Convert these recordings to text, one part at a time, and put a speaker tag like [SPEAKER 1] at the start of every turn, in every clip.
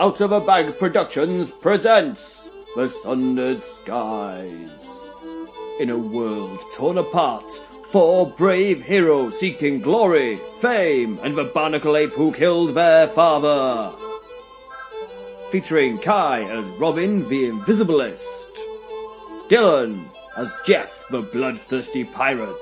[SPEAKER 1] Out of a Bag Productions presents The Sundered Skies. In a world torn apart, four brave heroes seeking glory, fame, and the barnacle ape who killed their father. Featuring Kai as Robin the Invisibilist, Dylan as Jeff the Bloodthirsty Pirate.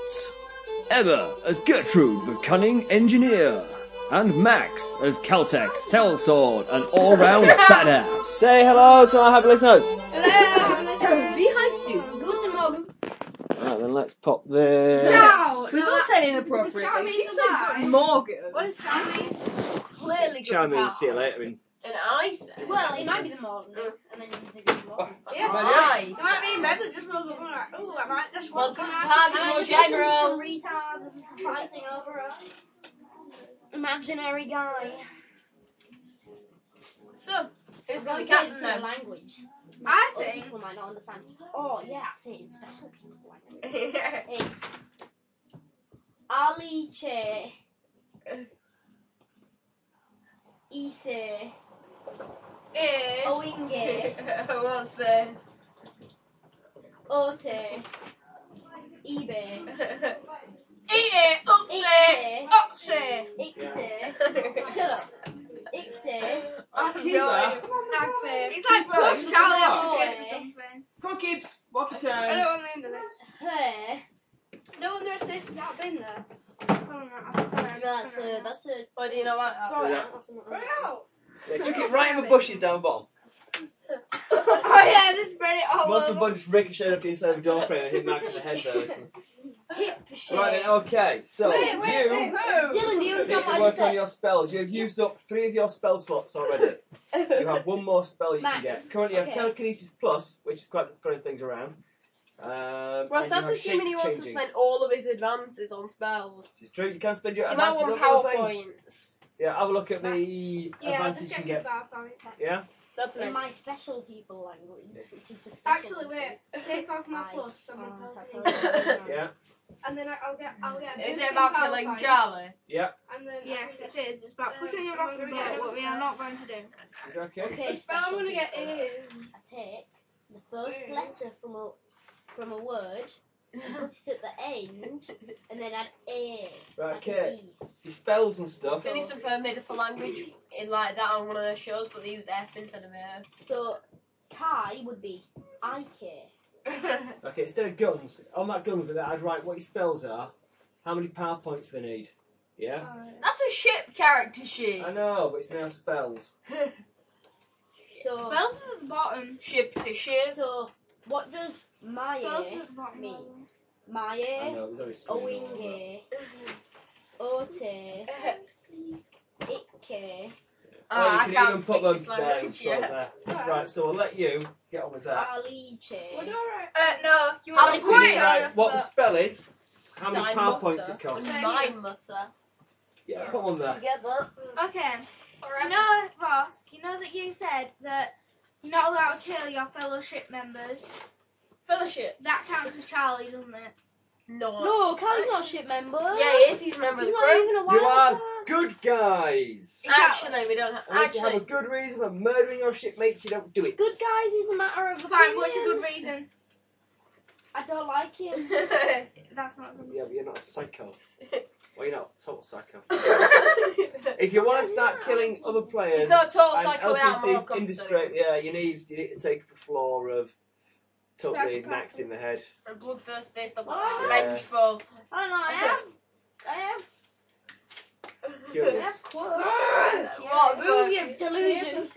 [SPEAKER 1] Eva as Gertrude, the cunning engineer, and Max as Caltech, Sellsword, an all-round badass.
[SPEAKER 2] Say hello to our happy listeners.
[SPEAKER 3] Wie heißt du? Guten Morgen.
[SPEAKER 2] Right, then let's pop this.
[SPEAKER 3] Ciao.
[SPEAKER 4] We both said inappropriate
[SPEAKER 3] Does Xiao
[SPEAKER 4] things.
[SPEAKER 3] mean
[SPEAKER 4] You said
[SPEAKER 3] goodbye?
[SPEAKER 4] good morning.
[SPEAKER 3] What does Xiao mean?
[SPEAKER 4] Clearly
[SPEAKER 2] Ciao,
[SPEAKER 4] good
[SPEAKER 2] me.
[SPEAKER 4] pals.
[SPEAKER 2] See you later. In...
[SPEAKER 4] And I said.
[SPEAKER 3] Well, it might be the morning,
[SPEAKER 4] Mm.
[SPEAKER 3] and then you can say good morning.
[SPEAKER 4] yeah,
[SPEAKER 2] Well,
[SPEAKER 4] I
[SPEAKER 3] It
[SPEAKER 4] said.
[SPEAKER 3] might be maybe just rolls over like, oh, I might just
[SPEAKER 4] Well,
[SPEAKER 3] want
[SPEAKER 4] good
[SPEAKER 3] some
[SPEAKER 4] pal,
[SPEAKER 3] I
[SPEAKER 4] is
[SPEAKER 3] might
[SPEAKER 4] more
[SPEAKER 3] just listen to
[SPEAKER 4] general.
[SPEAKER 3] some retards, there's some fighting over us. Imaginary guy.
[SPEAKER 4] So, who's
[SPEAKER 3] Well,
[SPEAKER 4] going
[SPEAKER 3] it's
[SPEAKER 4] to captain
[SPEAKER 3] not
[SPEAKER 4] them?
[SPEAKER 3] language.
[SPEAKER 4] I
[SPEAKER 3] Other
[SPEAKER 4] think.
[SPEAKER 3] people might not understand. Oh yeah, I say it in special people language. It's Ali Che Ise
[SPEAKER 4] Eh,
[SPEAKER 3] Owinge
[SPEAKER 4] What's this?
[SPEAKER 3] Ote Ibe
[SPEAKER 4] Eat it, up there,
[SPEAKER 3] Ikte
[SPEAKER 4] up there.
[SPEAKER 3] Ikte Shut up Ikte
[SPEAKER 4] I have no idea. It's like
[SPEAKER 2] Keep up,
[SPEAKER 4] push
[SPEAKER 2] keep
[SPEAKER 4] Charlie
[SPEAKER 2] up.
[SPEAKER 4] off the ship or
[SPEAKER 3] Boy.
[SPEAKER 4] something.
[SPEAKER 2] Come on, Gibbs. Walk your
[SPEAKER 4] I
[SPEAKER 2] turns.
[SPEAKER 4] don't want to end this.
[SPEAKER 3] Her
[SPEAKER 4] No wonder it's this has not been there.
[SPEAKER 3] That's a that's a
[SPEAKER 4] Or do you not like
[SPEAKER 2] Oh,
[SPEAKER 4] that?
[SPEAKER 3] Right, that's not
[SPEAKER 4] Bring
[SPEAKER 3] right.
[SPEAKER 4] it out.
[SPEAKER 2] Yeah, chuck it right in the bushes down the bottom.
[SPEAKER 4] oh yeah, this spread it all
[SPEAKER 2] Once the
[SPEAKER 4] over.
[SPEAKER 2] bug just ricocheted up inside the door frame and hit Max in the head there. listen.
[SPEAKER 3] Hip
[SPEAKER 2] Right
[SPEAKER 3] shit
[SPEAKER 2] then, okay. So
[SPEAKER 4] Wait, wait,
[SPEAKER 2] you
[SPEAKER 4] wait,
[SPEAKER 3] Dylan, do you
[SPEAKER 2] need
[SPEAKER 3] understand
[SPEAKER 2] to
[SPEAKER 3] what I
[SPEAKER 2] work
[SPEAKER 3] just
[SPEAKER 2] on
[SPEAKER 3] said?
[SPEAKER 2] your spells. You have used up three of your spell slots already. You have one more spell you can
[SPEAKER 3] Max,
[SPEAKER 2] get. Currently, you have
[SPEAKER 3] okay.
[SPEAKER 2] telekinesis plus, which is quite throwing things around. Um,
[SPEAKER 4] Well,
[SPEAKER 2] and you
[SPEAKER 4] that's
[SPEAKER 2] have
[SPEAKER 4] assuming he wants to
[SPEAKER 2] shape-changing.
[SPEAKER 4] spend all of his advances on spells.
[SPEAKER 2] It's true. You can spend your
[SPEAKER 4] You might
[SPEAKER 2] advances
[SPEAKER 4] want
[SPEAKER 2] on other things.
[SPEAKER 4] PowerPoints.
[SPEAKER 2] Yeah, have a look at the advances you can get. Yeah.
[SPEAKER 4] That's nice.
[SPEAKER 3] in my special people language, which is the special
[SPEAKER 5] Actually,
[SPEAKER 3] people.
[SPEAKER 5] wait. Take off my plus, so
[SPEAKER 4] Oh,
[SPEAKER 5] I'm
[SPEAKER 3] can't
[SPEAKER 5] gonna
[SPEAKER 3] tell you.
[SPEAKER 2] Yeah.
[SPEAKER 5] and then I- I'll get, I'll get. a
[SPEAKER 4] Is
[SPEAKER 5] boost
[SPEAKER 4] it
[SPEAKER 5] in
[SPEAKER 4] about
[SPEAKER 5] power
[SPEAKER 4] killing
[SPEAKER 5] points,
[SPEAKER 4] Charlie?
[SPEAKER 5] And then
[SPEAKER 4] Yes,
[SPEAKER 5] I'll
[SPEAKER 4] it
[SPEAKER 5] get-
[SPEAKER 4] is. It's about
[SPEAKER 5] Um,
[SPEAKER 4] pushing him
[SPEAKER 5] I'm
[SPEAKER 4] off the
[SPEAKER 5] gonna get
[SPEAKER 4] boat, what we are not going to do.
[SPEAKER 2] You Okay.
[SPEAKER 3] Okay,
[SPEAKER 5] The spell I'm
[SPEAKER 3] special
[SPEAKER 5] gonna get
[SPEAKER 3] people.
[SPEAKER 5] is.
[SPEAKER 3] I take the first
[SPEAKER 5] Mm.
[SPEAKER 3] letter from a from a word, put it at the end, and then add a.
[SPEAKER 2] Right,
[SPEAKER 3] like an
[SPEAKER 2] okay.
[SPEAKER 3] E.
[SPEAKER 2] Your spells and stuff.
[SPEAKER 4] They need some firm made up for language in like that on one of their shows, but they used F instead of
[SPEAKER 3] So Kai would be Ike.
[SPEAKER 4] A.
[SPEAKER 2] Okay, instead of guns, on that guns with that, I'd write what your spells are, how many power points they need. Yeah?
[SPEAKER 5] Alright.
[SPEAKER 4] That's a ship character sheet.
[SPEAKER 2] I know, but it's now spells.
[SPEAKER 3] So
[SPEAKER 5] Spells is at the bottom.
[SPEAKER 4] Ship to ship.
[SPEAKER 3] so what does
[SPEAKER 5] Spells is
[SPEAKER 3] Maya
[SPEAKER 5] at the bottom.
[SPEAKER 3] Me.
[SPEAKER 2] I
[SPEAKER 3] Maya
[SPEAKER 2] know, it was only spells.
[SPEAKER 3] Owinge Ote Ike
[SPEAKER 2] Oh, you
[SPEAKER 4] Ah,
[SPEAKER 2] can
[SPEAKER 4] I can't
[SPEAKER 2] even
[SPEAKER 4] speak
[SPEAKER 2] put them
[SPEAKER 4] this
[SPEAKER 2] there,
[SPEAKER 4] language
[SPEAKER 2] you've got
[SPEAKER 4] yet.
[SPEAKER 2] there. Right, so I'll let you get on with that.
[SPEAKER 5] Well,
[SPEAKER 3] Aliche.
[SPEAKER 5] alright.
[SPEAKER 4] Uh, no.
[SPEAKER 5] You
[SPEAKER 4] I'll
[SPEAKER 5] want
[SPEAKER 2] So
[SPEAKER 5] to
[SPEAKER 2] you
[SPEAKER 4] agree.
[SPEAKER 5] say
[SPEAKER 2] write
[SPEAKER 5] that,
[SPEAKER 2] what the
[SPEAKER 5] but-
[SPEAKER 2] spell is, how many
[SPEAKER 4] Nine
[SPEAKER 2] power
[SPEAKER 4] mutter.
[SPEAKER 2] poinds it costs.
[SPEAKER 5] Okay.
[SPEAKER 4] Nine mutter.
[SPEAKER 2] Yeah, put one there.
[SPEAKER 4] Together.
[SPEAKER 5] Okay. You know, Ross. You know that you said that you're not allowed to kill your fellow ship members.
[SPEAKER 4] Fellowship.
[SPEAKER 5] That counts as Charlie, doesn't it?
[SPEAKER 4] No.
[SPEAKER 3] No, Kai's not a ship member.
[SPEAKER 4] Yeah, he is. He's a member of
[SPEAKER 3] He's
[SPEAKER 4] the
[SPEAKER 3] not
[SPEAKER 4] crew.
[SPEAKER 3] even a
[SPEAKER 2] You
[SPEAKER 3] wild
[SPEAKER 2] are good guys!
[SPEAKER 4] Actually, we don't have.
[SPEAKER 2] Unless you have a
[SPEAKER 4] Uh, Actually,
[SPEAKER 2] good reason for murdering your shipmates, you don't do it.
[SPEAKER 3] Good guys is a matter of opinion.
[SPEAKER 5] Fine. What's a
[SPEAKER 3] um,
[SPEAKER 5] good reason?
[SPEAKER 3] I don't like him.
[SPEAKER 5] That's not. good.
[SPEAKER 2] Yeah, but you're not a psycho. well, you're not a total psycho.
[SPEAKER 4] he's
[SPEAKER 2] If you want to start killing other players,
[SPEAKER 4] not a total
[SPEAKER 2] and
[SPEAKER 4] psycho without more
[SPEAKER 2] LPC's
[SPEAKER 4] confidence.
[SPEAKER 2] indiscreet, yeah, you need you need to take the floor of totally
[SPEAKER 5] Psychopath.
[SPEAKER 2] knacks in the head.
[SPEAKER 4] And bloodthirsty is the
[SPEAKER 3] Why?
[SPEAKER 2] Ah.
[SPEAKER 4] vengeful.
[SPEAKER 3] I don't know. I have, I have, I
[SPEAKER 2] Curious.
[SPEAKER 3] have quotes.
[SPEAKER 4] What?
[SPEAKER 3] Movie
[SPEAKER 4] what-
[SPEAKER 3] of delusion.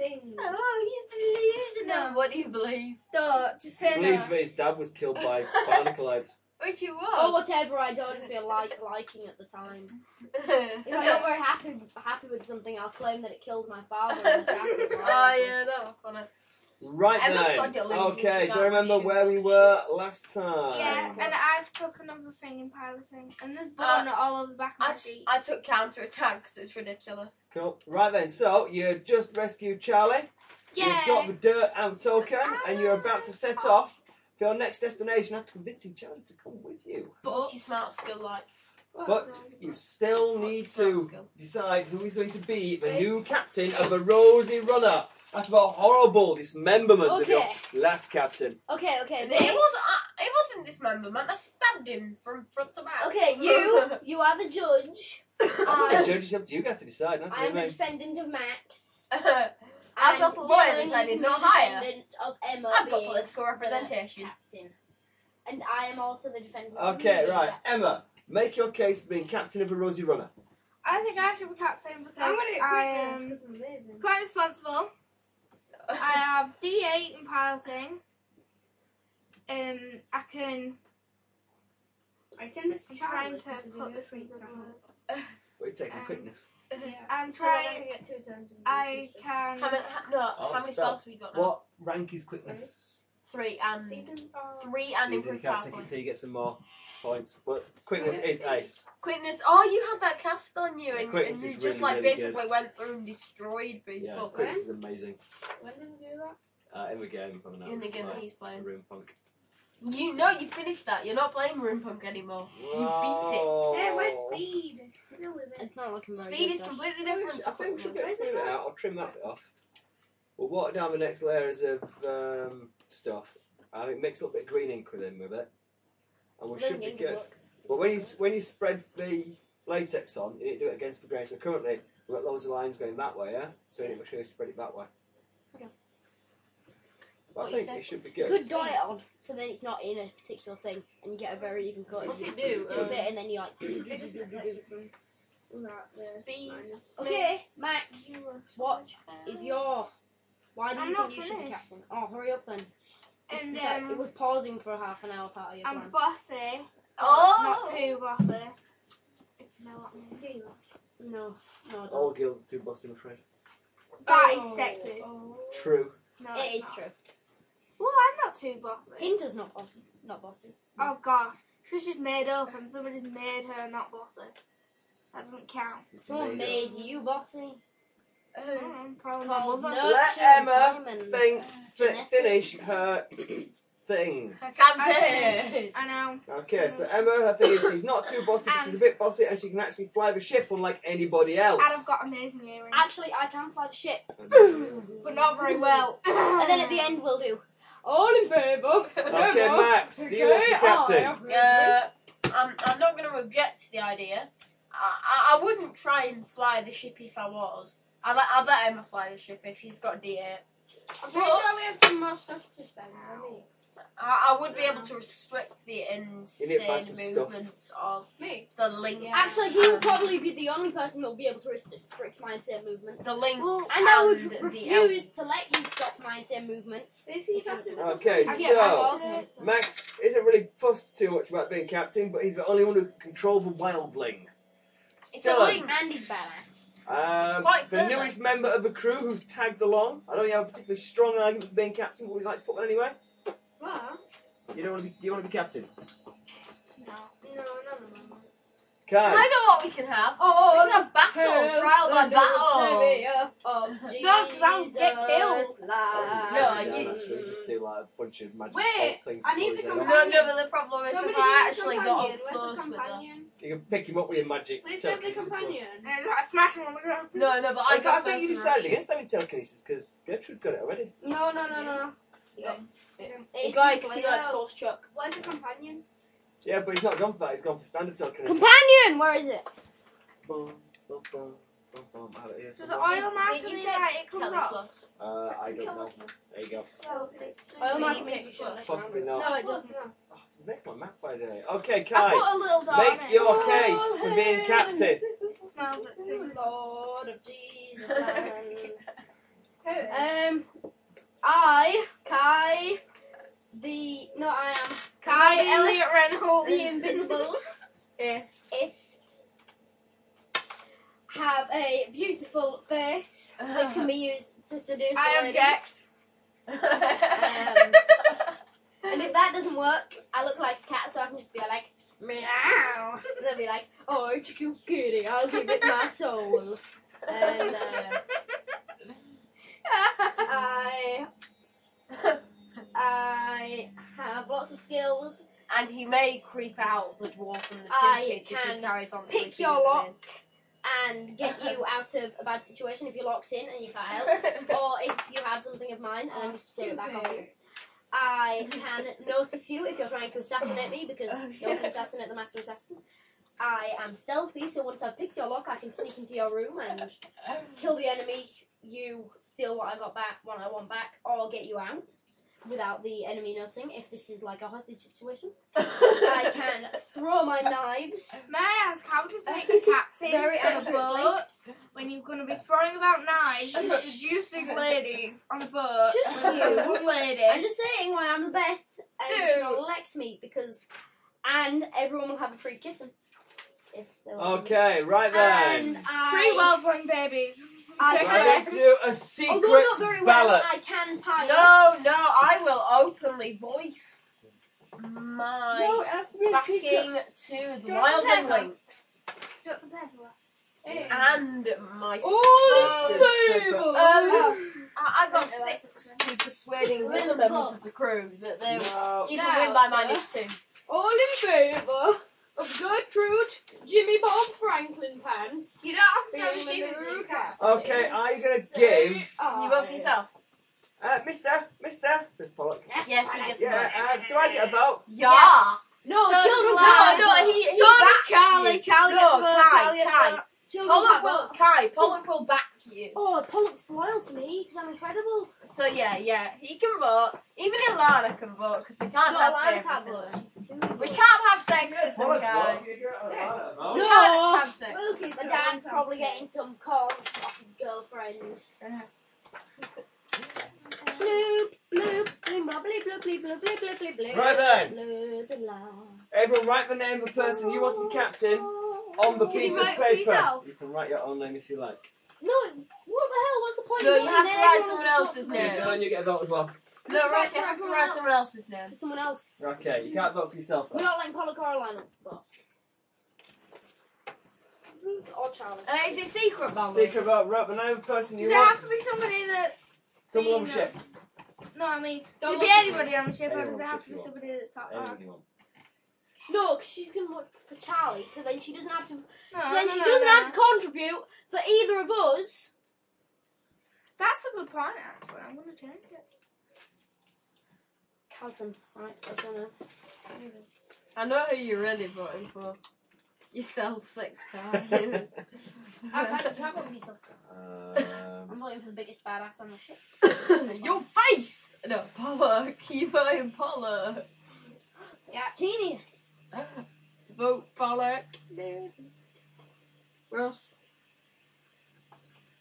[SPEAKER 4] Oh, he's delusional.
[SPEAKER 5] No.
[SPEAKER 4] What do you believe?
[SPEAKER 5] Duh, just say
[SPEAKER 2] Believe
[SPEAKER 5] no.
[SPEAKER 2] me, his dad was killed by barnacle apes.
[SPEAKER 4] Which he
[SPEAKER 3] Or
[SPEAKER 4] was.
[SPEAKER 3] oh, whatever I don't feel like liking at the time.
[SPEAKER 4] oh
[SPEAKER 3] If I'm not very happy happy with something, I'll claim that it killed my father. And attacked me.
[SPEAKER 4] Ah, Oh, yeah, that was funny.
[SPEAKER 2] Right
[SPEAKER 4] Emma's got
[SPEAKER 2] then.
[SPEAKER 4] delusions
[SPEAKER 2] Okay, so
[SPEAKER 4] about
[SPEAKER 2] remember
[SPEAKER 4] shit.
[SPEAKER 2] where we were last time.
[SPEAKER 5] Yeah, and I've took another thing in piloting, and there's blood all over the back of my sheet.
[SPEAKER 4] I took counter attack because it's ridiculous.
[SPEAKER 2] Cool. Right then, so you just rescued Charlie. You've got the dirt and the token, and you're about to set off for your next destination after convincing Charlie to come with you.
[SPEAKER 4] But she's smart skill like.
[SPEAKER 2] But you still need to
[SPEAKER 4] Roscoe?
[SPEAKER 2] decide who is going to be the new captain of the Rosy Runner after the horrible dismemberment of
[SPEAKER 3] Okay.
[SPEAKER 2] your last captain.
[SPEAKER 3] Okay, okay.
[SPEAKER 4] It
[SPEAKER 3] This.
[SPEAKER 4] was uh, it wasn't dismemberment. I stabbed him from front to back.
[SPEAKER 3] Okay, you you are the judge.
[SPEAKER 2] I
[SPEAKER 4] Uh,
[SPEAKER 3] I,
[SPEAKER 2] judge it's up to you guys to decide, not
[SPEAKER 3] I am
[SPEAKER 2] to
[SPEAKER 3] the
[SPEAKER 2] me.
[SPEAKER 3] defendant of Max.
[SPEAKER 4] I've
[SPEAKER 3] and
[SPEAKER 4] got the lawyer
[SPEAKER 3] Dylan
[SPEAKER 4] decided,
[SPEAKER 3] is
[SPEAKER 4] not
[SPEAKER 3] the
[SPEAKER 4] higher.
[SPEAKER 3] Defendant of Emma
[SPEAKER 4] I've got
[SPEAKER 3] being
[SPEAKER 4] political representation.
[SPEAKER 3] captain, and I am also the defendant. of me
[SPEAKER 2] Okay,
[SPEAKER 3] being
[SPEAKER 2] right.
[SPEAKER 3] captain.
[SPEAKER 2] Emma, make your case for being captain of the Rosy Runner.
[SPEAKER 5] I think I should be captain because I am
[SPEAKER 6] I'm amazing.
[SPEAKER 5] quite responsible. I have D8 in piloting. Um, I can
[SPEAKER 6] I send this to
[SPEAKER 5] Trying
[SPEAKER 6] Charlotte
[SPEAKER 5] to
[SPEAKER 6] because
[SPEAKER 5] put
[SPEAKER 6] we
[SPEAKER 5] the
[SPEAKER 6] know
[SPEAKER 5] freak out.
[SPEAKER 6] she's not-
[SPEAKER 2] What are you
[SPEAKER 4] Uh,
[SPEAKER 2] taking
[SPEAKER 5] Um,
[SPEAKER 2] quickness?
[SPEAKER 6] Yeah.
[SPEAKER 5] I'm
[SPEAKER 6] So then I
[SPEAKER 5] trying.
[SPEAKER 6] can get two turns. in the
[SPEAKER 5] I
[SPEAKER 6] future.
[SPEAKER 5] can.
[SPEAKER 4] How many, ha- no,
[SPEAKER 2] Oh,
[SPEAKER 4] how many
[SPEAKER 2] spell.
[SPEAKER 4] spells have we got now?
[SPEAKER 2] What rank is quickness?
[SPEAKER 4] Three and
[SPEAKER 6] Season four.
[SPEAKER 4] three and
[SPEAKER 2] Easy, you
[SPEAKER 4] improved
[SPEAKER 2] can't
[SPEAKER 4] power
[SPEAKER 2] take it
[SPEAKER 4] points.
[SPEAKER 2] until you get some more points. But quickness is ace.
[SPEAKER 4] Quickness. Oh, you had that cast on you, and,
[SPEAKER 2] Quickness
[SPEAKER 4] and you
[SPEAKER 2] is
[SPEAKER 4] just
[SPEAKER 2] really,
[SPEAKER 4] like
[SPEAKER 2] really
[SPEAKER 4] basically went through and destroyed
[SPEAKER 2] Yeah,
[SPEAKER 4] people
[SPEAKER 2] quickness is amazing.
[SPEAKER 6] When did I do that?
[SPEAKER 2] Uh, in the game, I'm gonna
[SPEAKER 4] in the game that
[SPEAKER 2] play
[SPEAKER 4] he's playing.
[SPEAKER 2] Room Punk.
[SPEAKER 4] You know, you finished that. You're not playing Room Punk anymore.
[SPEAKER 3] Oh
[SPEAKER 4] You
[SPEAKER 6] Hey, where's speed? Silly then.
[SPEAKER 3] It's not looking
[SPEAKER 4] beat it.
[SPEAKER 3] very
[SPEAKER 4] Speed
[SPEAKER 3] good,
[SPEAKER 4] is
[SPEAKER 3] Josh.
[SPEAKER 4] completely
[SPEAKER 2] I
[SPEAKER 4] different. to
[SPEAKER 2] think we should
[SPEAKER 4] Quickness.
[SPEAKER 2] get smooth out. I'll trim that bit off. We'll water down the next layers of um, stuff. I think mix a little bit of green ink with in with it, and we should be
[SPEAKER 3] Doesn't even
[SPEAKER 2] good.
[SPEAKER 3] look.
[SPEAKER 2] But when you when you spread the latex on, you need to do it against the grain. So currently we've got loads of lines going that way, yeah. So you need to make sure you spread it that way.
[SPEAKER 4] Okay.
[SPEAKER 2] But I
[SPEAKER 4] What you
[SPEAKER 2] think
[SPEAKER 4] said?
[SPEAKER 2] it should be
[SPEAKER 3] You
[SPEAKER 2] good.
[SPEAKER 3] could dye it on, so then it's not in a particular thing, and you get a very even coat.
[SPEAKER 4] What's
[SPEAKER 3] You
[SPEAKER 4] it do?
[SPEAKER 3] do a
[SPEAKER 4] Um,
[SPEAKER 3] bit, and then you like.
[SPEAKER 6] It just gets extra from that there.
[SPEAKER 4] Speed.
[SPEAKER 6] Minus.
[SPEAKER 3] Okay, Max,
[SPEAKER 6] You were
[SPEAKER 3] what is your? Why do
[SPEAKER 5] I'm
[SPEAKER 3] you
[SPEAKER 5] not
[SPEAKER 3] think you should be
[SPEAKER 5] finished.
[SPEAKER 3] captain? Oh, hurry up then. It's
[SPEAKER 5] And
[SPEAKER 3] just like-
[SPEAKER 5] um,
[SPEAKER 3] it was pausing for a half an hour part of your
[SPEAKER 5] I'm
[SPEAKER 3] plan.
[SPEAKER 5] bossy.
[SPEAKER 4] Oh.
[SPEAKER 5] Not too bossy. If you know what I mean.
[SPEAKER 6] There you are.
[SPEAKER 3] No, no, I don't.
[SPEAKER 2] All guilds are too bossy, I'm afraid.
[SPEAKER 5] That is
[SPEAKER 6] Oh,
[SPEAKER 5] sexist.
[SPEAKER 6] oh.
[SPEAKER 2] It's true.
[SPEAKER 5] No,
[SPEAKER 3] it
[SPEAKER 5] it's
[SPEAKER 3] is
[SPEAKER 5] not.
[SPEAKER 3] true.
[SPEAKER 5] Well, I'm not too bossy.
[SPEAKER 3] Hinder's not bossy. Not bossy.
[SPEAKER 5] Oh gosh, so she's made up and somebody's made her not bossy. That doesn't count.
[SPEAKER 3] Someone
[SPEAKER 2] There you
[SPEAKER 3] made you bossy.
[SPEAKER 4] Uh,
[SPEAKER 5] Mm,
[SPEAKER 3] It's
[SPEAKER 5] probably my
[SPEAKER 3] called
[SPEAKER 5] mother.
[SPEAKER 3] nurture
[SPEAKER 2] Let
[SPEAKER 3] and
[SPEAKER 2] Emma
[SPEAKER 3] time and-
[SPEAKER 2] go. Thing, fi-
[SPEAKER 3] Genetics.
[SPEAKER 2] finish her thing.
[SPEAKER 4] I
[SPEAKER 5] I
[SPEAKER 4] can't pay.
[SPEAKER 5] I know.
[SPEAKER 2] Okay, so Emma, her thing is she's not too bossy, but she's a bit bossy, and she can actually fly the ship unlike anybody else.
[SPEAKER 5] And I've got amazing earrings.
[SPEAKER 3] Actually, I can fly the ship,
[SPEAKER 5] but not very well.
[SPEAKER 3] and then at the end we'll do all in favour.
[SPEAKER 2] okay, Max, do you want to be captain?
[SPEAKER 4] Uh, I'm, I'm not going to object to the idea. I, I, I wouldn't try and fly the ship if I was. I let, I let Emma fly the ship if she's got D8.
[SPEAKER 6] I'm pretty sure we have some more stuff to spend. I mean,
[SPEAKER 4] I, I would be able to restrict the
[SPEAKER 2] You need to buy
[SPEAKER 4] insane
[SPEAKER 2] some stuff.
[SPEAKER 4] movements of
[SPEAKER 6] me.
[SPEAKER 4] the links.
[SPEAKER 3] Actually, he will
[SPEAKER 4] and-
[SPEAKER 3] probably be the only person that will be able to restrict my insane movements.
[SPEAKER 4] the links
[SPEAKER 6] Well,
[SPEAKER 3] And I would
[SPEAKER 4] and the
[SPEAKER 3] refuse to let you stop my insane movements.
[SPEAKER 6] Is he faster than
[SPEAKER 2] Okay,
[SPEAKER 5] I
[SPEAKER 6] us?
[SPEAKER 5] get
[SPEAKER 2] so
[SPEAKER 5] back to it.
[SPEAKER 2] Max isn't really fussed too much about being captain, but he's the only one who can control the wildling.
[SPEAKER 4] It's a
[SPEAKER 2] Dylan.
[SPEAKER 4] link.
[SPEAKER 3] And he's badass.
[SPEAKER 2] Um,
[SPEAKER 4] Quite
[SPEAKER 2] the
[SPEAKER 4] clever.
[SPEAKER 2] newest member of the crew who's tagged along. I don't think I have a particularly strong argument for being captain, but we like to put one anyway.
[SPEAKER 6] What?
[SPEAKER 2] You don't want to be, you want to be captain.
[SPEAKER 6] No, another one.
[SPEAKER 2] Kai.
[SPEAKER 4] I know what we can have.
[SPEAKER 3] Oh,
[SPEAKER 4] we can have battle, trial by battle.
[SPEAKER 3] um, No, because I'll get killed.
[SPEAKER 4] No,
[SPEAKER 2] Oh, Yeah,
[SPEAKER 4] you-
[SPEAKER 2] actually, just do like a bunch of magic
[SPEAKER 4] Wait,
[SPEAKER 2] bolt things.
[SPEAKER 6] I
[SPEAKER 2] to
[SPEAKER 6] need
[SPEAKER 2] pull
[SPEAKER 6] the
[SPEAKER 2] his head
[SPEAKER 6] com-
[SPEAKER 2] off.
[SPEAKER 4] No, no, but the problem is
[SPEAKER 6] Somebody
[SPEAKER 4] if I
[SPEAKER 6] needs a
[SPEAKER 4] actually got
[SPEAKER 6] companion.
[SPEAKER 4] up
[SPEAKER 6] Where's
[SPEAKER 4] close
[SPEAKER 6] the
[SPEAKER 4] with her.
[SPEAKER 6] companion?
[SPEAKER 2] You can pick him up with your magic.
[SPEAKER 6] Please have the
[SPEAKER 2] telekinesis.
[SPEAKER 6] companion.
[SPEAKER 5] And I smash him on the ground.
[SPEAKER 4] No, no, but
[SPEAKER 2] I,
[SPEAKER 4] I
[SPEAKER 2] I
[SPEAKER 4] got
[SPEAKER 2] think you
[SPEAKER 4] first
[SPEAKER 2] decided
[SPEAKER 4] rush.
[SPEAKER 2] against having telekinesis because Gertrude's got it already.
[SPEAKER 6] Oh,
[SPEAKER 3] No, no, no, no.
[SPEAKER 4] He
[SPEAKER 3] It's uh,
[SPEAKER 4] got,
[SPEAKER 3] useless.
[SPEAKER 4] he got force chuck.
[SPEAKER 6] Where's the companion?
[SPEAKER 2] Yeah, but he's not gone for that. He's gone for standard telekinesis.
[SPEAKER 3] Companion, where is it?
[SPEAKER 2] Boom, boom, boom, boom, boom. I have it here
[SPEAKER 5] Does the
[SPEAKER 2] somewhere.
[SPEAKER 5] oil mark
[SPEAKER 4] Wait, you
[SPEAKER 5] me
[SPEAKER 4] said
[SPEAKER 5] like it comes off?
[SPEAKER 4] Teleclus.
[SPEAKER 2] Uh, I don't know. There you go.
[SPEAKER 3] Oh,
[SPEAKER 4] my
[SPEAKER 3] my
[SPEAKER 4] God.
[SPEAKER 2] Possibly not.
[SPEAKER 6] No,
[SPEAKER 4] No,
[SPEAKER 6] it doesn't.
[SPEAKER 2] Oh, make my map by day. Okay,
[SPEAKER 5] I
[SPEAKER 2] Kai.
[SPEAKER 5] put a little dot on
[SPEAKER 2] Make
[SPEAKER 5] it.
[SPEAKER 2] your case for being
[SPEAKER 3] hey.
[SPEAKER 2] captain.
[SPEAKER 5] It smells like
[SPEAKER 3] Oh,
[SPEAKER 5] sweet.
[SPEAKER 3] Lord of Jesus.
[SPEAKER 6] Who?
[SPEAKER 3] um, I, Kai, the. No, I am.
[SPEAKER 5] Kai Elliot
[SPEAKER 3] All
[SPEAKER 5] Reynolds.
[SPEAKER 3] the invisible
[SPEAKER 4] Yes.
[SPEAKER 3] ist have a beautiful face which can be used to seduce
[SPEAKER 5] I
[SPEAKER 3] ladies. Um,
[SPEAKER 5] object.
[SPEAKER 3] And if that doesn't work, I look like a cat, so I can just be like meow. And they'll be like, "Oh, it's a cute kitty. I'll give it my soul." And uh, I, I have lots of skills
[SPEAKER 4] and he may creep out the dwarf and the
[SPEAKER 3] Ah,
[SPEAKER 4] tin
[SPEAKER 3] you
[SPEAKER 4] kid if he
[SPEAKER 3] can
[SPEAKER 4] carries on.
[SPEAKER 3] pick
[SPEAKER 4] creeping
[SPEAKER 3] your
[SPEAKER 4] in.
[SPEAKER 3] lock. and get you out of a bad situation if you're locked in and you can't help, or if you have something of mine and I just steal it back off you. I can notice you if you're trying to assassinate me because no one can assassinate the master assassin. I am stealthy, so once I've picked your lock, I can sneak into your room and kill the enemy. You steal what I got back, what I want back, or get you out without the enemy noticing. If this is like a hostage situation, I can throw my knives.
[SPEAKER 5] May I ask, how does being a captain
[SPEAKER 3] Very
[SPEAKER 5] on a
[SPEAKER 3] accurately.
[SPEAKER 5] boat, when you're going to be throwing about knives and seducing ladies on a boat
[SPEAKER 3] Just
[SPEAKER 5] with
[SPEAKER 3] you.
[SPEAKER 5] one lady?
[SPEAKER 3] I'm just saying why I'm the best. And
[SPEAKER 5] Two.
[SPEAKER 3] you should elect me because, and everyone will have a free kitten. If they want.
[SPEAKER 2] Okay, right
[SPEAKER 3] And
[SPEAKER 2] then.
[SPEAKER 3] I,
[SPEAKER 5] Three well-born babies.
[SPEAKER 3] I
[SPEAKER 5] Take
[SPEAKER 3] can,
[SPEAKER 5] it.
[SPEAKER 2] Let's do a
[SPEAKER 3] although
[SPEAKER 2] secret
[SPEAKER 3] not very well,
[SPEAKER 2] ballot.
[SPEAKER 3] I can pie.
[SPEAKER 4] No, no, I will openly voice
[SPEAKER 2] No,
[SPEAKER 4] my
[SPEAKER 2] it has to be a secret.
[SPEAKER 4] backing to the
[SPEAKER 5] Don't
[SPEAKER 4] Wild and
[SPEAKER 5] remember.
[SPEAKER 4] Links
[SPEAKER 5] Do you want some paperwork?
[SPEAKER 4] and my.
[SPEAKER 3] Oh,
[SPEAKER 2] Oh,
[SPEAKER 3] the table.
[SPEAKER 4] Um, I, I got
[SPEAKER 6] Yeah, that's
[SPEAKER 4] six to persuading the
[SPEAKER 3] Well,
[SPEAKER 4] other
[SPEAKER 3] it's
[SPEAKER 4] members
[SPEAKER 3] not.
[SPEAKER 4] of the crew that they were
[SPEAKER 2] No.
[SPEAKER 4] even
[SPEAKER 3] Now,
[SPEAKER 4] win by
[SPEAKER 3] sir.
[SPEAKER 4] minus two.
[SPEAKER 6] Oh.
[SPEAKER 3] All in favour of Gertrude, Jimmy Bob Franklin pants.
[SPEAKER 6] You don't have to
[SPEAKER 3] Being
[SPEAKER 6] stupid
[SPEAKER 3] the
[SPEAKER 6] you
[SPEAKER 3] rude
[SPEAKER 6] can't.
[SPEAKER 2] Okay, are you gonna
[SPEAKER 3] So
[SPEAKER 2] give
[SPEAKER 3] I-
[SPEAKER 4] You vote for yourself.
[SPEAKER 2] uh, Mister, Mister, says Pollock.
[SPEAKER 4] Yes, he
[SPEAKER 3] I
[SPEAKER 4] gets
[SPEAKER 2] Yeah,
[SPEAKER 4] one.
[SPEAKER 2] uh, do I get a vote?
[SPEAKER 4] Yeah.
[SPEAKER 3] No,
[SPEAKER 4] So
[SPEAKER 3] children
[SPEAKER 4] does
[SPEAKER 3] have
[SPEAKER 4] Lara.
[SPEAKER 3] a
[SPEAKER 4] No,
[SPEAKER 3] vote.
[SPEAKER 4] he, he
[SPEAKER 5] so does
[SPEAKER 4] backs
[SPEAKER 5] Charlie.
[SPEAKER 4] you.
[SPEAKER 5] Charlie
[SPEAKER 4] No,
[SPEAKER 5] gets a vote.
[SPEAKER 4] Kai,
[SPEAKER 5] Charlie gets
[SPEAKER 4] Kai.
[SPEAKER 5] a vote.
[SPEAKER 3] Children
[SPEAKER 4] Pollock
[SPEAKER 3] have a
[SPEAKER 4] will,
[SPEAKER 3] vote.
[SPEAKER 4] Kai, Pollock will back you.
[SPEAKER 3] Oh, Pollock's loyal to me because I'm incredible.
[SPEAKER 4] So yeah, yeah, he can vote. Even Ilana can vote because we can't
[SPEAKER 3] No,
[SPEAKER 4] have
[SPEAKER 3] Lana can't
[SPEAKER 4] favouritism.
[SPEAKER 3] vote. She's too
[SPEAKER 4] We
[SPEAKER 3] good.
[SPEAKER 4] can't have
[SPEAKER 2] Yeah,
[SPEAKER 4] sexism,
[SPEAKER 2] Pollock
[SPEAKER 4] Guy.
[SPEAKER 2] vote. You get a
[SPEAKER 6] Six.
[SPEAKER 2] vote,
[SPEAKER 4] We
[SPEAKER 2] vote.
[SPEAKER 3] No.
[SPEAKER 4] can't have sex.
[SPEAKER 3] Well, my dad's probably getting some calls off his girlfriend.
[SPEAKER 4] Uh-huh.
[SPEAKER 3] Bloop, bloop, bloop, bloop, bloop, bloop, bloop, bloop, bloop, bloop, bloop.
[SPEAKER 2] Right then.
[SPEAKER 3] Bloop, bloop, bloop.
[SPEAKER 2] Everyone, write the name of the person you want to be captain on the
[SPEAKER 5] Can you
[SPEAKER 2] piece of
[SPEAKER 5] vote for
[SPEAKER 2] paper.
[SPEAKER 5] yourself?
[SPEAKER 2] You can write your own name if you like.
[SPEAKER 3] No, what the hell? What's the point?
[SPEAKER 4] No,
[SPEAKER 3] of
[SPEAKER 4] you
[SPEAKER 3] voting
[SPEAKER 4] have to
[SPEAKER 3] there?
[SPEAKER 4] write
[SPEAKER 3] Everyone's
[SPEAKER 4] someone
[SPEAKER 3] got
[SPEAKER 4] else's
[SPEAKER 3] votes.
[SPEAKER 4] name.
[SPEAKER 2] No, and you get a vote as well.
[SPEAKER 4] No, Ross, you have to write someone else's name.
[SPEAKER 3] To someone else.
[SPEAKER 2] Okay, you can't vote for yourself.
[SPEAKER 3] We
[SPEAKER 2] Though.
[SPEAKER 3] don't like Pollock or Lionel, but. Or Charlie.
[SPEAKER 4] Uh, it's a secret ballot.
[SPEAKER 2] Secret vote. Write the name of the person you
[SPEAKER 5] Does it have
[SPEAKER 2] want.
[SPEAKER 5] to be somebody that's...
[SPEAKER 2] Someone on the
[SPEAKER 5] No.
[SPEAKER 2] ship.
[SPEAKER 5] No, I mean,
[SPEAKER 3] Don't
[SPEAKER 5] could
[SPEAKER 3] look
[SPEAKER 5] be
[SPEAKER 3] at
[SPEAKER 5] anybody on the ship, or
[SPEAKER 2] Anyone
[SPEAKER 5] does
[SPEAKER 2] on
[SPEAKER 5] it
[SPEAKER 2] the
[SPEAKER 5] have
[SPEAKER 2] ship
[SPEAKER 5] to
[SPEAKER 2] you
[SPEAKER 5] be
[SPEAKER 2] want.
[SPEAKER 5] somebody that's not
[SPEAKER 2] Anyone
[SPEAKER 5] that?
[SPEAKER 2] you want.
[SPEAKER 3] No, 'cause she's going to look for Charlie, so then she doesn't have to.
[SPEAKER 5] No,
[SPEAKER 3] then
[SPEAKER 5] no,
[SPEAKER 3] she
[SPEAKER 5] no,
[SPEAKER 3] doesn't
[SPEAKER 5] no.
[SPEAKER 3] have to contribute for either of us.
[SPEAKER 5] That's a good point, actually. I'm going to change it.
[SPEAKER 3] Calvin, right, that's her name.
[SPEAKER 4] I know who you're really voting for. Yourself six times.
[SPEAKER 3] I can't, can't vote for yourself.
[SPEAKER 2] Um,
[SPEAKER 3] I'm voting for the biggest badass on the ship.
[SPEAKER 4] Your face! No, Pollock. You voting Pollock.
[SPEAKER 3] Yeah, genius.
[SPEAKER 4] Vote Pollock. Ross.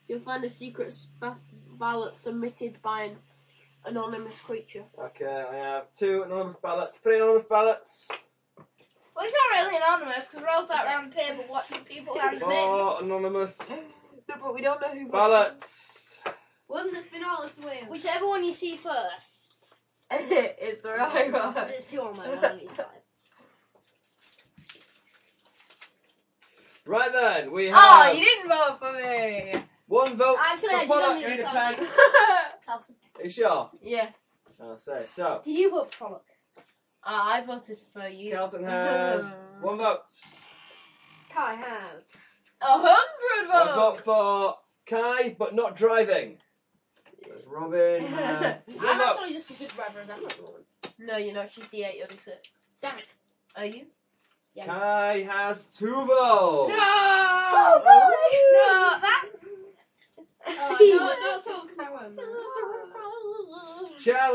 [SPEAKER 4] You'll find a secret spa- ballot submitted by an anonymous creature.
[SPEAKER 2] okay, I have two anonymous ballots, three anonymous ballots,
[SPEAKER 5] Well, it's not really anonymous, because we're all sat around the table watching people hand them in.
[SPEAKER 2] four anonymous
[SPEAKER 4] No, but we don't know who
[SPEAKER 2] ballots.
[SPEAKER 6] Wouldn't this been all this way?
[SPEAKER 3] Whichever one you see first.
[SPEAKER 4] it's the right one.
[SPEAKER 3] There's two on my one on each side.
[SPEAKER 2] Right then, we have
[SPEAKER 4] Oh, you didn't vote for me!
[SPEAKER 2] one vote
[SPEAKER 3] Actually, I
[SPEAKER 2] for
[SPEAKER 3] did on
[SPEAKER 2] Pollock.
[SPEAKER 3] the
[SPEAKER 2] You need a
[SPEAKER 3] other
[SPEAKER 2] pen.
[SPEAKER 3] Carlton.
[SPEAKER 2] Are you sure?
[SPEAKER 4] yeah,
[SPEAKER 2] I'll say so.
[SPEAKER 3] Do you vote for Pollock?
[SPEAKER 4] uh, I voted for you. Uh-huh.
[SPEAKER 2] Carlton has one vote.
[SPEAKER 3] Kai has.
[SPEAKER 4] A hundred
[SPEAKER 2] A
[SPEAKER 4] votes!
[SPEAKER 2] vote for Kai, but not driving. That's Robin has one
[SPEAKER 3] I'm
[SPEAKER 2] vote.
[SPEAKER 3] actually just as good driver as Emma.
[SPEAKER 4] No, you're not. She's D8, you're the six.
[SPEAKER 3] Damn it.
[SPEAKER 4] Are you?
[SPEAKER 3] Yeah.
[SPEAKER 2] Kai has two votes.
[SPEAKER 5] No! No, that.
[SPEAKER 6] Oh, no, no, so can I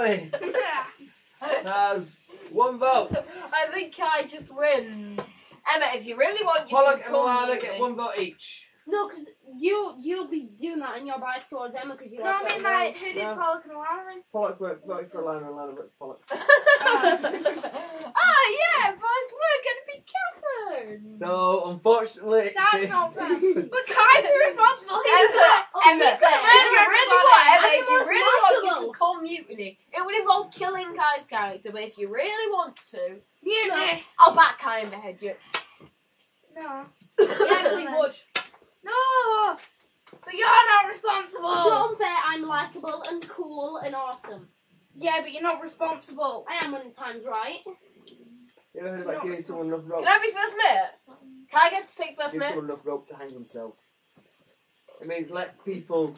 [SPEAKER 6] win?
[SPEAKER 2] Charlie has one vote.
[SPEAKER 4] I think Kai just wins. Emma, if you really want, you
[SPEAKER 2] Pollock
[SPEAKER 4] can
[SPEAKER 2] and
[SPEAKER 4] come
[SPEAKER 2] Alana
[SPEAKER 4] meet
[SPEAKER 2] get
[SPEAKER 4] me.
[SPEAKER 2] one vote each.
[SPEAKER 3] No, because you, you'll be doing that in your bias towards Emma because you
[SPEAKER 5] No, I
[SPEAKER 3] like
[SPEAKER 5] mean,
[SPEAKER 3] her.
[SPEAKER 5] like, who did
[SPEAKER 2] Yeah.
[SPEAKER 5] Pollock and Warren?
[SPEAKER 2] Pollock went- voted for Alana, Alana voted for Pollock.
[SPEAKER 4] oh yeah, boys, we're gonna be captains.
[SPEAKER 2] So unfortunately,
[SPEAKER 5] That's
[SPEAKER 2] it's
[SPEAKER 5] not fair. But Kai's irresponsible. He's
[SPEAKER 4] Emma,
[SPEAKER 5] not.
[SPEAKER 3] Oh,
[SPEAKER 4] Emma,
[SPEAKER 3] he's
[SPEAKER 4] if
[SPEAKER 3] got
[SPEAKER 4] you really want, Emma,
[SPEAKER 3] everybody. I'm
[SPEAKER 4] if
[SPEAKER 3] the
[SPEAKER 4] you
[SPEAKER 3] most
[SPEAKER 4] really want, you can
[SPEAKER 3] likable.
[SPEAKER 4] call mutiny. It would involve killing Kai's character, but if you really want to,
[SPEAKER 5] Mutiny.
[SPEAKER 4] I'll bat Kai in the head. You.
[SPEAKER 5] No.
[SPEAKER 3] He actually would.
[SPEAKER 5] No. But you're not responsible.
[SPEAKER 3] So unfair, I'm likable and cool and awesome.
[SPEAKER 5] Yeah, but you're not responsible.
[SPEAKER 3] I am when the time's right.
[SPEAKER 2] You ever heard about giving someone enough rope?
[SPEAKER 4] Can I be first mate? Can I get to pick first
[SPEAKER 2] Give
[SPEAKER 4] mate?
[SPEAKER 2] someone enough rope to hang themselves. It means let people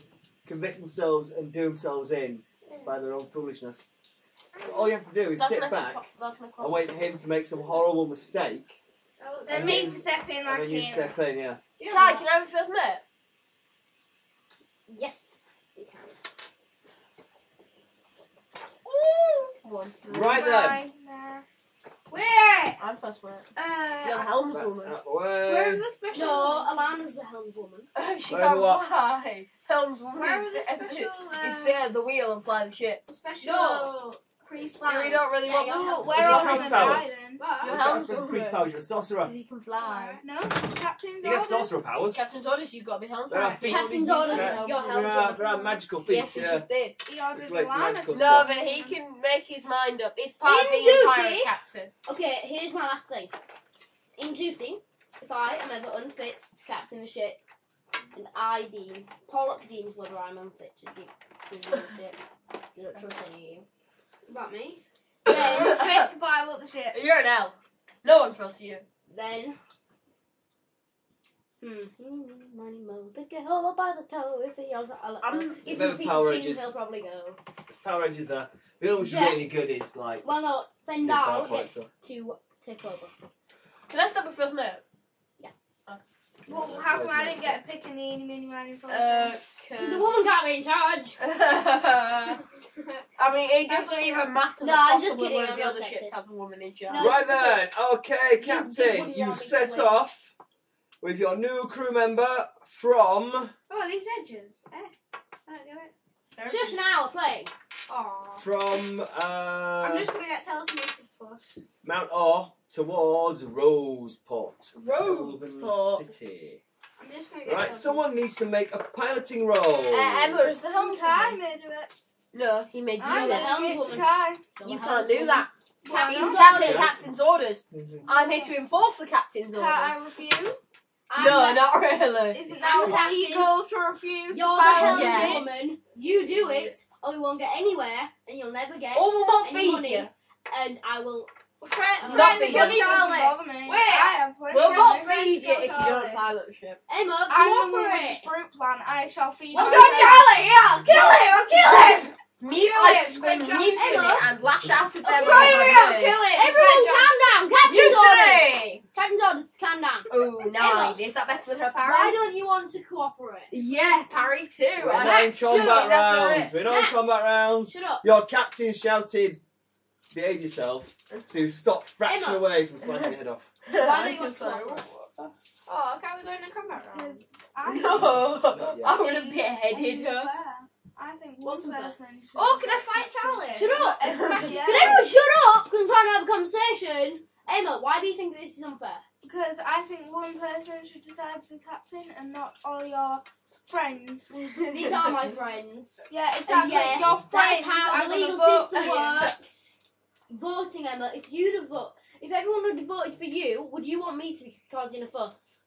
[SPEAKER 2] convict themselves and do themselves in by their own foolishness. So all you have to do is
[SPEAKER 4] That's
[SPEAKER 2] sit
[SPEAKER 4] my
[SPEAKER 2] back
[SPEAKER 4] qu- That's my
[SPEAKER 2] and wait for him to make some horrible mistake,
[SPEAKER 6] Oh,
[SPEAKER 5] Then
[SPEAKER 2] And
[SPEAKER 5] me
[SPEAKER 2] then-
[SPEAKER 5] to step in
[SPEAKER 2] and
[SPEAKER 5] like
[SPEAKER 2] then you
[SPEAKER 5] him.
[SPEAKER 2] step in. Yeah.
[SPEAKER 4] Can I, can I have a first mate?
[SPEAKER 3] Yes, you can.
[SPEAKER 4] One.
[SPEAKER 2] Right then.
[SPEAKER 5] Nah.
[SPEAKER 6] Wait.
[SPEAKER 4] I'm first mate. You're the
[SPEAKER 5] Uh,
[SPEAKER 2] That's
[SPEAKER 4] helmswoman.
[SPEAKER 2] out the way.
[SPEAKER 6] Where are the specials?
[SPEAKER 3] No, Alana's the helmswoman.
[SPEAKER 4] Oh, she
[SPEAKER 2] Where's
[SPEAKER 4] can't
[SPEAKER 2] what?
[SPEAKER 4] fly. Helmswoman.
[SPEAKER 6] Where
[SPEAKER 4] uh, is
[SPEAKER 6] are the
[SPEAKER 4] sit-
[SPEAKER 6] special?
[SPEAKER 4] is
[SPEAKER 6] Uh,
[SPEAKER 4] sit at the wheel and fly the ship.
[SPEAKER 6] special.
[SPEAKER 3] No.
[SPEAKER 4] Yeah, we don't really want-
[SPEAKER 5] well,
[SPEAKER 2] Is
[SPEAKER 5] we're
[SPEAKER 2] that
[SPEAKER 5] all
[SPEAKER 2] Chris
[SPEAKER 5] gonna die
[SPEAKER 2] Powers?
[SPEAKER 5] then.
[SPEAKER 6] But
[SPEAKER 4] You're
[SPEAKER 2] You've
[SPEAKER 4] help-
[SPEAKER 2] got special priest powers. You're a sorcerer.
[SPEAKER 4] Because he can fly.
[SPEAKER 5] No, Captain's
[SPEAKER 2] You get
[SPEAKER 5] orders.
[SPEAKER 2] sorcerer powers.
[SPEAKER 4] Captain's orders, you've got to be helmswoman.
[SPEAKER 2] There are feats.
[SPEAKER 3] Captain's
[SPEAKER 2] There
[SPEAKER 3] orders,
[SPEAKER 2] are-
[SPEAKER 3] your
[SPEAKER 2] There are, there are
[SPEAKER 3] helmswoman.
[SPEAKER 2] magical
[SPEAKER 4] Yes,
[SPEAKER 2] feats.
[SPEAKER 4] he
[SPEAKER 2] Yeah.
[SPEAKER 4] just did.
[SPEAKER 5] He ordered
[SPEAKER 2] Related to
[SPEAKER 5] Lana
[SPEAKER 2] magical
[SPEAKER 5] to
[SPEAKER 4] No,
[SPEAKER 2] stuff.
[SPEAKER 4] but he can make his mind up. It's part of
[SPEAKER 3] In
[SPEAKER 4] being a
[SPEAKER 3] duty.
[SPEAKER 4] pirate captain.
[SPEAKER 3] Okay, here's my last thing. In duty, if I am ever unfit to captain the ship, and I deem, Pollock deems whether I'm unfit to captain the ship, you don't trust any of you.
[SPEAKER 6] about me.
[SPEAKER 3] Then,
[SPEAKER 5] fit to pilot the ship.
[SPEAKER 4] You're an L. No one trusts you.
[SPEAKER 3] then, hmm, hmm, money mo, the girl by the toe, if he yells at I'll, I'll
[SPEAKER 4] I'm-
[SPEAKER 3] give
[SPEAKER 2] They're
[SPEAKER 3] him a
[SPEAKER 2] the
[SPEAKER 3] piece
[SPEAKER 2] Power
[SPEAKER 3] of cheese,
[SPEAKER 2] Rangers.
[SPEAKER 3] he'll probably go.
[SPEAKER 2] Power Rangers there. The only one she's
[SPEAKER 3] Yeah.
[SPEAKER 2] really good is like.
[SPEAKER 3] Well, no,
[SPEAKER 2] good
[SPEAKER 3] Fendal
[SPEAKER 2] PowerPoint
[SPEAKER 3] gets
[SPEAKER 2] stuff.
[SPEAKER 3] to take over.
[SPEAKER 4] Can I stop with first mate?
[SPEAKER 5] Well, how come I didn't get a pick in the eeny, meeny, miny, moe?
[SPEAKER 4] Uh,
[SPEAKER 3] Because the woman got me in charge.
[SPEAKER 4] I
[SPEAKER 6] uh,
[SPEAKER 4] mean, it doesn't even matter.
[SPEAKER 3] No,
[SPEAKER 4] that
[SPEAKER 3] I'm just
[SPEAKER 4] possibly
[SPEAKER 3] kidding,
[SPEAKER 4] One of
[SPEAKER 3] I'm
[SPEAKER 4] the
[SPEAKER 3] not
[SPEAKER 4] other ships
[SPEAKER 3] sexist.
[SPEAKER 4] has a woman in charge.
[SPEAKER 3] No,
[SPEAKER 2] right
[SPEAKER 3] it's
[SPEAKER 2] then,
[SPEAKER 3] because
[SPEAKER 2] okay,
[SPEAKER 3] did
[SPEAKER 2] Captain,
[SPEAKER 3] what
[SPEAKER 2] you,
[SPEAKER 3] you
[SPEAKER 2] have
[SPEAKER 3] asked me
[SPEAKER 2] set
[SPEAKER 3] to.
[SPEAKER 2] off with your new crew member from
[SPEAKER 6] Oh, these edges. Eh? I don't get it.
[SPEAKER 3] Just now, playing.
[SPEAKER 6] Aww.
[SPEAKER 2] from
[SPEAKER 6] I'm
[SPEAKER 2] uh,
[SPEAKER 6] just gonna get telekinesis plus.
[SPEAKER 2] Mount Orr towards Roseport.
[SPEAKER 4] Roseport.
[SPEAKER 2] Elven City.
[SPEAKER 6] I'm just gonna get.
[SPEAKER 2] Right,
[SPEAKER 6] telekinesis.
[SPEAKER 2] someone needs to make a piloting roll.
[SPEAKER 4] Uh, Emma is the
[SPEAKER 5] Tom
[SPEAKER 4] helmswoman.
[SPEAKER 5] Kai made it.
[SPEAKER 4] No, he made you.
[SPEAKER 5] I
[SPEAKER 3] the
[SPEAKER 4] do
[SPEAKER 5] made
[SPEAKER 4] it.
[SPEAKER 5] it
[SPEAKER 3] helmswoman.
[SPEAKER 5] to Kai.
[SPEAKER 4] You can't do that.
[SPEAKER 6] Why
[SPEAKER 4] Captain's,
[SPEAKER 3] not?
[SPEAKER 4] captain,
[SPEAKER 2] Yes.
[SPEAKER 4] captain's orders. I'm here to enforce the captain's
[SPEAKER 5] Kai,
[SPEAKER 4] orders.
[SPEAKER 5] I refuse.
[SPEAKER 3] I'm
[SPEAKER 4] no,
[SPEAKER 3] the-
[SPEAKER 4] not really.
[SPEAKER 5] Isn't
[SPEAKER 3] I'm
[SPEAKER 5] that
[SPEAKER 3] happy.
[SPEAKER 5] illegal to refuse
[SPEAKER 3] You're
[SPEAKER 5] to
[SPEAKER 3] the
[SPEAKER 5] pilot
[SPEAKER 4] Yeah.
[SPEAKER 5] the
[SPEAKER 3] healthy
[SPEAKER 5] ship?
[SPEAKER 3] woman. You do it, or we won't get anywhere, and you'll never get
[SPEAKER 4] All we want
[SPEAKER 3] any
[SPEAKER 4] feed
[SPEAKER 3] money.
[SPEAKER 4] you.
[SPEAKER 3] And I will.
[SPEAKER 5] Friend,
[SPEAKER 4] Not
[SPEAKER 5] friend,
[SPEAKER 4] because-
[SPEAKER 5] money doesn't
[SPEAKER 6] Charlie.
[SPEAKER 5] bother me.
[SPEAKER 6] Wait.
[SPEAKER 5] I have plenty
[SPEAKER 4] We'll
[SPEAKER 5] of
[SPEAKER 4] not
[SPEAKER 5] money.
[SPEAKER 4] feed you if you don't
[SPEAKER 6] Charlie.
[SPEAKER 4] pilot the ship.
[SPEAKER 3] Emma,
[SPEAKER 5] I'm the one
[SPEAKER 3] cooperate.
[SPEAKER 5] with the fruit plant. I shall feed
[SPEAKER 4] Well
[SPEAKER 5] you.
[SPEAKER 4] done,
[SPEAKER 6] Charlie! Yeah, I'll kill him! I'll kill him!
[SPEAKER 4] Me,
[SPEAKER 6] it,
[SPEAKER 4] I'd scream
[SPEAKER 6] Squid Jump.
[SPEAKER 4] mutiny
[SPEAKER 3] Emma.
[SPEAKER 4] and lash out at them.
[SPEAKER 6] I'm
[SPEAKER 4] if I
[SPEAKER 6] Charlie,
[SPEAKER 4] did.
[SPEAKER 6] I'll kill him!
[SPEAKER 3] Everyone, calm down. Captain's orders.
[SPEAKER 4] Mutiny!
[SPEAKER 3] Captain's orders. Calm down.
[SPEAKER 4] Oh, nine. Is that better than her parry?
[SPEAKER 3] Why don't you want to cooperate?
[SPEAKER 4] Yeah, parry too.
[SPEAKER 2] We're
[SPEAKER 4] I
[SPEAKER 2] not in
[SPEAKER 4] don't- surely
[SPEAKER 2] combat
[SPEAKER 4] that's a
[SPEAKER 2] rounds.
[SPEAKER 4] rip.
[SPEAKER 2] We're not in
[SPEAKER 3] Max.
[SPEAKER 2] combat rounds.
[SPEAKER 3] Shut up.
[SPEAKER 2] Your captain shouted, "Behave yourself!" to stop fraction
[SPEAKER 3] Emma.
[SPEAKER 2] away from slicing your head off.
[SPEAKER 3] Why don't you want to cooperate?
[SPEAKER 6] Oh, can't we go in a combat round?
[SPEAKER 5] Because I
[SPEAKER 4] No,
[SPEAKER 2] Not yet.
[SPEAKER 4] I would have beheaded her.
[SPEAKER 5] I think
[SPEAKER 3] What's
[SPEAKER 5] one
[SPEAKER 3] that?
[SPEAKER 5] person. should-
[SPEAKER 6] Oh, can I fight Charlie?
[SPEAKER 3] Shut up.
[SPEAKER 5] Yeah.
[SPEAKER 3] Can everyone shut up? Because I'm trying to have a conversation. Emma, why do you think this is unfair?
[SPEAKER 5] Because I think one person should decide the captain and not all your friends.
[SPEAKER 3] These are my friends.
[SPEAKER 5] Yeah,
[SPEAKER 3] And
[SPEAKER 5] exactly.
[SPEAKER 3] yeah,
[SPEAKER 5] your
[SPEAKER 3] that
[SPEAKER 5] friends
[SPEAKER 3] is how
[SPEAKER 5] are
[SPEAKER 3] the
[SPEAKER 5] gonna
[SPEAKER 3] legal
[SPEAKER 5] vote
[SPEAKER 3] system
[SPEAKER 5] for you.
[SPEAKER 3] works. Voting, Emma. If you'd have voted, if everyone would have voted for you, would you want me to be causing a fuss?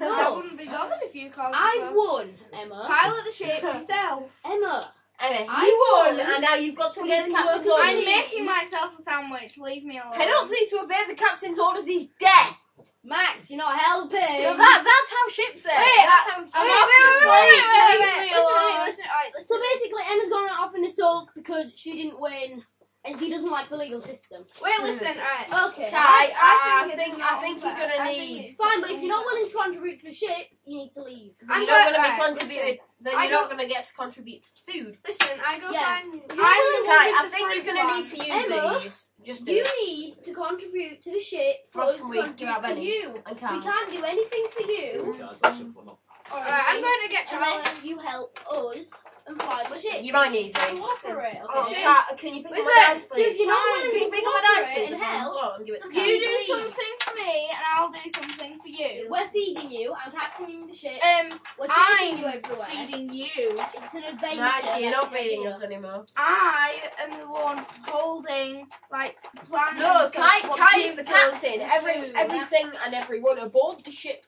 [SPEAKER 5] No, I
[SPEAKER 3] No.
[SPEAKER 5] wouldn't be bothered if you caused
[SPEAKER 3] I've
[SPEAKER 5] us.
[SPEAKER 3] won, Emma.
[SPEAKER 5] Pilot the ship yourself.
[SPEAKER 3] Emma,
[SPEAKER 4] Anyway,
[SPEAKER 3] I
[SPEAKER 4] you won,
[SPEAKER 3] won.
[SPEAKER 4] and now you've got to
[SPEAKER 3] We
[SPEAKER 4] obey the
[SPEAKER 3] didn't
[SPEAKER 4] captain's
[SPEAKER 3] work
[SPEAKER 5] I'm
[SPEAKER 3] as
[SPEAKER 4] orders.
[SPEAKER 3] Please. team.
[SPEAKER 5] making myself a sandwich. Leave me alone.
[SPEAKER 4] Penalty to obey the captain's orders is death.
[SPEAKER 3] Max, you're not helping.
[SPEAKER 4] Well, that, that's how ships end.
[SPEAKER 5] Wait,
[SPEAKER 4] that's how
[SPEAKER 5] I'm
[SPEAKER 4] ships-
[SPEAKER 5] off this
[SPEAKER 3] wait, wait,
[SPEAKER 5] leave-
[SPEAKER 3] wait,
[SPEAKER 5] leave me
[SPEAKER 3] listen to me,
[SPEAKER 5] alone.
[SPEAKER 6] listen, alright,
[SPEAKER 3] so basically, Emma's gone off in a sulk because she didn't win, and she doesn't like the legal system.
[SPEAKER 6] Wait, listen, alright.
[SPEAKER 3] Okay.
[SPEAKER 4] Kai, I,
[SPEAKER 5] I think
[SPEAKER 4] think,
[SPEAKER 5] it's
[SPEAKER 4] I think you're
[SPEAKER 5] not
[SPEAKER 4] gonna
[SPEAKER 5] fair. I think
[SPEAKER 4] need.
[SPEAKER 5] it's-
[SPEAKER 3] Fine, but if you're not willing to contribute to the ship, you need to leave.
[SPEAKER 6] I'm
[SPEAKER 4] You're not
[SPEAKER 6] go-
[SPEAKER 4] gonna be
[SPEAKER 6] right,
[SPEAKER 4] contributed. Then
[SPEAKER 6] I
[SPEAKER 4] you're not gonna get to contribute to food.
[SPEAKER 6] Listen, I go
[SPEAKER 3] Yeah.
[SPEAKER 6] find.
[SPEAKER 3] You're
[SPEAKER 4] Kai,
[SPEAKER 3] willing to leave
[SPEAKER 4] I
[SPEAKER 3] the
[SPEAKER 4] think you're
[SPEAKER 3] fruit
[SPEAKER 4] gonna
[SPEAKER 3] one.
[SPEAKER 4] need to use
[SPEAKER 3] Emma,
[SPEAKER 4] these. Just do
[SPEAKER 3] You
[SPEAKER 4] it.
[SPEAKER 3] need to contribute to the ship for
[SPEAKER 4] Ross,
[SPEAKER 3] us to
[SPEAKER 4] can we do
[SPEAKER 3] contribute
[SPEAKER 4] our
[SPEAKER 3] for
[SPEAKER 4] bidding?
[SPEAKER 3] you.
[SPEAKER 4] and
[SPEAKER 3] We
[SPEAKER 4] can't.
[SPEAKER 3] can't do anything for you
[SPEAKER 6] Alright, I'm going to get Charlie.
[SPEAKER 3] unless you help us and fly the ship.
[SPEAKER 4] You might need these.
[SPEAKER 3] Cooperate,
[SPEAKER 4] Oh,
[SPEAKER 3] okay?
[SPEAKER 4] Kat, can you pick
[SPEAKER 6] Listen,
[SPEAKER 4] up my dice,
[SPEAKER 3] so if
[SPEAKER 4] please?
[SPEAKER 3] you're not
[SPEAKER 4] Fine,
[SPEAKER 3] willing
[SPEAKER 4] can
[SPEAKER 3] to
[SPEAKER 4] you pick up my dice,
[SPEAKER 3] cooperate
[SPEAKER 4] please?
[SPEAKER 3] and
[SPEAKER 4] if I'm
[SPEAKER 3] help,
[SPEAKER 4] wrong? Give it to
[SPEAKER 5] You
[SPEAKER 4] Kat.
[SPEAKER 5] do
[SPEAKER 3] Please.
[SPEAKER 5] something for me, and I'll do something for you.
[SPEAKER 3] We're feeding you. I'm captaining the
[SPEAKER 4] Uh,
[SPEAKER 3] ship.
[SPEAKER 5] Um,
[SPEAKER 3] We're
[SPEAKER 5] I'm
[SPEAKER 3] taking you everywhere.
[SPEAKER 5] feeding you.
[SPEAKER 3] It's an adventure.
[SPEAKER 4] No, actually, you're
[SPEAKER 3] that's
[SPEAKER 4] not
[SPEAKER 3] an
[SPEAKER 4] beating
[SPEAKER 3] idea.
[SPEAKER 4] us anymore.
[SPEAKER 5] I am the one holding like plans.
[SPEAKER 4] No,
[SPEAKER 5] and
[SPEAKER 4] Kai,
[SPEAKER 5] stuff, what
[SPEAKER 4] Kai
[SPEAKER 5] you
[SPEAKER 4] is the
[SPEAKER 5] do.
[SPEAKER 4] captain. Every,
[SPEAKER 5] do.
[SPEAKER 4] everything and everyone aboard the ship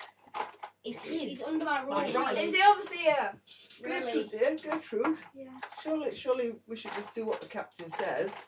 [SPEAKER 4] is
[SPEAKER 3] He's
[SPEAKER 4] his.
[SPEAKER 3] under my
[SPEAKER 4] My right.
[SPEAKER 3] rule.
[SPEAKER 6] Is the overseer?
[SPEAKER 3] Really?
[SPEAKER 2] Gertrude, dear, Gertrude.
[SPEAKER 5] Yeah.
[SPEAKER 2] Surely, surely we should just do what the captain says.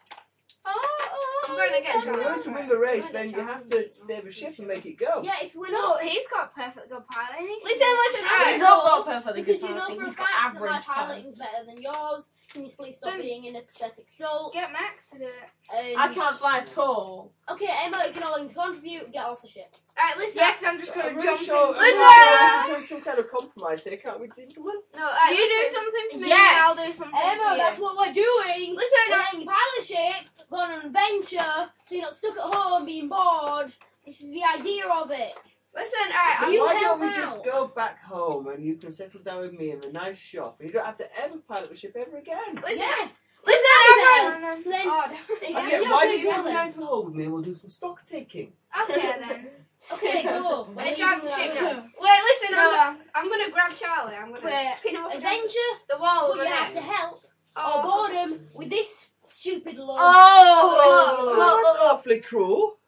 [SPEAKER 6] Oh, oh,
[SPEAKER 4] going to get
[SPEAKER 2] If you want to win the race, then you have to stay the ship and make it go.
[SPEAKER 3] Yeah, if we're
[SPEAKER 5] No,
[SPEAKER 3] not.
[SPEAKER 5] he's got a perfect good pilot. and he can-
[SPEAKER 3] Listen, listen, I
[SPEAKER 4] He's
[SPEAKER 3] know.
[SPEAKER 4] not got perfectly good
[SPEAKER 3] Because you know
[SPEAKER 4] piloting.
[SPEAKER 3] for a
[SPEAKER 4] He's got
[SPEAKER 3] fact that my
[SPEAKER 4] average piloting.
[SPEAKER 3] piloting's better than yours. Can you please stop
[SPEAKER 5] Then-
[SPEAKER 3] being an apathetic soul?
[SPEAKER 5] Get Max to do it.
[SPEAKER 3] And-
[SPEAKER 4] I can't fly at all.
[SPEAKER 3] Okay, Emma, if you're not willing to contribute, get off the ship.
[SPEAKER 5] Alright, listen,
[SPEAKER 4] Yeah.
[SPEAKER 5] next I'm just going
[SPEAKER 2] I'm
[SPEAKER 5] to
[SPEAKER 2] really
[SPEAKER 5] jump
[SPEAKER 2] sure.
[SPEAKER 5] in.
[SPEAKER 2] I'm really
[SPEAKER 4] Listen!
[SPEAKER 2] sure we can come to some kind of compromise here, can't we? Didn't we?
[SPEAKER 5] No, alright,
[SPEAKER 4] You
[SPEAKER 5] listen.
[SPEAKER 4] do
[SPEAKER 5] something
[SPEAKER 4] for me,
[SPEAKER 5] Yes.
[SPEAKER 4] and
[SPEAKER 5] I'll do something
[SPEAKER 3] Emma,
[SPEAKER 5] for you.
[SPEAKER 3] that's what we're doing.
[SPEAKER 4] Listen,
[SPEAKER 3] We're letting you pilot a ship, go on an adventure, so you're not stuck at home being bored. This is the idea of it.
[SPEAKER 5] Listen, alright, I'm
[SPEAKER 3] You
[SPEAKER 2] Why
[SPEAKER 3] help
[SPEAKER 2] don't we
[SPEAKER 3] out.
[SPEAKER 2] just go back home and you can settle down with me in a nice shop and you don't have to ever pilot the ship ever again?
[SPEAKER 4] Listen,
[SPEAKER 3] Yeah.
[SPEAKER 4] listen,
[SPEAKER 3] I'll
[SPEAKER 4] everyone.
[SPEAKER 3] So then,
[SPEAKER 5] odd.
[SPEAKER 2] I
[SPEAKER 3] Yeah,
[SPEAKER 2] said,
[SPEAKER 3] yeah,
[SPEAKER 2] why
[SPEAKER 3] okay,
[SPEAKER 2] don't you come
[SPEAKER 3] yeah.
[SPEAKER 2] down to the hole with me and we'll do some stock taking?
[SPEAKER 5] Okay then.
[SPEAKER 3] okay, go. Where
[SPEAKER 4] Hey,
[SPEAKER 3] you
[SPEAKER 4] drive
[SPEAKER 3] gonna
[SPEAKER 4] the ship
[SPEAKER 3] go?
[SPEAKER 4] now. Wait, listen.
[SPEAKER 5] No,
[SPEAKER 4] I'm,
[SPEAKER 5] I'm, I'm gonna grab Charlie. I'm gonna
[SPEAKER 4] Wait.
[SPEAKER 5] pin him up against
[SPEAKER 3] Adventure,
[SPEAKER 4] the wall.
[SPEAKER 3] but
[SPEAKER 4] we're
[SPEAKER 3] you have to
[SPEAKER 4] gonna-
[SPEAKER 3] help or
[SPEAKER 5] Oh,
[SPEAKER 3] boredom with this stupid law.
[SPEAKER 4] Oh,
[SPEAKER 5] Look,
[SPEAKER 2] Oh,
[SPEAKER 5] look,
[SPEAKER 2] that's
[SPEAKER 5] look.
[SPEAKER 2] awfully cruel.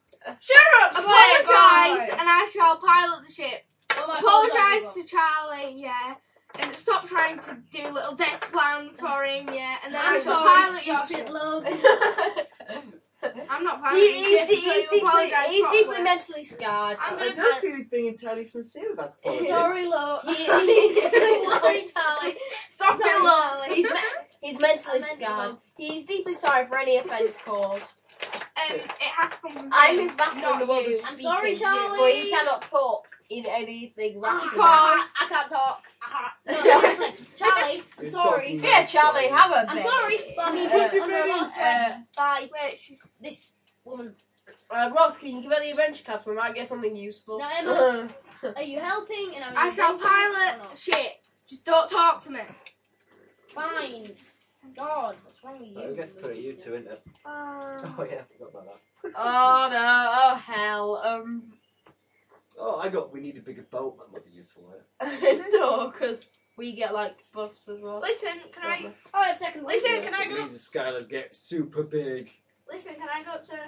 [SPEAKER 4] shut up,
[SPEAKER 5] apologize,
[SPEAKER 4] Slade.
[SPEAKER 5] and I shall pilot the ship.
[SPEAKER 3] Oh my God,
[SPEAKER 5] Apologize
[SPEAKER 3] that's
[SPEAKER 5] to Charlie, yeah, and stop trying to do little death plans for him, yeah, and then
[SPEAKER 3] I'm
[SPEAKER 5] I shall
[SPEAKER 3] sorry,
[SPEAKER 5] pilot your
[SPEAKER 3] stupid
[SPEAKER 5] ship.
[SPEAKER 3] log.
[SPEAKER 5] I'm not
[SPEAKER 4] He-
[SPEAKER 5] piloting
[SPEAKER 4] he's,
[SPEAKER 5] your
[SPEAKER 4] de-
[SPEAKER 5] ship
[SPEAKER 4] he's,
[SPEAKER 5] until you
[SPEAKER 4] deeply,
[SPEAKER 5] apologize
[SPEAKER 4] he's deeply
[SPEAKER 5] properly.
[SPEAKER 4] mentally scarred.
[SPEAKER 5] I'm
[SPEAKER 2] I
[SPEAKER 5] gonna
[SPEAKER 2] don't think he's being entirely sincere about the policy.
[SPEAKER 3] Sorry, Lo.
[SPEAKER 4] He-
[SPEAKER 3] Sorry, Charlie.
[SPEAKER 5] Sorry,
[SPEAKER 3] Sorry,
[SPEAKER 5] love.
[SPEAKER 3] Charlie.
[SPEAKER 4] He's, me- he's mentally
[SPEAKER 3] I'm mentally
[SPEAKER 4] scarred. He's deeply sorry for any offence caused.
[SPEAKER 5] Um, it has to come from
[SPEAKER 4] I'm
[SPEAKER 5] you,
[SPEAKER 4] his vassal
[SPEAKER 5] not
[SPEAKER 4] in the world
[SPEAKER 5] you.
[SPEAKER 4] of
[SPEAKER 3] I'm
[SPEAKER 4] speaking.
[SPEAKER 3] sorry, Charlie. Ah,
[SPEAKER 4] But he cannot talk in anything rational.
[SPEAKER 5] can't.
[SPEAKER 3] I, I can't talk. I can't. No, seriously, Charlie, I'm
[SPEAKER 2] He's
[SPEAKER 3] sorry.
[SPEAKER 2] talking
[SPEAKER 4] Yeah, Charlie, have a
[SPEAKER 3] I'm
[SPEAKER 4] bit.
[SPEAKER 3] sorry, but I'm being
[SPEAKER 4] Uh,
[SPEAKER 3] put under a lot of stress uh, by
[SPEAKER 5] Wait, she's
[SPEAKER 3] this woman.
[SPEAKER 4] Uh, Ross, can you give out the adventure card? We might get something useful.
[SPEAKER 3] No,
[SPEAKER 4] Uh,
[SPEAKER 3] Emma. Are you helping? Oh, And I'm
[SPEAKER 5] I shall pilot shit. Just don't talk to me.
[SPEAKER 3] Fine. God, what's wrong with you?
[SPEAKER 2] I guess put you two, isn't it? Oh yeah, I forgot about that.
[SPEAKER 4] Uh, oh no! Oh hell! Um,
[SPEAKER 2] Oh, I got. We need a bigger boat. That might be useful. eh? Right?
[SPEAKER 4] no, because we get like buffs as well.
[SPEAKER 5] Listen, can I?
[SPEAKER 3] Oh, I have second.
[SPEAKER 5] Listen,
[SPEAKER 3] wind.
[SPEAKER 5] can I
[SPEAKER 2] The
[SPEAKER 5] go?
[SPEAKER 2] leaves of Skylar's get super big.
[SPEAKER 5] Listen, can I go up to? Do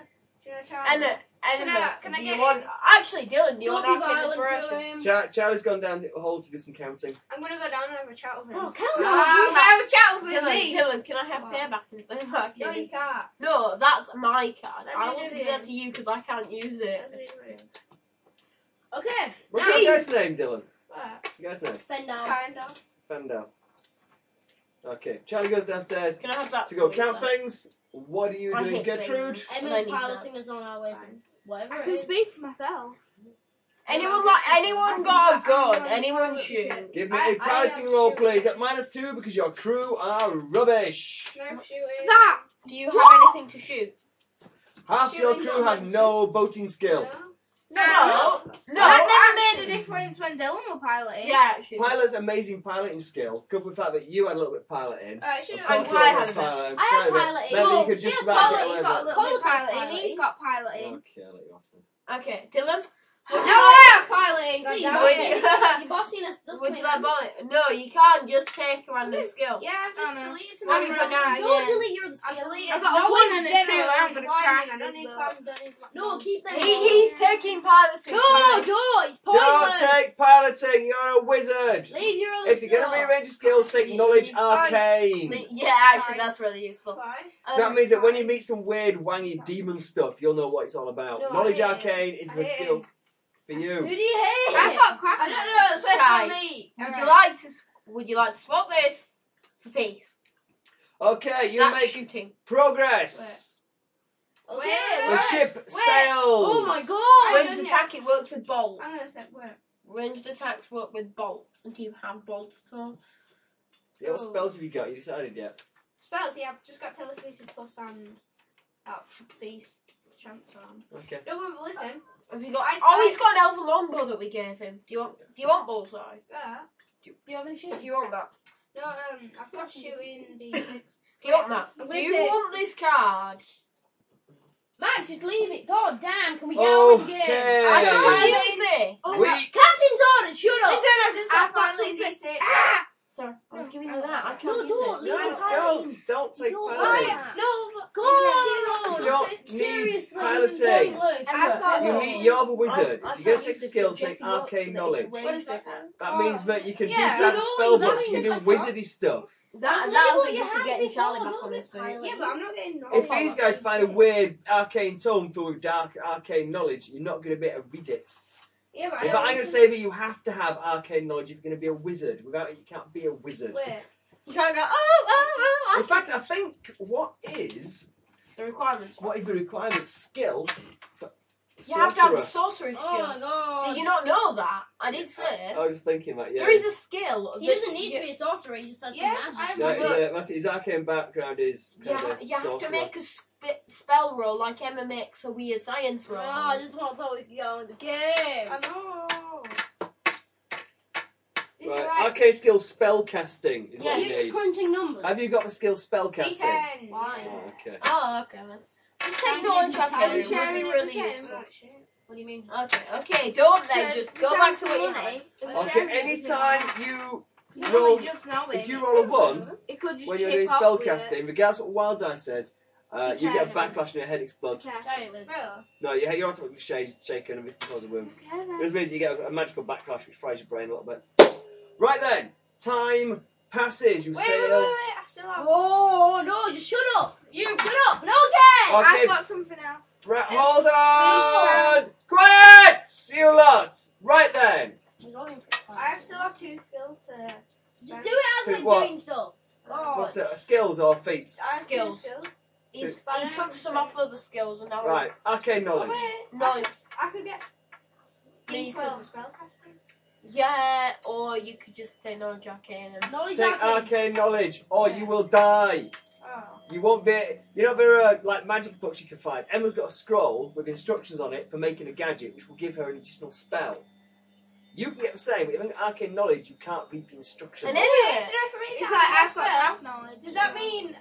[SPEAKER 5] you know Charlie?
[SPEAKER 4] And uh, and
[SPEAKER 5] Can I-
[SPEAKER 4] uh,
[SPEAKER 5] can I
[SPEAKER 4] do
[SPEAKER 5] get
[SPEAKER 4] you want?
[SPEAKER 5] in?
[SPEAKER 4] Actually, Dylan, do you
[SPEAKER 3] Don't
[SPEAKER 4] want
[SPEAKER 3] be
[SPEAKER 4] arcane
[SPEAKER 3] violent to
[SPEAKER 4] inspiration?
[SPEAKER 3] him.
[SPEAKER 5] Um,
[SPEAKER 2] Char- Charlie's gone down the hole to do some counting.
[SPEAKER 5] I'm gonna go down and have a chat with him.
[SPEAKER 3] Oh,
[SPEAKER 5] Um,
[SPEAKER 3] come
[SPEAKER 6] Ah,
[SPEAKER 5] I'm
[SPEAKER 3] on.
[SPEAKER 5] gonna have a chat with him.
[SPEAKER 4] Dylan, Dylan, can I have
[SPEAKER 5] What?
[SPEAKER 4] payback instead of arcane?
[SPEAKER 5] No, you can't.
[SPEAKER 4] No, that's my card.
[SPEAKER 5] Let
[SPEAKER 4] I
[SPEAKER 5] me
[SPEAKER 4] want
[SPEAKER 5] do
[SPEAKER 4] to give that
[SPEAKER 5] this.
[SPEAKER 4] to you because I can't use
[SPEAKER 5] That's
[SPEAKER 4] it.
[SPEAKER 5] what he's doing.
[SPEAKER 3] Okay,
[SPEAKER 2] What's
[SPEAKER 3] Hey.
[SPEAKER 2] your guy's name, Dylan?
[SPEAKER 5] What?
[SPEAKER 2] Your guy's name?
[SPEAKER 3] Fend
[SPEAKER 4] Oh.
[SPEAKER 3] now.
[SPEAKER 5] Kind of.
[SPEAKER 2] Fendel. Okay. Charlie goes downstairs
[SPEAKER 4] Can I have that?
[SPEAKER 2] to go
[SPEAKER 4] please,
[SPEAKER 2] count
[SPEAKER 4] then?
[SPEAKER 2] things. What are you
[SPEAKER 4] I
[SPEAKER 2] doing,
[SPEAKER 4] hate
[SPEAKER 2] Gertrude?
[SPEAKER 4] things. I
[SPEAKER 3] Emma's
[SPEAKER 4] need that.
[SPEAKER 3] piloting us on our way to
[SPEAKER 5] Fine.
[SPEAKER 3] whatever
[SPEAKER 5] I
[SPEAKER 3] it
[SPEAKER 5] can
[SPEAKER 3] is.
[SPEAKER 5] speak for myself.
[SPEAKER 4] Anyone like anyone got a gun? Anyone shoot?
[SPEAKER 2] Give me
[SPEAKER 5] I-
[SPEAKER 2] a
[SPEAKER 5] I
[SPEAKER 2] piloting
[SPEAKER 5] am
[SPEAKER 2] roll,
[SPEAKER 5] sure.
[SPEAKER 2] please, at minus two because your crew are rubbish.
[SPEAKER 5] That.
[SPEAKER 4] Do you have
[SPEAKER 5] What?
[SPEAKER 4] anything to shoot?
[SPEAKER 2] Half your
[SPEAKER 3] Shooting's
[SPEAKER 2] crew
[SPEAKER 3] not
[SPEAKER 2] had
[SPEAKER 3] mentioned.
[SPEAKER 2] no boating skill.
[SPEAKER 4] No.
[SPEAKER 5] No,
[SPEAKER 4] No.
[SPEAKER 5] that never made a difference when Dylan was piloting.
[SPEAKER 4] Yeah, actually.
[SPEAKER 2] Pilot's amazing piloting skill, coupled with the fact that you had a little bit of piloting.
[SPEAKER 5] Alright, should
[SPEAKER 2] Of
[SPEAKER 5] I?
[SPEAKER 2] course
[SPEAKER 4] I
[SPEAKER 2] you had
[SPEAKER 4] had
[SPEAKER 2] a
[SPEAKER 4] a bit.
[SPEAKER 2] pilot and
[SPEAKER 3] I had
[SPEAKER 2] private.
[SPEAKER 3] piloting.
[SPEAKER 2] Maybe
[SPEAKER 5] Well,
[SPEAKER 2] you could
[SPEAKER 5] she
[SPEAKER 2] just
[SPEAKER 5] has
[SPEAKER 2] about
[SPEAKER 5] pilot,
[SPEAKER 2] get
[SPEAKER 5] he's
[SPEAKER 2] away
[SPEAKER 5] got a
[SPEAKER 2] with
[SPEAKER 5] little bit of
[SPEAKER 3] Pilot is
[SPEAKER 5] piloting, he's
[SPEAKER 3] piloting.
[SPEAKER 5] got
[SPEAKER 2] it.
[SPEAKER 5] piloting.
[SPEAKER 2] Okay, I'll let you off then.
[SPEAKER 4] Okay, Dylan.
[SPEAKER 5] We
[SPEAKER 4] Would
[SPEAKER 5] don't
[SPEAKER 4] you,
[SPEAKER 5] have piloting!
[SPEAKER 3] See,
[SPEAKER 5] God
[SPEAKER 3] you're
[SPEAKER 5] damn
[SPEAKER 4] bossy.
[SPEAKER 5] it.
[SPEAKER 3] bossing, you're bossing us. doesn't
[SPEAKER 4] would
[SPEAKER 3] it?
[SPEAKER 4] you like bullet? No, you can't just take a random skill.
[SPEAKER 5] Yeah, I've just
[SPEAKER 6] know.
[SPEAKER 5] deleted
[SPEAKER 4] I haven't got
[SPEAKER 5] my
[SPEAKER 4] nine.
[SPEAKER 3] Don't
[SPEAKER 4] Yeah.
[SPEAKER 3] delete your other skill.
[SPEAKER 5] I've deleted
[SPEAKER 6] I've
[SPEAKER 5] got a one and a two, I'm gonna crash
[SPEAKER 6] I don't
[SPEAKER 5] this
[SPEAKER 6] need
[SPEAKER 5] boat.
[SPEAKER 6] climb, don't need climb.
[SPEAKER 3] No, keep them.
[SPEAKER 4] He, he's taking pilots.
[SPEAKER 3] No, don't. It's
[SPEAKER 2] Don't
[SPEAKER 3] pointless.
[SPEAKER 2] take piloting, you're a wizard!
[SPEAKER 3] Leave your other
[SPEAKER 2] If you're
[SPEAKER 3] stuff.
[SPEAKER 2] gonna rearrange your skills, take knowledge arcane!
[SPEAKER 4] Yeah, actually, that's really useful.
[SPEAKER 5] Why?
[SPEAKER 4] Um,
[SPEAKER 2] That means that when you meet some weird, wangy demon stuff, you'll know what it's all about.
[SPEAKER 4] No, I
[SPEAKER 2] knowledge
[SPEAKER 4] hate it.
[SPEAKER 2] arcane is
[SPEAKER 5] I
[SPEAKER 2] the
[SPEAKER 5] hate
[SPEAKER 2] skill for
[SPEAKER 3] Who
[SPEAKER 2] you.
[SPEAKER 3] do you hate?
[SPEAKER 5] I've got crack.
[SPEAKER 4] I don't know. The first
[SPEAKER 5] Right.
[SPEAKER 4] time me. Would
[SPEAKER 5] Alright.
[SPEAKER 4] you like to? s- Would you like to swap this for peace?
[SPEAKER 2] Okay, you
[SPEAKER 4] that's
[SPEAKER 2] make
[SPEAKER 4] shooting.
[SPEAKER 2] progress!
[SPEAKER 4] Okay.
[SPEAKER 5] Wait.
[SPEAKER 2] The
[SPEAKER 5] Wait.
[SPEAKER 2] ship sails!
[SPEAKER 3] Oh my god.
[SPEAKER 4] Ranged
[SPEAKER 5] Yes.
[SPEAKER 4] attack it works with bolt.
[SPEAKER 5] I'm gonna set work.
[SPEAKER 4] Ranged attacks work with bolt. Do you have bolt at all?
[SPEAKER 2] Yeah, what spells have you got? You decided yet?
[SPEAKER 5] Spells, yeah, I've just got teleportation plus and that beast transform.
[SPEAKER 2] Okay.
[SPEAKER 5] No, but listen,
[SPEAKER 4] Have you got?
[SPEAKER 5] I-
[SPEAKER 4] oh,
[SPEAKER 5] I-
[SPEAKER 4] he's got an elven longbow that we gave him. Do you want? Do you want bullseye?
[SPEAKER 5] that.
[SPEAKER 3] Do you have any shit?
[SPEAKER 4] Do you want that?
[SPEAKER 5] No, um, I've got shooting d6.
[SPEAKER 4] Do you want that?
[SPEAKER 5] I'm
[SPEAKER 4] Do
[SPEAKER 5] gonna
[SPEAKER 4] you
[SPEAKER 5] say-
[SPEAKER 4] want this card?
[SPEAKER 3] Max, just leave it. Oh, damn. Can we get on with the game?
[SPEAKER 2] Okay!
[SPEAKER 4] I don't
[SPEAKER 5] Hey.
[SPEAKER 4] want to use this.
[SPEAKER 5] Oh,
[SPEAKER 2] We-
[SPEAKER 3] Captain's orders. Shut up.
[SPEAKER 5] Listen, I've just got
[SPEAKER 4] I've got
[SPEAKER 5] piloting
[SPEAKER 4] something-
[SPEAKER 5] d6.
[SPEAKER 4] Ah! Sorry, I was giving you that. I can't
[SPEAKER 3] No,
[SPEAKER 4] use
[SPEAKER 3] don't.
[SPEAKER 4] it.
[SPEAKER 3] Leave the
[SPEAKER 2] No,
[SPEAKER 3] piloting.
[SPEAKER 2] don't, don't take
[SPEAKER 5] "Ah,
[SPEAKER 3] Don't
[SPEAKER 2] piloting.
[SPEAKER 3] like that.
[SPEAKER 5] No,
[SPEAKER 3] God.
[SPEAKER 2] You don't need
[SPEAKER 3] Seriously.
[SPEAKER 2] piloting.
[SPEAKER 3] Pointless.
[SPEAKER 5] I've got-
[SPEAKER 2] You
[SPEAKER 5] No.
[SPEAKER 2] need, you're the wizard.
[SPEAKER 4] I- I
[SPEAKER 2] If you're gonna
[SPEAKER 4] can't
[SPEAKER 2] take
[SPEAKER 4] use
[SPEAKER 2] skill,
[SPEAKER 4] this.
[SPEAKER 2] take
[SPEAKER 4] Jesse works
[SPEAKER 2] arcane
[SPEAKER 4] with it. It's
[SPEAKER 2] knowledge.
[SPEAKER 4] arranged
[SPEAKER 5] What is that?
[SPEAKER 4] different.
[SPEAKER 2] That means that you can
[SPEAKER 5] Yeah,
[SPEAKER 2] do some
[SPEAKER 3] you know,
[SPEAKER 2] spell
[SPEAKER 3] you
[SPEAKER 2] books, you
[SPEAKER 3] learn
[SPEAKER 2] can do
[SPEAKER 3] it by
[SPEAKER 2] wizardy stuff.
[SPEAKER 4] That,
[SPEAKER 3] Look
[SPEAKER 4] that'll
[SPEAKER 3] what
[SPEAKER 4] be
[SPEAKER 3] you
[SPEAKER 4] good for
[SPEAKER 3] had
[SPEAKER 4] getting
[SPEAKER 3] before,
[SPEAKER 4] Charlie back
[SPEAKER 3] look
[SPEAKER 4] on
[SPEAKER 3] at
[SPEAKER 4] this
[SPEAKER 3] Pilot.
[SPEAKER 4] boat.
[SPEAKER 6] Yeah, but I'm not getting
[SPEAKER 5] Oh,
[SPEAKER 2] If
[SPEAKER 6] all
[SPEAKER 2] these
[SPEAKER 6] that.
[SPEAKER 2] guys find a weird arcane tome full of dark arcane knowledge, you're not going to be able to read it.
[SPEAKER 6] Yeah, but I
[SPEAKER 2] If
[SPEAKER 6] don't
[SPEAKER 2] I'm going to
[SPEAKER 6] think-
[SPEAKER 2] say that you have to have arcane knowledge if you're going to be a wizard. Without it, you can't be a wizard.
[SPEAKER 3] Wait,
[SPEAKER 4] You can't go, oh, oh, oh.
[SPEAKER 2] In fact, I think what is
[SPEAKER 4] The requirements.
[SPEAKER 2] what is the requirement skill for
[SPEAKER 4] You have to have a sorcery
[SPEAKER 2] sorcerer?
[SPEAKER 4] skill.
[SPEAKER 3] oh my god.
[SPEAKER 4] Did you not know that? I did say it.
[SPEAKER 2] I was thinking that, yeah.
[SPEAKER 4] There is a skill.
[SPEAKER 3] he
[SPEAKER 4] that
[SPEAKER 3] doesn't need
[SPEAKER 4] you,
[SPEAKER 3] to be a sorcerer, he just has
[SPEAKER 6] Yeah,
[SPEAKER 3] some magic.
[SPEAKER 6] I'm-
[SPEAKER 2] yeah,
[SPEAKER 6] Well,
[SPEAKER 2] yeah, that's it. his arcane background is
[SPEAKER 4] You,
[SPEAKER 2] kind
[SPEAKER 4] ha-
[SPEAKER 2] of
[SPEAKER 4] you have
[SPEAKER 2] sorcerer.
[SPEAKER 4] to make a sp- spell roll like Emma makes a weird science roll.
[SPEAKER 3] Oh, I just want to thought we could go on the game.
[SPEAKER 6] I know. This
[SPEAKER 2] Right,
[SPEAKER 6] is like
[SPEAKER 2] arcane skill spellcasting is
[SPEAKER 3] Yeah,
[SPEAKER 2] what you
[SPEAKER 3] you're just
[SPEAKER 2] need.
[SPEAKER 3] crunching numbers.
[SPEAKER 2] Have you got the skill spellcasting?
[SPEAKER 6] D10.
[SPEAKER 3] Why?
[SPEAKER 2] Oh, okay.
[SPEAKER 4] Oh, okay then. Just take
[SPEAKER 3] Thank you,
[SPEAKER 4] knowledge off
[SPEAKER 3] Tyler.
[SPEAKER 4] it. It would be
[SPEAKER 6] Sharing
[SPEAKER 4] really
[SPEAKER 6] it with
[SPEAKER 4] useful.
[SPEAKER 6] Jen.
[SPEAKER 3] What do you mean?
[SPEAKER 4] Okay, okay, don't then.
[SPEAKER 6] Yes,
[SPEAKER 4] Just
[SPEAKER 6] we
[SPEAKER 4] go
[SPEAKER 6] don't
[SPEAKER 4] back to
[SPEAKER 6] have
[SPEAKER 4] what you
[SPEAKER 6] money.
[SPEAKER 4] had.
[SPEAKER 6] We're
[SPEAKER 2] Okay,
[SPEAKER 6] sharing it with
[SPEAKER 2] anytime
[SPEAKER 6] Jen.
[SPEAKER 2] you
[SPEAKER 5] No,
[SPEAKER 2] roll,
[SPEAKER 5] we just know
[SPEAKER 2] if
[SPEAKER 5] it.
[SPEAKER 2] you roll a one
[SPEAKER 4] It could just
[SPEAKER 2] when you're
[SPEAKER 4] chip
[SPEAKER 2] doing
[SPEAKER 4] off with it.
[SPEAKER 2] spellcasting, regardless of what wild die says, uh, you get a
[SPEAKER 3] Okay.
[SPEAKER 2] backlash and your head explodes.
[SPEAKER 3] Sorry, with
[SPEAKER 6] Well,
[SPEAKER 2] No, your head, your automatically shake, shaken and cause a wound. This means you get a, a magical backlash which fries your brain a little bit. Right then, time passes. You
[SPEAKER 6] Wait, wait,
[SPEAKER 2] sail.
[SPEAKER 6] wait, wait, I still have.
[SPEAKER 3] Oh no, just shut up! You shut up! No game!
[SPEAKER 2] Okay,
[SPEAKER 5] I've got something else.
[SPEAKER 2] right, hold on. Quiet, you lot. Right then.
[SPEAKER 6] I still have two skills to.
[SPEAKER 3] Just do it as
[SPEAKER 2] Take
[SPEAKER 3] we're
[SPEAKER 2] what?
[SPEAKER 3] doing stuff.
[SPEAKER 6] Oh,
[SPEAKER 2] What's it? Skills or feats?
[SPEAKER 6] I have
[SPEAKER 4] Skills.
[SPEAKER 6] Two skills.
[SPEAKER 4] He's,
[SPEAKER 6] But
[SPEAKER 4] he
[SPEAKER 6] I
[SPEAKER 4] took
[SPEAKER 6] don't
[SPEAKER 4] some
[SPEAKER 6] think-
[SPEAKER 4] off other skills and now
[SPEAKER 2] Right, arcane
[SPEAKER 6] Oh,
[SPEAKER 2] knowledge.
[SPEAKER 6] wait,
[SPEAKER 4] no,
[SPEAKER 6] I could get
[SPEAKER 4] No, you
[SPEAKER 6] D12
[SPEAKER 4] couldn't.
[SPEAKER 6] spellcasting.
[SPEAKER 4] yeah, or you could just take knowledge arcane and
[SPEAKER 3] Knowledge
[SPEAKER 2] Take
[SPEAKER 3] happening.
[SPEAKER 2] arcane knowledge, or you
[SPEAKER 6] Yeah.
[SPEAKER 2] will die.
[SPEAKER 6] Oh.
[SPEAKER 2] You won't be. You know there are like magic books you can find. Emma's got a scroll with instructions on it for making a gadget, which will give her an additional spell. You can get the same, but if you have arcane knowledge, you can't read the instructions.
[SPEAKER 4] And
[SPEAKER 6] Wait,
[SPEAKER 4] Anyway.
[SPEAKER 6] do you know if I read
[SPEAKER 5] It's like
[SPEAKER 6] that
[SPEAKER 5] I've
[SPEAKER 6] as
[SPEAKER 5] got
[SPEAKER 6] well?
[SPEAKER 5] enough knowledge.
[SPEAKER 6] Does that mean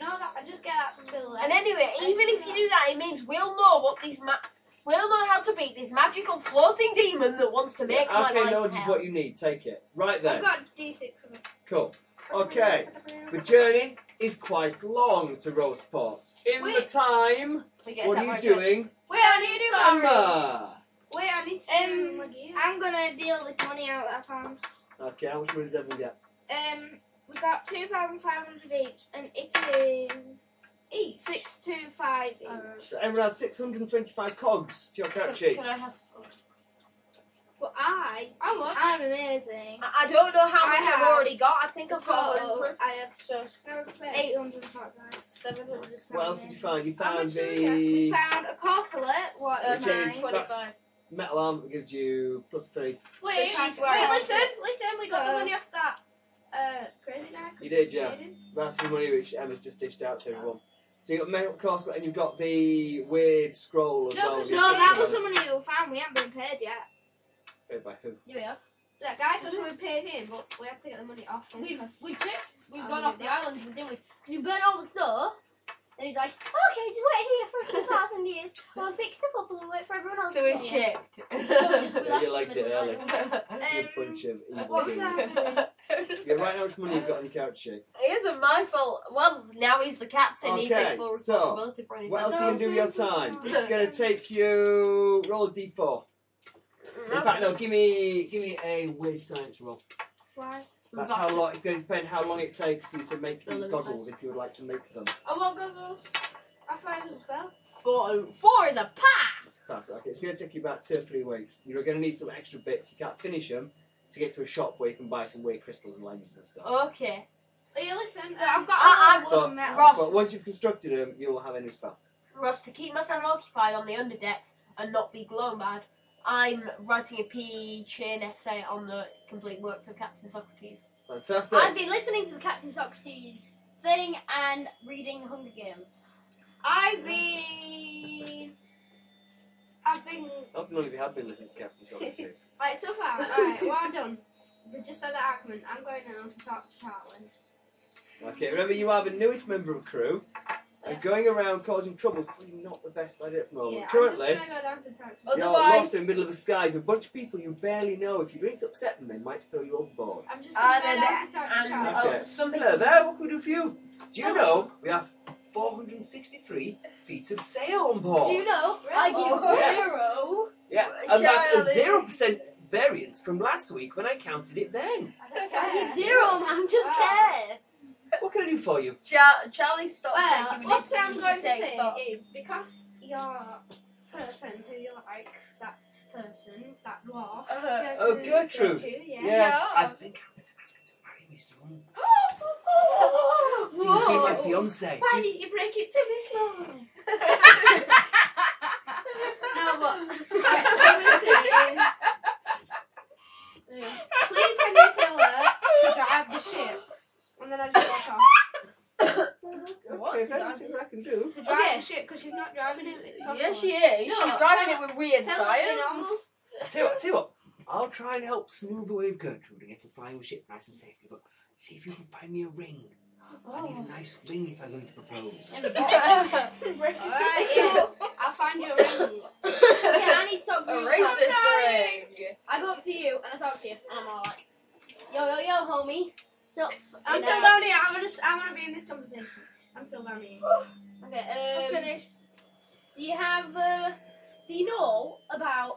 [SPEAKER 6] no? That I just get that skill.
[SPEAKER 4] And anyway, even if you do that, it means we'll know what these ma- we'll know how to beat this magical floating demon that wants to make my
[SPEAKER 2] arcane
[SPEAKER 4] life
[SPEAKER 2] knowledge is
[SPEAKER 4] hell.
[SPEAKER 2] what you need. Take it. Right
[SPEAKER 6] I've
[SPEAKER 2] then.
[SPEAKER 6] got D6 of it.
[SPEAKER 2] Cool. Okay. The journey is quite long to Roseport. In the
[SPEAKER 6] Wait.
[SPEAKER 2] time,
[SPEAKER 4] We get
[SPEAKER 2] what
[SPEAKER 4] that
[SPEAKER 2] are you
[SPEAKER 4] right.
[SPEAKER 2] doing? Ah.
[SPEAKER 6] Wait, I need to do my-
[SPEAKER 2] Amber.
[SPEAKER 6] Wait, I need to do
[SPEAKER 5] Um,
[SPEAKER 6] my gear.
[SPEAKER 5] I'm gonna deal this money out that I found.
[SPEAKER 2] Okay, how much money does everyone get?
[SPEAKER 5] Um, we got two thousand five hundred each, and it is each six two five each.
[SPEAKER 2] So everyone has 625 cogs to your character
[SPEAKER 4] Can-
[SPEAKER 2] sheets.
[SPEAKER 4] can I have-
[SPEAKER 5] But I,
[SPEAKER 6] How much? Ah,
[SPEAKER 5] I'm amazing.
[SPEAKER 4] I I don't know how much
[SPEAKER 5] I
[SPEAKER 4] I've
[SPEAKER 5] have
[SPEAKER 4] already got. I think I've got
[SPEAKER 5] Total, I have just
[SPEAKER 6] No, it's fair.
[SPEAKER 5] eight hundred forty-five.
[SPEAKER 4] seven hundred.
[SPEAKER 2] What else did you find? You
[SPEAKER 6] How
[SPEAKER 2] found
[SPEAKER 6] much do we
[SPEAKER 5] We
[SPEAKER 2] the
[SPEAKER 5] found uh, a corselet. What
[SPEAKER 2] Which is-
[SPEAKER 5] mine?
[SPEAKER 4] twenty-five.
[SPEAKER 2] metal arm that gives you plus three.
[SPEAKER 6] Wait,
[SPEAKER 4] So she's
[SPEAKER 6] wait,
[SPEAKER 4] right.
[SPEAKER 6] listen, listen. We got the
[SPEAKER 5] So-
[SPEAKER 6] money off that uh, crazy guy.
[SPEAKER 2] You did, yeah.
[SPEAKER 6] Aiden.
[SPEAKER 2] That's the money which Emma's just dished out to everyone. So you got metal corselet and you've got the weird scroll as
[SPEAKER 6] No,
[SPEAKER 2] well.
[SPEAKER 6] because-
[SPEAKER 5] No, that was the money you found. We haven't been paid yet.
[SPEAKER 2] Paid by who?
[SPEAKER 3] Here we are.
[SPEAKER 6] That guy just we paid him, but we have to get the money off him.
[SPEAKER 3] We've
[SPEAKER 6] because-
[SPEAKER 3] we tripped. We've
[SPEAKER 6] Oh,
[SPEAKER 3] gone
[SPEAKER 6] yeah.
[SPEAKER 3] off the island, didn't we? Because we burnt all the stuff. And he's like, okay, just wait here for a few thousand years. I'll fix the bubble and wait for everyone else.
[SPEAKER 4] So
[SPEAKER 3] to
[SPEAKER 4] we
[SPEAKER 3] get it."
[SPEAKER 4] checked.
[SPEAKER 3] So we just- we
[SPEAKER 2] Yeah,
[SPEAKER 3] left
[SPEAKER 2] you
[SPEAKER 3] in the
[SPEAKER 2] liked it
[SPEAKER 3] middle of the
[SPEAKER 2] earlier.
[SPEAKER 3] night.
[SPEAKER 2] You
[SPEAKER 5] Um,
[SPEAKER 2] bunch of evil
[SPEAKER 5] what was
[SPEAKER 2] dudes.
[SPEAKER 5] that?
[SPEAKER 2] Yeah, right now, how much money you've got on your character sheet?
[SPEAKER 4] It isn't my fault. Well, now he's the captain. he takes
[SPEAKER 2] Okay,
[SPEAKER 4] full
[SPEAKER 2] so,
[SPEAKER 4] responsibility for anything.
[SPEAKER 2] What else are you going to do with your time?
[SPEAKER 5] thousand.
[SPEAKER 2] It's going to take you. Roll a d4. In fact, no, give me give me a weird science roll.
[SPEAKER 5] Why?
[SPEAKER 2] That's how long. It's going to depend how long it takes for you to make
[SPEAKER 4] No,
[SPEAKER 2] these
[SPEAKER 4] let me
[SPEAKER 2] goggles if you would like to make them.
[SPEAKER 6] I won't go go. I found a spell. oh,
[SPEAKER 4] Four, four is a pack.
[SPEAKER 2] That's okay. It's going to take you about two or three weeks. You're going to need some extra bits. You can't finish them to get to a shop where you can buy some weird crystals and lenses and
[SPEAKER 4] Oh,
[SPEAKER 2] stuff.
[SPEAKER 4] Okay.
[SPEAKER 6] Hey, listen.
[SPEAKER 5] But I've
[SPEAKER 6] um,
[SPEAKER 5] got
[SPEAKER 4] I-
[SPEAKER 5] a
[SPEAKER 2] But,
[SPEAKER 5] lot of wooden metal.
[SPEAKER 4] Ross-
[SPEAKER 2] but once you've constructed them, you'll have a new spell.
[SPEAKER 4] Ross, to keep myself occupied on the underdeck and not be blown bad, I'm writing a PE chain essay on the complete works of Captain Socrates.
[SPEAKER 2] Fantastic.
[SPEAKER 3] I've been listening to the Captain Socrates thing and reading Hunger Games.
[SPEAKER 6] I've been. I've been.
[SPEAKER 2] I've known if you have been listening to Captain Socrates.
[SPEAKER 6] Right, so far, alright, well done. We just had the argument. I'm going down to talk to Charlie.
[SPEAKER 2] okay, remember you are the newest member of crew, and going around causing trouble is probably not the best idea at the moment.
[SPEAKER 6] Yeah,
[SPEAKER 2] Currently,
[SPEAKER 6] I'm just going to go down to talk to
[SPEAKER 4] Oh.
[SPEAKER 2] you're
[SPEAKER 4] Otherwise-
[SPEAKER 2] lost in the middle of the skies with a bunch of people you barely know. If you really upset them, they might throw you overboard.
[SPEAKER 6] I'm just
[SPEAKER 4] Ah,
[SPEAKER 3] Uh,
[SPEAKER 6] going to go
[SPEAKER 4] no,
[SPEAKER 6] down to talk to
[SPEAKER 4] And
[SPEAKER 6] Charlie.
[SPEAKER 2] Okay.
[SPEAKER 4] oh, some
[SPEAKER 2] Hello
[SPEAKER 4] people.
[SPEAKER 2] there, what can we do for you? Do you
[SPEAKER 3] Hello.
[SPEAKER 2] know we have 463 feet of sail on board?
[SPEAKER 3] Do you know? I give
[SPEAKER 2] Oh, yes.
[SPEAKER 3] zero.
[SPEAKER 2] yeah, and that's a
[SPEAKER 4] Charlie.
[SPEAKER 2] zero percent variance from last week when I counted it then.
[SPEAKER 6] I don't
[SPEAKER 3] I
[SPEAKER 6] care.
[SPEAKER 3] give zero, man. Just
[SPEAKER 6] Wow.
[SPEAKER 3] care.
[SPEAKER 2] What can I do for you?
[SPEAKER 4] Char- Charlie stopped
[SPEAKER 5] Well,
[SPEAKER 4] taking
[SPEAKER 6] What
[SPEAKER 4] ridiculous
[SPEAKER 6] I'm going to
[SPEAKER 4] takes,
[SPEAKER 6] say
[SPEAKER 4] thought,
[SPEAKER 6] is because you're person who you like, that person, that dwarf.
[SPEAKER 4] uh,
[SPEAKER 2] Oh, Gertrude.
[SPEAKER 6] yeah.
[SPEAKER 2] Yes,
[SPEAKER 4] Yeah.
[SPEAKER 2] I think I'm going to ask her to marry me soon.
[SPEAKER 6] Oh,
[SPEAKER 2] Do you be my
[SPEAKER 6] Whoa.
[SPEAKER 2] fiance? Do
[SPEAKER 6] Why
[SPEAKER 2] you-
[SPEAKER 6] did you break it to this long? No, but I'm going to say Please can you tell her to drive the ship? And then I just walk off.
[SPEAKER 4] What?
[SPEAKER 2] Okay, so I see what I can do.
[SPEAKER 6] To drive
[SPEAKER 3] Okay.
[SPEAKER 6] the ship because she's not driving it. properly.
[SPEAKER 4] yeah, she is.
[SPEAKER 6] No,
[SPEAKER 4] She's driving it
[SPEAKER 6] tell-
[SPEAKER 4] with weird
[SPEAKER 6] tell her it'd be normal.
[SPEAKER 4] science.
[SPEAKER 2] I tell you what, I tell you what. I'll try and help smooth the way with Gertrude and get her flying the ship nice and safely, but see if you can find me a ring. I
[SPEAKER 4] Oh.
[SPEAKER 2] need a nice ring if I'm going to propose.
[SPEAKER 6] Break it.
[SPEAKER 4] Alright,
[SPEAKER 6] Yeah. I'll find you a ring.
[SPEAKER 3] Yeah, I need to talk
[SPEAKER 4] A
[SPEAKER 3] to you.
[SPEAKER 4] racist ring.
[SPEAKER 3] I go up to you and I talk to you, and I'm all like, yo, yo, yo, homie. So,
[SPEAKER 6] I'm
[SPEAKER 3] you
[SPEAKER 6] still
[SPEAKER 3] know,
[SPEAKER 6] down here. I want to. I want to be in this conversation. I'm still down here. I'm
[SPEAKER 3] Okay, um,
[SPEAKER 6] finished.
[SPEAKER 3] do you have, uh, do you know about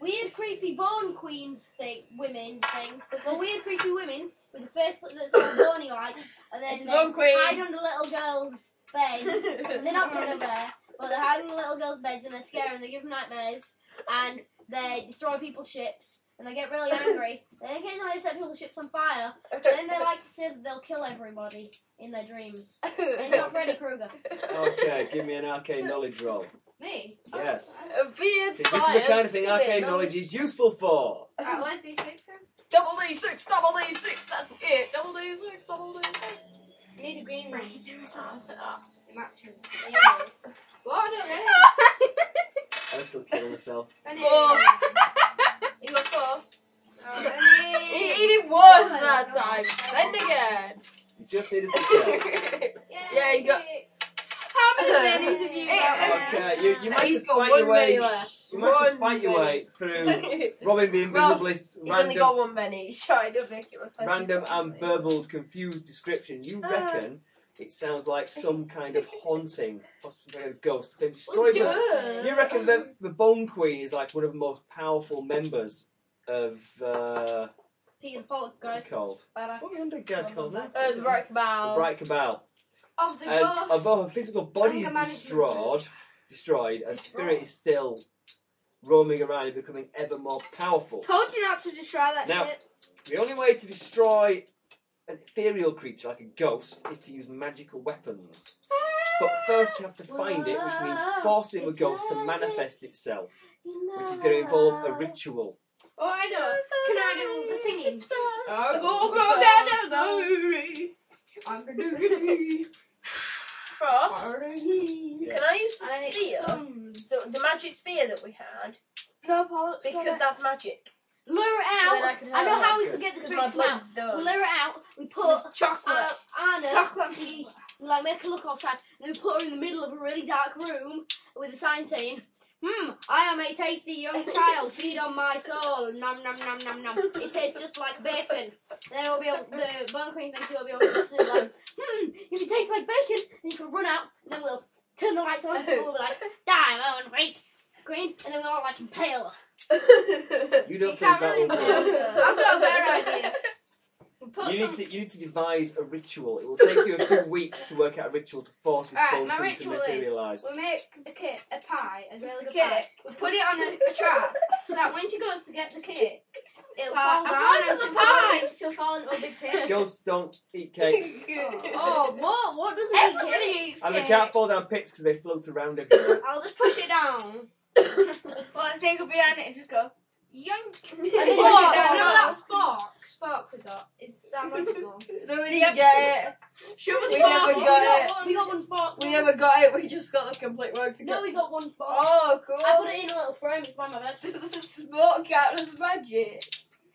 [SPEAKER 3] weird, creepy bone queen thing, women things? Well, weird, creepy women with the face that's all bony like, and then
[SPEAKER 4] It's
[SPEAKER 3] they
[SPEAKER 4] Bone Queen.
[SPEAKER 3] hide under little girls' beds. And they're not put under there, but they're hiding in little girls' beds and they're scary and they give them nightmares and they destroy people's ships and they get really angry. Then occasionally they set people's ships on fire. And then they like to say that they'll kill everybody in their dreams. And it's not Freddy Krueger.
[SPEAKER 2] Okay, give me an arcane knowledge roll.
[SPEAKER 6] Me.
[SPEAKER 2] Yes.
[SPEAKER 4] A weird
[SPEAKER 2] This
[SPEAKER 4] Oh, science.
[SPEAKER 2] is the kind of thing
[SPEAKER 4] with
[SPEAKER 2] arcane
[SPEAKER 4] no-
[SPEAKER 2] knowledge is useful for.
[SPEAKER 6] Alright, where's D6 then?
[SPEAKER 4] Double D6, double D6, that's it. Double D6, double D6.
[SPEAKER 6] Need a green ring.
[SPEAKER 4] That's
[SPEAKER 6] Matching.
[SPEAKER 4] it.
[SPEAKER 6] What? I don't really.
[SPEAKER 2] I'm still killing myself.
[SPEAKER 6] I need a
[SPEAKER 4] Four.
[SPEAKER 6] green ring.
[SPEAKER 4] He got four.
[SPEAKER 6] Oh, I
[SPEAKER 4] He,
[SPEAKER 6] need-
[SPEAKER 4] he did worse
[SPEAKER 6] Oh,
[SPEAKER 4] that time. Then again.
[SPEAKER 2] You just need a success.
[SPEAKER 4] Yeah, you got- How many
[SPEAKER 6] Bennies have you got?
[SPEAKER 2] Okay, you, you managed
[SPEAKER 4] He's
[SPEAKER 2] to
[SPEAKER 4] got
[SPEAKER 2] fight your
[SPEAKER 4] one
[SPEAKER 2] way.
[SPEAKER 4] Benny left.
[SPEAKER 2] You managed to
[SPEAKER 4] One
[SPEAKER 2] fight your way through
[SPEAKER 4] He's
[SPEAKER 2] robbing the
[SPEAKER 4] Well,
[SPEAKER 2] invisibly
[SPEAKER 4] only
[SPEAKER 2] random,
[SPEAKER 4] got one Benny. He's trying to make it look like
[SPEAKER 2] random
[SPEAKER 4] he's got
[SPEAKER 2] and
[SPEAKER 4] one Benny.
[SPEAKER 2] verbal confused description. You
[SPEAKER 4] Ah.
[SPEAKER 2] reckon it sounds like some kind of haunting, possibly some kind of ghost. They
[SPEAKER 4] Well,
[SPEAKER 2] destroy them.
[SPEAKER 4] good.
[SPEAKER 2] You reckon the, the Bone Queen is like one of the most powerful members of uh,
[SPEAKER 3] Peter Paul, guys.
[SPEAKER 2] Cold.
[SPEAKER 3] Badass.
[SPEAKER 2] what are the guys called now?
[SPEAKER 4] Uh, the right
[SPEAKER 2] The
[SPEAKER 4] cabal.
[SPEAKER 2] Bright Cabal.
[SPEAKER 6] Of the
[SPEAKER 2] And
[SPEAKER 6] ghosts.
[SPEAKER 2] although her physical body
[SPEAKER 6] Anger
[SPEAKER 2] is
[SPEAKER 6] management.
[SPEAKER 2] destroyed, destroyed, her spirit is still roaming around and becoming ever more powerful.
[SPEAKER 6] Told you not to destroy that
[SPEAKER 2] Now-
[SPEAKER 6] shit.
[SPEAKER 2] The only way to destroy an ethereal creature like a ghost is to use magical weapons. But first, you have to find it, which means forcing the
[SPEAKER 3] It's
[SPEAKER 2] ghost to
[SPEAKER 3] magic.
[SPEAKER 2] manifest itself, which is going to involve a ritual.
[SPEAKER 6] Oh, I know. Can I do the singing?
[SPEAKER 4] I'll go,
[SPEAKER 6] So-
[SPEAKER 4] go down the valley.
[SPEAKER 6] I'm gonna do
[SPEAKER 4] Frost,
[SPEAKER 2] Yeah.
[SPEAKER 4] can I use the
[SPEAKER 6] I-
[SPEAKER 4] spear? The, the magic spear that we had?
[SPEAKER 6] No, Paul.
[SPEAKER 4] Because that's magic.
[SPEAKER 3] Lure it
[SPEAKER 4] So then I
[SPEAKER 3] out.
[SPEAKER 4] can
[SPEAKER 3] I know
[SPEAKER 4] hurl
[SPEAKER 3] how
[SPEAKER 4] it.
[SPEAKER 3] we could get this
[SPEAKER 4] Because
[SPEAKER 3] ring
[SPEAKER 4] my
[SPEAKER 3] to come out.
[SPEAKER 4] blood's
[SPEAKER 3] We
[SPEAKER 4] done.
[SPEAKER 3] lure it out. We put
[SPEAKER 6] With chocolate.
[SPEAKER 3] uh, Anna.
[SPEAKER 6] Chocolate.
[SPEAKER 3] We, like make her look outside. And we put her in the middle of a really dark room with a sign saying, "Hmm, I am a tasty young child. Feed on my soul. Nom nom nom nom nom. It tastes just like bacon." Then we'll be able, the bone cream thing will be able to say like, "Hmm, if it tastes like bacon," and she'll run out. And then we'll turn the lights on. And we'll be like, "Diamond, wait, green," and then we'll all like impale her.
[SPEAKER 2] You
[SPEAKER 6] You
[SPEAKER 2] don't think that
[SPEAKER 6] can't really
[SPEAKER 2] will work.
[SPEAKER 6] prove it. I've got a better idea.
[SPEAKER 3] We put
[SPEAKER 2] You
[SPEAKER 3] some
[SPEAKER 2] need to you need to devise a ritual. It will take you a few weeks to work out a ritual to force this bone
[SPEAKER 6] Alright, my
[SPEAKER 2] thing to
[SPEAKER 6] ritual is-
[SPEAKER 2] materialise.
[SPEAKER 6] We make a cake, a pie, a really good
[SPEAKER 4] Cake.
[SPEAKER 6] pie. We put it on a, a trap so that when she goes to get the cake,
[SPEAKER 3] Uh,
[SPEAKER 6] it'll
[SPEAKER 4] Pie.
[SPEAKER 6] fall
[SPEAKER 4] I
[SPEAKER 6] down
[SPEAKER 4] thought it
[SPEAKER 6] and
[SPEAKER 4] was a
[SPEAKER 6] she'll,
[SPEAKER 4] pie.
[SPEAKER 6] Fall, she'll fall into a big pit.
[SPEAKER 2] Ghosts don't eat cakes,
[SPEAKER 3] Oh, what? What does it mean?
[SPEAKER 4] Everybody eats
[SPEAKER 2] and they
[SPEAKER 4] cake.
[SPEAKER 2] can't fall down pits because they float around everywhere.
[SPEAKER 6] I'll just push it down.
[SPEAKER 4] Well, let's take a behind it and just go.
[SPEAKER 6] Yoink. And
[SPEAKER 4] push
[SPEAKER 6] then
[SPEAKER 4] it
[SPEAKER 6] push it
[SPEAKER 4] down.
[SPEAKER 6] down. No, that's Spark. Spark we got. Is that magical?
[SPEAKER 4] Nobody get
[SPEAKER 6] Show us
[SPEAKER 4] We
[SPEAKER 6] Spark.
[SPEAKER 4] never got
[SPEAKER 6] We got
[SPEAKER 4] it.
[SPEAKER 6] one.
[SPEAKER 3] We got one spot.
[SPEAKER 4] it. We never got it. We just got the complete works
[SPEAKER 3] No,
[SPEAKER 4] again.
[SPEAKER 3] we got one spot.
[SPEAKER 4] Oh, cool.
[SPEAKER 3] I put it in a little frame. It's by my bed.
[SPEAKER 4] Does the smoke count as magic?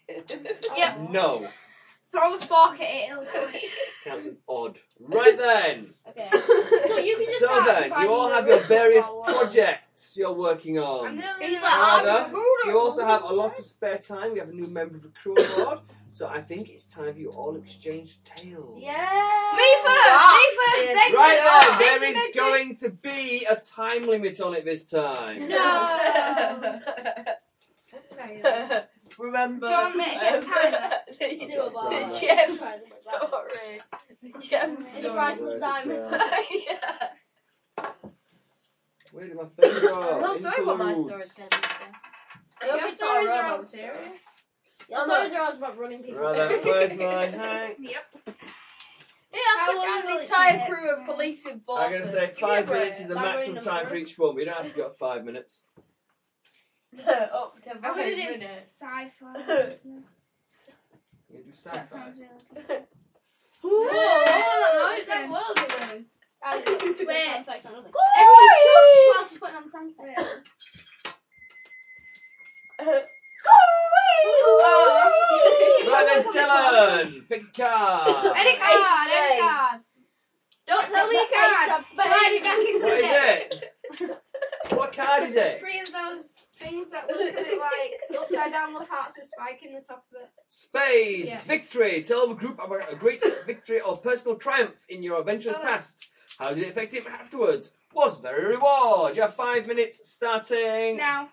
[SPEAKER 6] Yep.
[SPEAKER 2] No,
[SPEAKER 6] Throw a spark at it. It'll do it.
[SPEAKER 2] this counts as odd. Right then.
[SPEAKER 3] Okay. So you can just
[SPEAKER 2] So
[SPEAKER 3] start
[SPEAKER 2] then,
[SPEAKER 3] providing
[SPEAKER 2] you all
[SPEAKER 3] the
[SPEAKER 2] have your
[SPEAKER 3] ritual
[SPEAKER 2] various
[SPEAKER 3] for one.
[SPEAKER 2] projects you're working on.
[SPEAKER 6] I'm nearly
[SPEAKER 4] He's like,
[SPEAKER 2] However,
[SPEAKER 4] I'm the Buddha.
[SPEAKER 2] You also have a lot of spare time. You have a new member of the crew on board, so I think it's time for you all exchange tales.
[SPEAKER 3] Yeah.
[SPEAKER 6] Me first. Me
[SPEAKER 4] Sparks
[SPEAKER 6] first.
[SPEAKER 4] is-
[SPEAKER 6] Next
[SPEAKER 2] Right then,
[SPEAKER 6] up.
[SPEAKER 2] there
[SPEAKER 6] Next
[SPEAKER 2] is
[SPEAKER 6] up,
[SPEAKER 2] going to be a time limit on it this time.
[SPEAKER 6] next-
[SPEAKER 4] No. Remember.
[SPEAKER 6] John, make it a timer.
[SPEAKER 4] um,
[SPEAKER 3] Silver.
[SPEAKER 4] The gem story.
[SPEAKER 3] Any priceless
[SPEAKER 2] Where's it
[SPEAKER 3] diamond.
[SPEAKER 2] gone?
[SPEAKER 4] yeah.
[SPEAKER 2] Where did my phone go?
[SPEAKER 4] No story about my
[SPEAKER 2] Interludes.
[SPEAKER 4] story's going to
[SPEAKER 3] Your
[SPEAKER 4] Your
[SPEAKER 3] stories
[SPEAKER 4] story
[SPEAKER 3] are
[SPEAKER 4] about
[SPEAKER 3] all
[SPEAKER 4] serious.
[SPEAKER 3] Your stories are always about running people.
[SPEAKER 2] Right then, where's my hat?
[SPEAKER 4] Yeah,
[SPEAKER 5] How
[SPEAKER 4] I
[SPEAKER 5] long
[SPEAKER 4] took
[SPEAKER 5] will
[SPEAKER 4] an
[SPEAKER 5] it
[SPEAKER 4] entire
[SPEAKER 5] take?
[SPEAKER 4] crew of police and forces.
[SPEAKER 2] I'm going to say
[SPEAKER 4] Give me a
[SPEAKER 2] five
[SPEAKER 4] break.
[SPEAKER 2] minutes is the
[SPEAKER 3] That way
[SPEAKER 2] maximum
[SPEAKER 3] number.
[SPEAKER 2] time for each one. We don't have to go five minutes.
[SPEAKER 4] Up to
[SPEAKER 5] I'm
[SPEAKER 4] five
[SPEAKER 5] gonna do
[SPEAKER 4] minutes.
[SPEAKER 5] sci-fi.
[SPEAKER 2] You do
[SPEAKER 5] that
[SPEAKER 2] sci-fi.
[SPEAKER 5] sounds really good.
[SPEAKER 4] Whoa, what was that noise? That
[SPEAKER 5] Listen.
[SPEAKER 4] world
[SPEAKER 3] Alex, got two
[SPEAKER 5] Wait.
[SPEAKER 3] sound effects on nothing.
[SPEAKER 4] Everyone
[SPEAKER 3] Everyone
[SPEAKER 4] shush
[SPEAKER 3] shush while she's putting on the sound effects.
[SPEAKER 4] Oh.
[SPEAKER 2] Right then,
[SPEAKER 3] Someone call
[SPEAKER 2] Dylan, pick a card.
[SPEAKER 5] Any
[SPEAKER 4] Ace of
[SPEAKER 5] card, any
[SPEAKER 4] spades.
[SPEAKER 5] card.
[SPEAKER 3] Don't tell me you
[SPEAKER 5] Ace
[SPEAKER 3] can't.
[SPEAKER 5] Slide it back into
[SPEAKER 2] What
[SPEAKER 5] the
[SPEAKER 2] is
[SPEAKER 5] deck.
[SPEAKER 2] it? What card is it?
[SPEAKER 6] Three of those things that look a bit like upside down little hearts with spike in the top of it.
[SPEAKER 2] Spades,
[SPEAKER 6] Yeah.
[SPEAKER 2] victory. Tell the group about a great victory or personal triumph in your adventure's
[SPEAKER 6] Oh.
[SPEAKER 2] past. How did it affect him afterwards? Was there a reward? You have five minutes starting.
[SPEAKER 5] Now,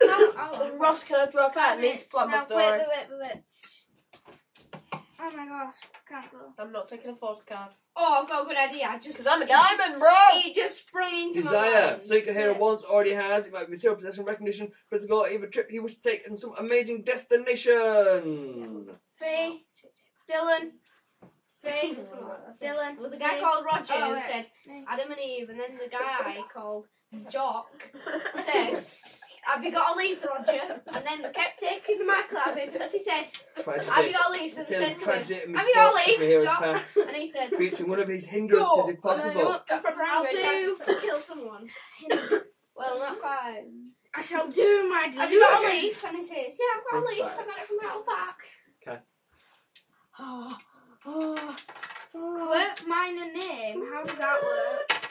[SPEAKER 3] Oh,
[SPEAKER 6] I'll, I'll,
[SPEAKER 4] Ross, can I draw a card? I need to plan my
[SPEAKER 5] now,
[SPEAKER 4] story.
[SPEAKER 5] wait, wait, wait, wait, wait. Oh my gosh, cancel.
[SPEAKER 4] I'm not taking a false card.
[SPEAKER 6] oh, I've got a good idea. I just
[SPEAKER 4] Because I'm a diamond, bro!
[SPEAKER 6] He just sprung into My
[SPEAKER 2] Desire.
[SPEAKER 6] mind.
[SPEAKER 2] Seek a hero
[SPEAKER 6] Yeah.
[SPEAKER 2] once already has. It might be material possession, recognition, physical, or even trip he wishes to take, and some amazing destination.
[SPEAKER 5] Three, Dylan. Three,
[SPEAKER 6] Dylan.
[SPEAKER 3] There was a guy called Roger
[SPEAKER 6] Oh,
[SPEAKER 3] who
[SPEAKER 6] wait.
[SPEAKER 3] said
[SPEAKER 5] No.
[SPEAKER 3] Adam and Eve, and then the guy called Jock said, "Have you got to leave, Roger?" And then kept taking the mic out of him as he said, "Have you
[SPEAKER 2] Tragedy.
[SPEAKER 3] got to leave?" So they
[SPEAKER 2] Tell
[SPEAKER 3] said to him,
[SPEAKER 2] tragedy and
[SPEAKER 3] "Have you got
[SPEAKER 2] misfortune
[SPEAKER 3] to
[SPEAKER 2] from a
[SPEAKER 3] leave,
[SPEAKER 2] hero's
[SPEAKER 3] Jock?"
[SPEAKER 2] past,
[SPEAKER 3] And he said,
[SPEAKER 2] creating one of his hindrances if
[SPEAKER 3] "No." And then he
[SPEAKER 2] possible.
[SPEAKER 3] looked up from
[SPEAKER 6] I'll
[SPEAKER 3] anger and tried
[SPEAKER 6] do.
[SPEAKER 3] to kill someone. Well, not quite.
[SPEAKER 5] I shall do my duty.
[SPEAKER 3] Have you got a leaf?
[SPEAKER 6] And he says, Yeah, I've got a leaf. I got it from Rattle Park.
[SPEAKER 3] Oh,
[SPEAKER 5] Quirk minor name. How does that work?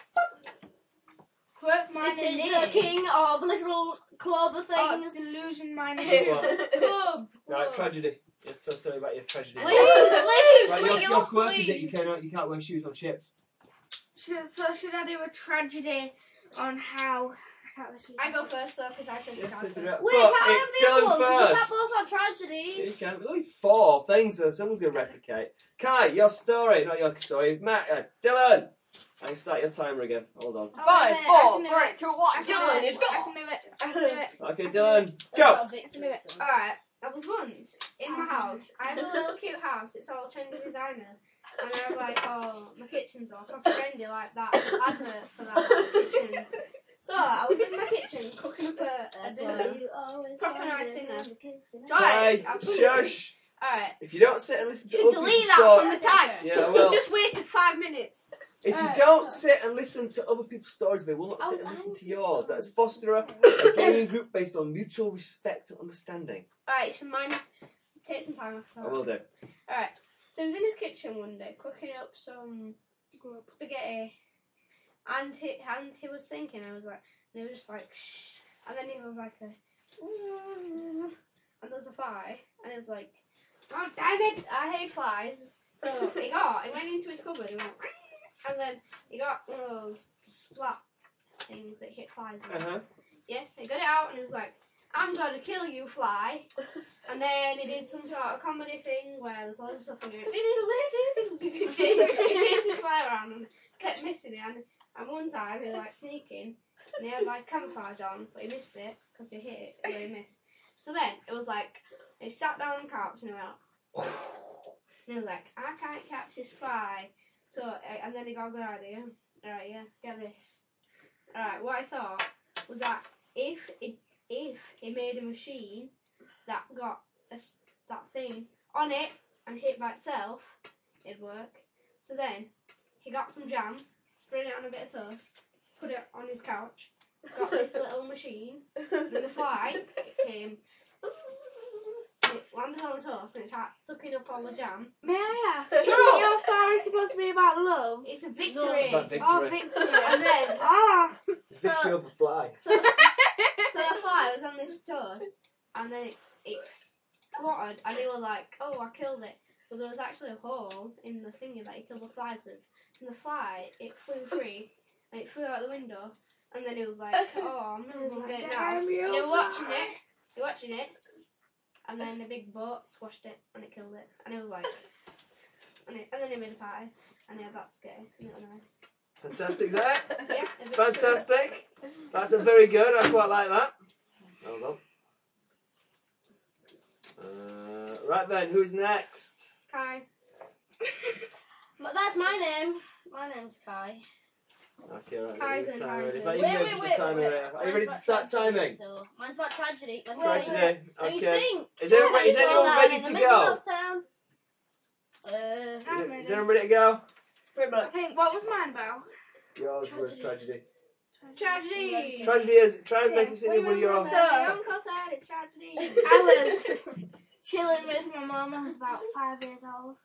[SPEAKER 5] Quirk minor
[SPEAKER 3] This is
[SPEAKER 5] name.
[SPEAKER 3] the king of little clover
[SPEAKER 5] Oh,
[SPEAKER 3] things.
[SPEAKER 5] delusion minor name.
[SPEAKER 2] What?
[SPEAKER 3] Club.
[SPEAKER 2] Right, tragedy. You have to tell a story about your tragedy.
[SPEAKER 3] Leave, leave,
[SPEAKER 2] Right, your,
[SPEAKER 3] leave,
[SPEAKER 2] your quirk is that
[SPEAKER 3] leave.
[SPEAKER 2] you cannot you can't wear shoes on ships.
[SPEAKER 5] Should, so should I do a tragedy on how? I can't really see.
[SPEAKER 6] I go first, though, because I
[SPEAKER 2] You
[SPEAKER 6] think
[SPEAKER 2] have to do
[SPEAKER 6] I
[SPEAKER 2] that.
[SPEAKER 3] Wait,
[SPEAKER 2] but
[SPEAKER 3] can I
[SPEAKER 2] it's
[SPEAKER 3] have the
[SPEAKER 2] Dylan
[SPEAKER 3] other one? Because
[SPEAKER 2] first.
[SPEAKER 3] that both are
[SPEAKER 2] Yeah, You
[SPEAKER 3] tragedies.
[SPEAKER 2] can. There's only four things, so someone's gonna replicate. Kai, your story, not your story. Matt, uh, Dylan. I can start your timer again. Hold on.
[SPEAKER 4] Five,
[SPEAKER 5] Oh, I
[SPEAKER 4] four,
[SPEAKER 5] can do
[SPEAKER 4] three,
[SPEAKER 5] it.
[SPEAKER 4] two, one.
[SPEAKER 5] I
[SPEAKER 4] Dylan
[SPEAKER 5] can do
[SPEAKER 4] is
[SPEAKER 5] it. I
[SPEAKER 4] gone.
[SPEAKER 5] can do it. I can do it.
[SPEAKER 2] Okay, Dylan, go.
[SPEAKER 6] Alright, I was once in my house. I have a little cute house. It's all trendy designer. And I was like, oh, my kitchen's all proper trendy, like that advert for that kitchens. So I was in my kitchen cooking up a, a dinner. Proper nice dinner.
[SPEAKER 2] Kai,
[SPEAKER 6] Right. I've-
[SPEAKER 2] shush.
[SPEAKER 6] Alright.
[SPEAKER 2] If you don't sit and listen to
[SPEAKER 6] Should
[SPEAKER 2] other
[SPEAKER 6] delete
[SPEAKER 2] people's
[SPEAKER 6] that
[SPEAKER 2] story,
[SPEAKER 6] from the tag.
[SPEAKER 2] yeah, I
[SPEAKER 6] You
[SPEAKER 2] will.
[SPEAKER 6] just wasted five minutes.
[SPEAKER 2] If you
[SPEAKER 6] Uh,
[SPEAKER 2] don't sit and listen to other people's stories, they will not sit
[SPEAKER 3] Oh,
[SPEAKER 2] and listen
[SPEAKER 3] I'm
[SPEAKER 2] to yours. That is foster a a
[SPEAKER 6] Alright,
[SPEAKER 2] gaming group based on mutual respect and understanding.
[SPEAKER 6] so mine take some time off.
[SPEAKER 2] I will do.
[SPEAKER 6] Alright, so he was in his kitchen one day cooking up some spaghetti, and he and he was thinking. I was like, and he was just like, shh, and then he was like a, and there's a fly, and he was like, oh damn it, I hate flies. So he got, he went into his cupboard, and, went, and then he got one of those slap things that hit flies. with.
[SPEAKER 2] Uh huh.
[SPEAKER 6] Yes, he got it out and he was like, I'm gonna kill you, fly. And then he did some sort of comedy thing where there's loads of stuff on it. He chased the fly around and kept missing it. And, and one time he was like sneaking and he had like camouflage on, but he missed it because he hit it and he missed. So then it was like, he sat down on the couch and he went, and he was like, I can't catch this fly. So, uh, and then he got a good idea. Alright, yeah, get this. Alright, what I thought was that if it if it made a machine that got a s that thing on it and hit by itself, it'd work. So then he got some jam, spread it on a bit of toast, put it on his couch, got this little machine, and the fly came. and It landed on the toast and it started sucking up all the jam.
[SPEAKER 5] May I ask?
[SPEAKER 4] Sure.
[SPEAKER 5] Isn't your story supposed to be about love?
[SPEAKER 6] It's a victory.
[SPEAKER 2] About
[SPEAKER 5] Oh,
[SPEAKER 2] victory.
[SPEAKER 6] and
[SPEAKER 5] victory.
[SPEAKER 6] then
[SPEAKER 5] ah,
[SPEAKER 3] uh,
[SPEAKER 2] Victory over fly.
[SPEAKER 6] So, so the fly was on this toast, and then it, it squatted, and they were like, "Oh, I killed it," but there was actually a hole in the thingy that he killed the flies with. And the fly, it flew free, and it flew out the window, and then he was like, "Oh, I'm never gonna get it now."
[SPEAKER 5] damn
[SPEAKER 6] And they were
[SPEAKER 5] you.
[SPEAKER 6] watching it, they were watching it, and then a big boat squashed it, and it killed it, and it was like. and, it, and then he made a pie, and they had that spaghetti, and it was nice.
[SPEAKER 2] Fantastic, Zach.
[SPEAKER 6] Yeah, a bit
[SPEAKER 2] Fantastic. That's a very good. I quite like that. Hold on. Uh, right then, who's next?
[SPEAKER 6] Kai.
[SPEAKER 3] But that's my name. My name's Kai.
[SPEAKER 2] Okay, right.
[SPEAKER 6] Kaizen,
[SPEAKER 2] Kaizen, ready.
[SPEAKER 6] Kaizen.
[SPEAKER 2] Right, you
[SPEAKER 3] Wait,
[SPEAKER 2] can
[SPEAKER 3] wait,
[SPEAKER 2] go for
[SPEAKER 3] wait,
[SPEAKER 2] timing
[SPEAKER 3] wait.
[SPEAKER 2] right now. Are you
[SPEAKER 3] Mine's
[SPEAKER 2] ready to
[SPEAKER 3] about
[SPEAKER 2] start
[SPEAKER 3] tragedy,
[SPEAKER 2] timing?
[SPEAKER 3] So mine's about tragedy. Mine's
[SPEAKER 2] Try
[SPEAKER 3] about
[SPEAKER 2] today.
[SPEAKER 3] And you
[SPEAKER 2] Okay.
[SPEAKER 3] think?
[SPEAKER 2] Is everyone, is
[SPEAKER 3] Well,
[SPEAKER 2] anyone
[SPEAKER 3] I'm
[SPEAKER 2] ready
[SPEAKER 3] in the
[SPEAKER 2] to
[SPEAKER 3] middle
[SPEAKER 2] go?
[SPEAKER 3] of town. Uh,
[SPEAKER 2] Is,
[SPEAKER 5] I'm
[SPEAKER 2] it- is
[SPEAKER 5] ready.
[SPEAKER 2] everyone ready to go?
[SPEAKER 4] Pretty
[SPEAKER 5] I
[SPEAKER 4] much.
[SPEAKER 5] think what was mine about?
[SPEAKER 2] Yours was tragedy.
[SPEAKER 6] Tragedy!
[SPEAKER 2] Tragedy is try and make
[SPEAKER 5] Yeah.
[SPEAKER 2] us into one of your
[SPEAKER 4] So-
[SPEAKER 6] uncle said it's
[SPEAKER 3] Uh,
[SPEAKER 6] tragedy.
[SPEAKER 5] I was chilling with my mum. I was about five years old.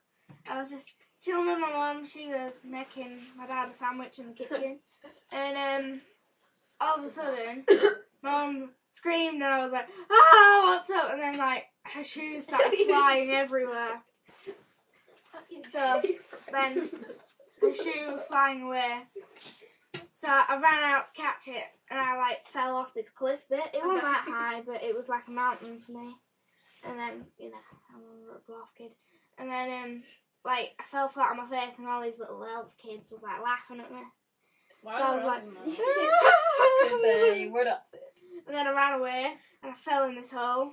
[SPEAKER 5] I was just chilling with my mum. She was making my dad a sandwich in the kitchen, and um, all of a sudden, my mum screamed, and I was like, "Ah, what's up?" And then like her shoes started flying everywhere. So then the shoe was flying away. So I ran out to catch it, and I like fell off this cliff bit. It wasn't that high, but it was like a mountain for me. And then you know I'm a little dwarf kid, and then um like I fell flat on my face, and all these little elf kids was like laughing at me.
[SPEAKER 3] why
[SPEAKER 5] So I
[SPEAKER 3] are
[SPEAKER 5] was
[SPEAKER 3] all
[SPEAKER 5] like-
[SPEAKER 3] of them on?
[SPEAKER 4] Because they were not.
[SPEAKER 5] And then I ran away, and I fell in this hole.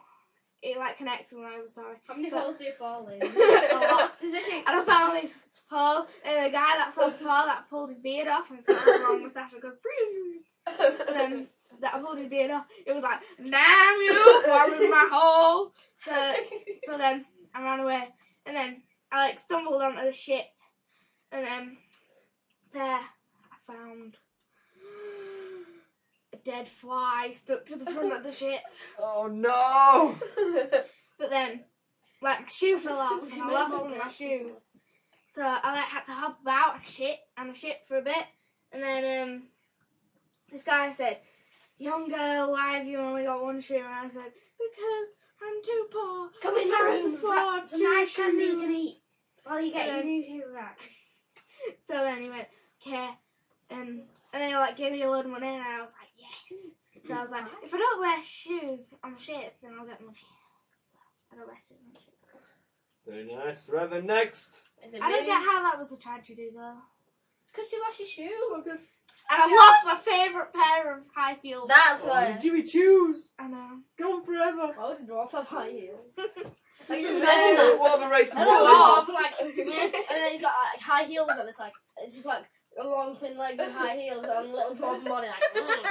[SPEAKER 5] It like connects with my other story.
[SPEAKER 6] How many holes do you fall in? Does this thing
[SPEAKER 5] And I found this hole, and the guy that saw before that pulled his beard off, and his little long moustache would go. And then that I pulled his beard off, it was like, damn you, for I'm in my hole. So, so then I ran away, and then I like stumbled onto the ship, and then there I found a dead fly stuck to the front of the ship.
[SPEAKER 2] Oh no!
[SPEAKER 5] But then, like, my shoe fell off and I lost one of my shoes. So I like had to hop about and shit and shit for a bit. And then um, this guy said, "Young girl, why have you only got one shoe?" And I said, "Because I'm too poor.
[SPEAKER 3] Come in my
[SPEAKER 5] I
[SPEAKER 3] room.
[SPEAKER 5] can't afford
[SPEAKER 3] It's a
[SPEAKER 5] two
[SPEAKER 3] nice candy you can
[SPEAKER 5] shoes."
[SPEAKER 3] eat while you get
[SPEAKER 5] Yeah.
[SPEAKER 3] your new shoe back.
[SPEAKER 5] So then he went, "Okay," um, and then he like gave me a load of money, and I was like, "Yes." So I was like,
[SPEAKER 3] Uh-huh.
[SPEAKER 5] "If I don't wear shoes on the ship, then I'll get money." So I don't wear shoes. On the ship.
[SPEAKER 2] Very nice. Right then, next.
[SPEAKER 4] Is it
[SPEAKER 5] I don't
[SPEAKER 4] me?
[SPEAKER 5] get how that was a tragedy though.
[SPEAKER 6] Because you lost your shoe.
[SPEAKER 5] And I lost my favourite pair of high heels.
[SPEAKER 4] That's
[SPEAKER 2] Oh,
[SPEAKER 4] why.
[SPEAKER 2] Jimmy Choos!
[SPEAKER 5] I know.
[SPEAKER 2] Gone forever!
[SPEAKER 6] Why would a dwarf have high heels?
[SPEAKER 4] Like, just imagine
[SPEAKER 2] Uh,
[SPEAKER 4] that.
[SPEAKER 2] What have a race
[SPEAKER 3] And
[SPEAKER 4] What
[SPEAKER 3] then,
[SPEAKER 4] would-
[SPEAKER 2] what
[SPEAKER 3] like, like, and then you got like high heels and it's like it's just like a long thin leg with high heels on a little dwarf body like. Mm.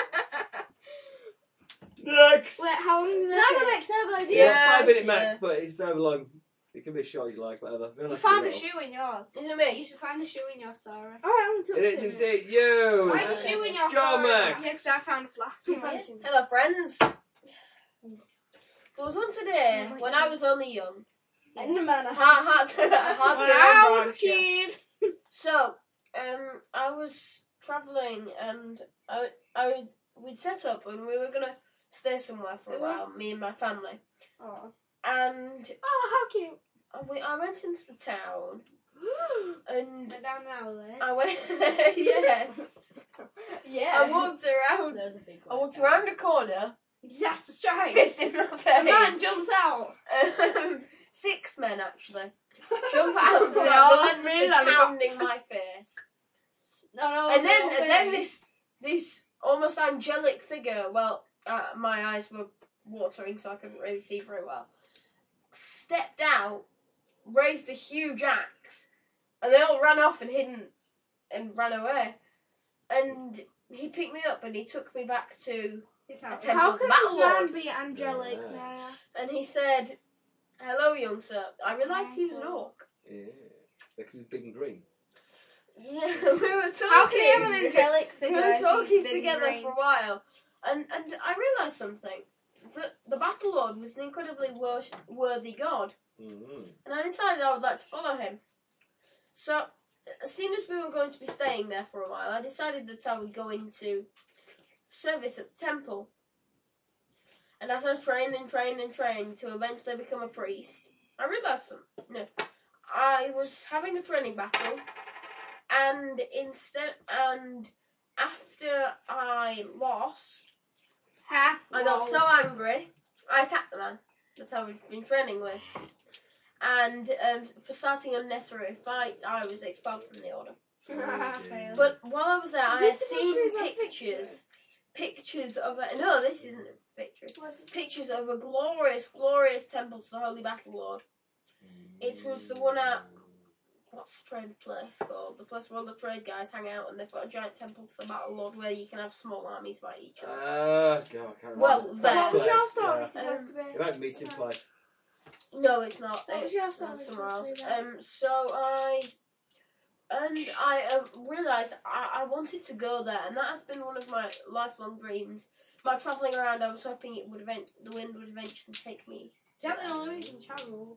[SPEAKER 2] Next!
[SPEAKER 5] Wait, how long did
[SPEAKER 3] Did I go
[SPEAKER 5] that
[SPEAKER 3] next? No, but I did.
[SPEAKER 2] Yeah, five minute
[SPEAKER 4] yeah.
[SPEAKER 2] max, but it's so long. It can be as short as you like, whatever. We don't
[SPEAKER 6] You
[SPEAKER 2] have to
[SPEAKER 6] found
[SPEAKER 2] do
[SPEAKER 6] a
[SPEAKER 2] it all.
[SPEAKER 6] shoe in yours.
[SPEAKER 4] Is it
[SPEAKER 6] You
[SPEAKER 4] me?
[SPEAKER 6] should find a shoe in your story.
[SPEAKER 5] Oh, I only took
[SPEAKER 2] It is
[SPEAKER 5] two minutes.
[SPEAKER 2] indeed you!
[SPEAKER 6] Find a
[SPEAKER 4] Okay.
[SPEAKER 6] shoe in your
[SPEAKER 2] Go,
[SPEAKER 6] story.
[SPEAKER 2] Max.
[SPEAKER 5] Yeah, 'cause I found a fly.
[SPEAKER 6] You found a shoe.
[SPEAKER 4] Hello, friends. There was once a day when I was only young.
[SPEAKER 3] In the manner.
[SPEAKER 4] Hard, hard, to- hard to
[SPEAKER 5] When I
[SPEAKER 4] remember,
[SPEAKER 5] was
[SPEAKER 4] I'm
[SPEAKER 5] a
[SPEAKER 4] sure.
[SPEAKER 5] kid.
[SPEAKER 4] So, um, I was traveling and I, I, we'd set up and we were gonna stay somewhere for a
[SPEAKER 6] Mhm.
[SPEAKER 4] while, me and my family.
[SPEAKER 6] Oh.
[SPEAKER 4] And
[SPEAKER 5] Oh, how cute.
[SPEAKER 4] I- we, I went into the town and
[SPEAKER 6] Went down an alleyway.
[SPEAKER 4] I went, yes,
[SPEAKER 3] Yeah.
[SPEAKER 4] I walked around.
[SPEAKER 3] There's a big
[SPEAKER 4] I
[SPEAKER 3] one.
[SPEAKER 4] walked around a corner,
[SPEAKER 6] Disaster strike.
[SPEAKER 4] fist in my
[SPEAKER 6] A man
[SPEAKER 4] face.
[SPEAKER 6] jumps out.
[SPEAKER 4] Um, six men actually jump out and
[SPEAKER 6] They
[SPEAKER 5] all
[SPEAKER 4] relentlessly
[SPEAKER 5] threw
[SPEAKER 4] pounding my face.
[SPEAKER 6] No,
[SPEAKER 5] Oh,
[SPEAKER 6] no.
[SPEAKER 4] and then
[SPEAKER 6] no,
[SPEAKER 4] and then
[SPEAKER 6] wait.
[SPEAKER 4] this this almost angelic figure. Well, uh, my eyes were watering, so I couldn't really see very well. Stepped out, raised a huge axe, and they all ran off and hidden and ran away. And he picked me up and he took me back to
[SPEAKER 6] It's
[SPEAKER 4] a
[SPEAKER 6] out.
[SPEAKER 4] temple
[SPEAKER 5] How could this
[SPEAKER 4] battle lord.
[SPEAKER 5] man be angelic,
[SPEAKER 2] Yeah.
[SPEAKER 5] may I ask?
[SPEAKER 4] And he said, "Hello, young sir." I realised
[SPEAKER 5] Oh
[SPEAKER 4] he was an orc.
[SPEAKER 2] Yeah, because it's big and green.
[SPEAKER 4] Yeah, we were talking.
[SPEAKER 5] How could he have an angelic
[SPEAKER 4] We
[SPEAKER 5] figure?
[SPEAKER 4] were
[SPEAKER 5] if
[SPEAKER 4] talking
[SPEAKER 5] he's been
[SPEAKER 4] together
[SPEAKER 5] green?
[SPEAKER 4] for a while, and and I realised something. That the Battle Lord was an incredibly wor- worthy god,
[SPEAKER 2] Mhm.
[SPEAKER 4] and I decided I would like to follow him. So, as soon as we were going to be staying there for a while, I decided that I would go into service at the temple. And as I trained and trained and trained to eventually become a priest, I realised something. No, I was having a training battle, and instead, and after I lost,
[SPEAKER 5] Ha,
[SPEAKER 4] I got
[SPEAKER 5] lol.
[SPEAKER 4] so angry, I attacked the man that I've been training with. and um, for starting unnecessary fights, I was expelled from the order.
[SPEAKER 6] Fail.
[SPEAKER 4] But while I was there, I had
[SPEAKER 6] Is this the
[SPEAKER 4] seen
[SPEAKER 6] mystery about
[SPEAKER 4] pictures, pictures of a, no, this isn't a picture. Pictures of a glorious, glorious temple to the Holy Battle Lord. It was the one at what's the trade place called? The place where all the trade guys hang out, and they've got a giant temple to the Battle Lord where you can have small armies fight each other.
[SPEAKER 2] Uh, God, I can't remember.
[SPEAKER 4] Well,
[SPEAKER 2] That
[SPEAKER 4] that-
[SPEAKER 5] What was your
[SPEAKER 2] place,
[SPEAKER 5] story
[SPEAKER 2] yeah.
[SPEAKER 5] supposed to be?
[SPEAKER 2] It might be me too twice.
[SPEAKER 4] No, it's not.
[SPEAKER 5] What was
[SPEAKER 4] It's
[SPEAKER 5] your story
[SPEAKER 4] somewhere
[SPEAKER 5] supposed to
[SPEAKER 4] else.
[SPEAKER 5] be then?
[SPEAKER 4] Um, so I and I um, realised I, I wanted to go there, and that has been one of my lifelong dreams. By travelling around, I was hoping it would event the wind would eventually take me.
[SPEAKER 6] Gently on Norwegian Channel.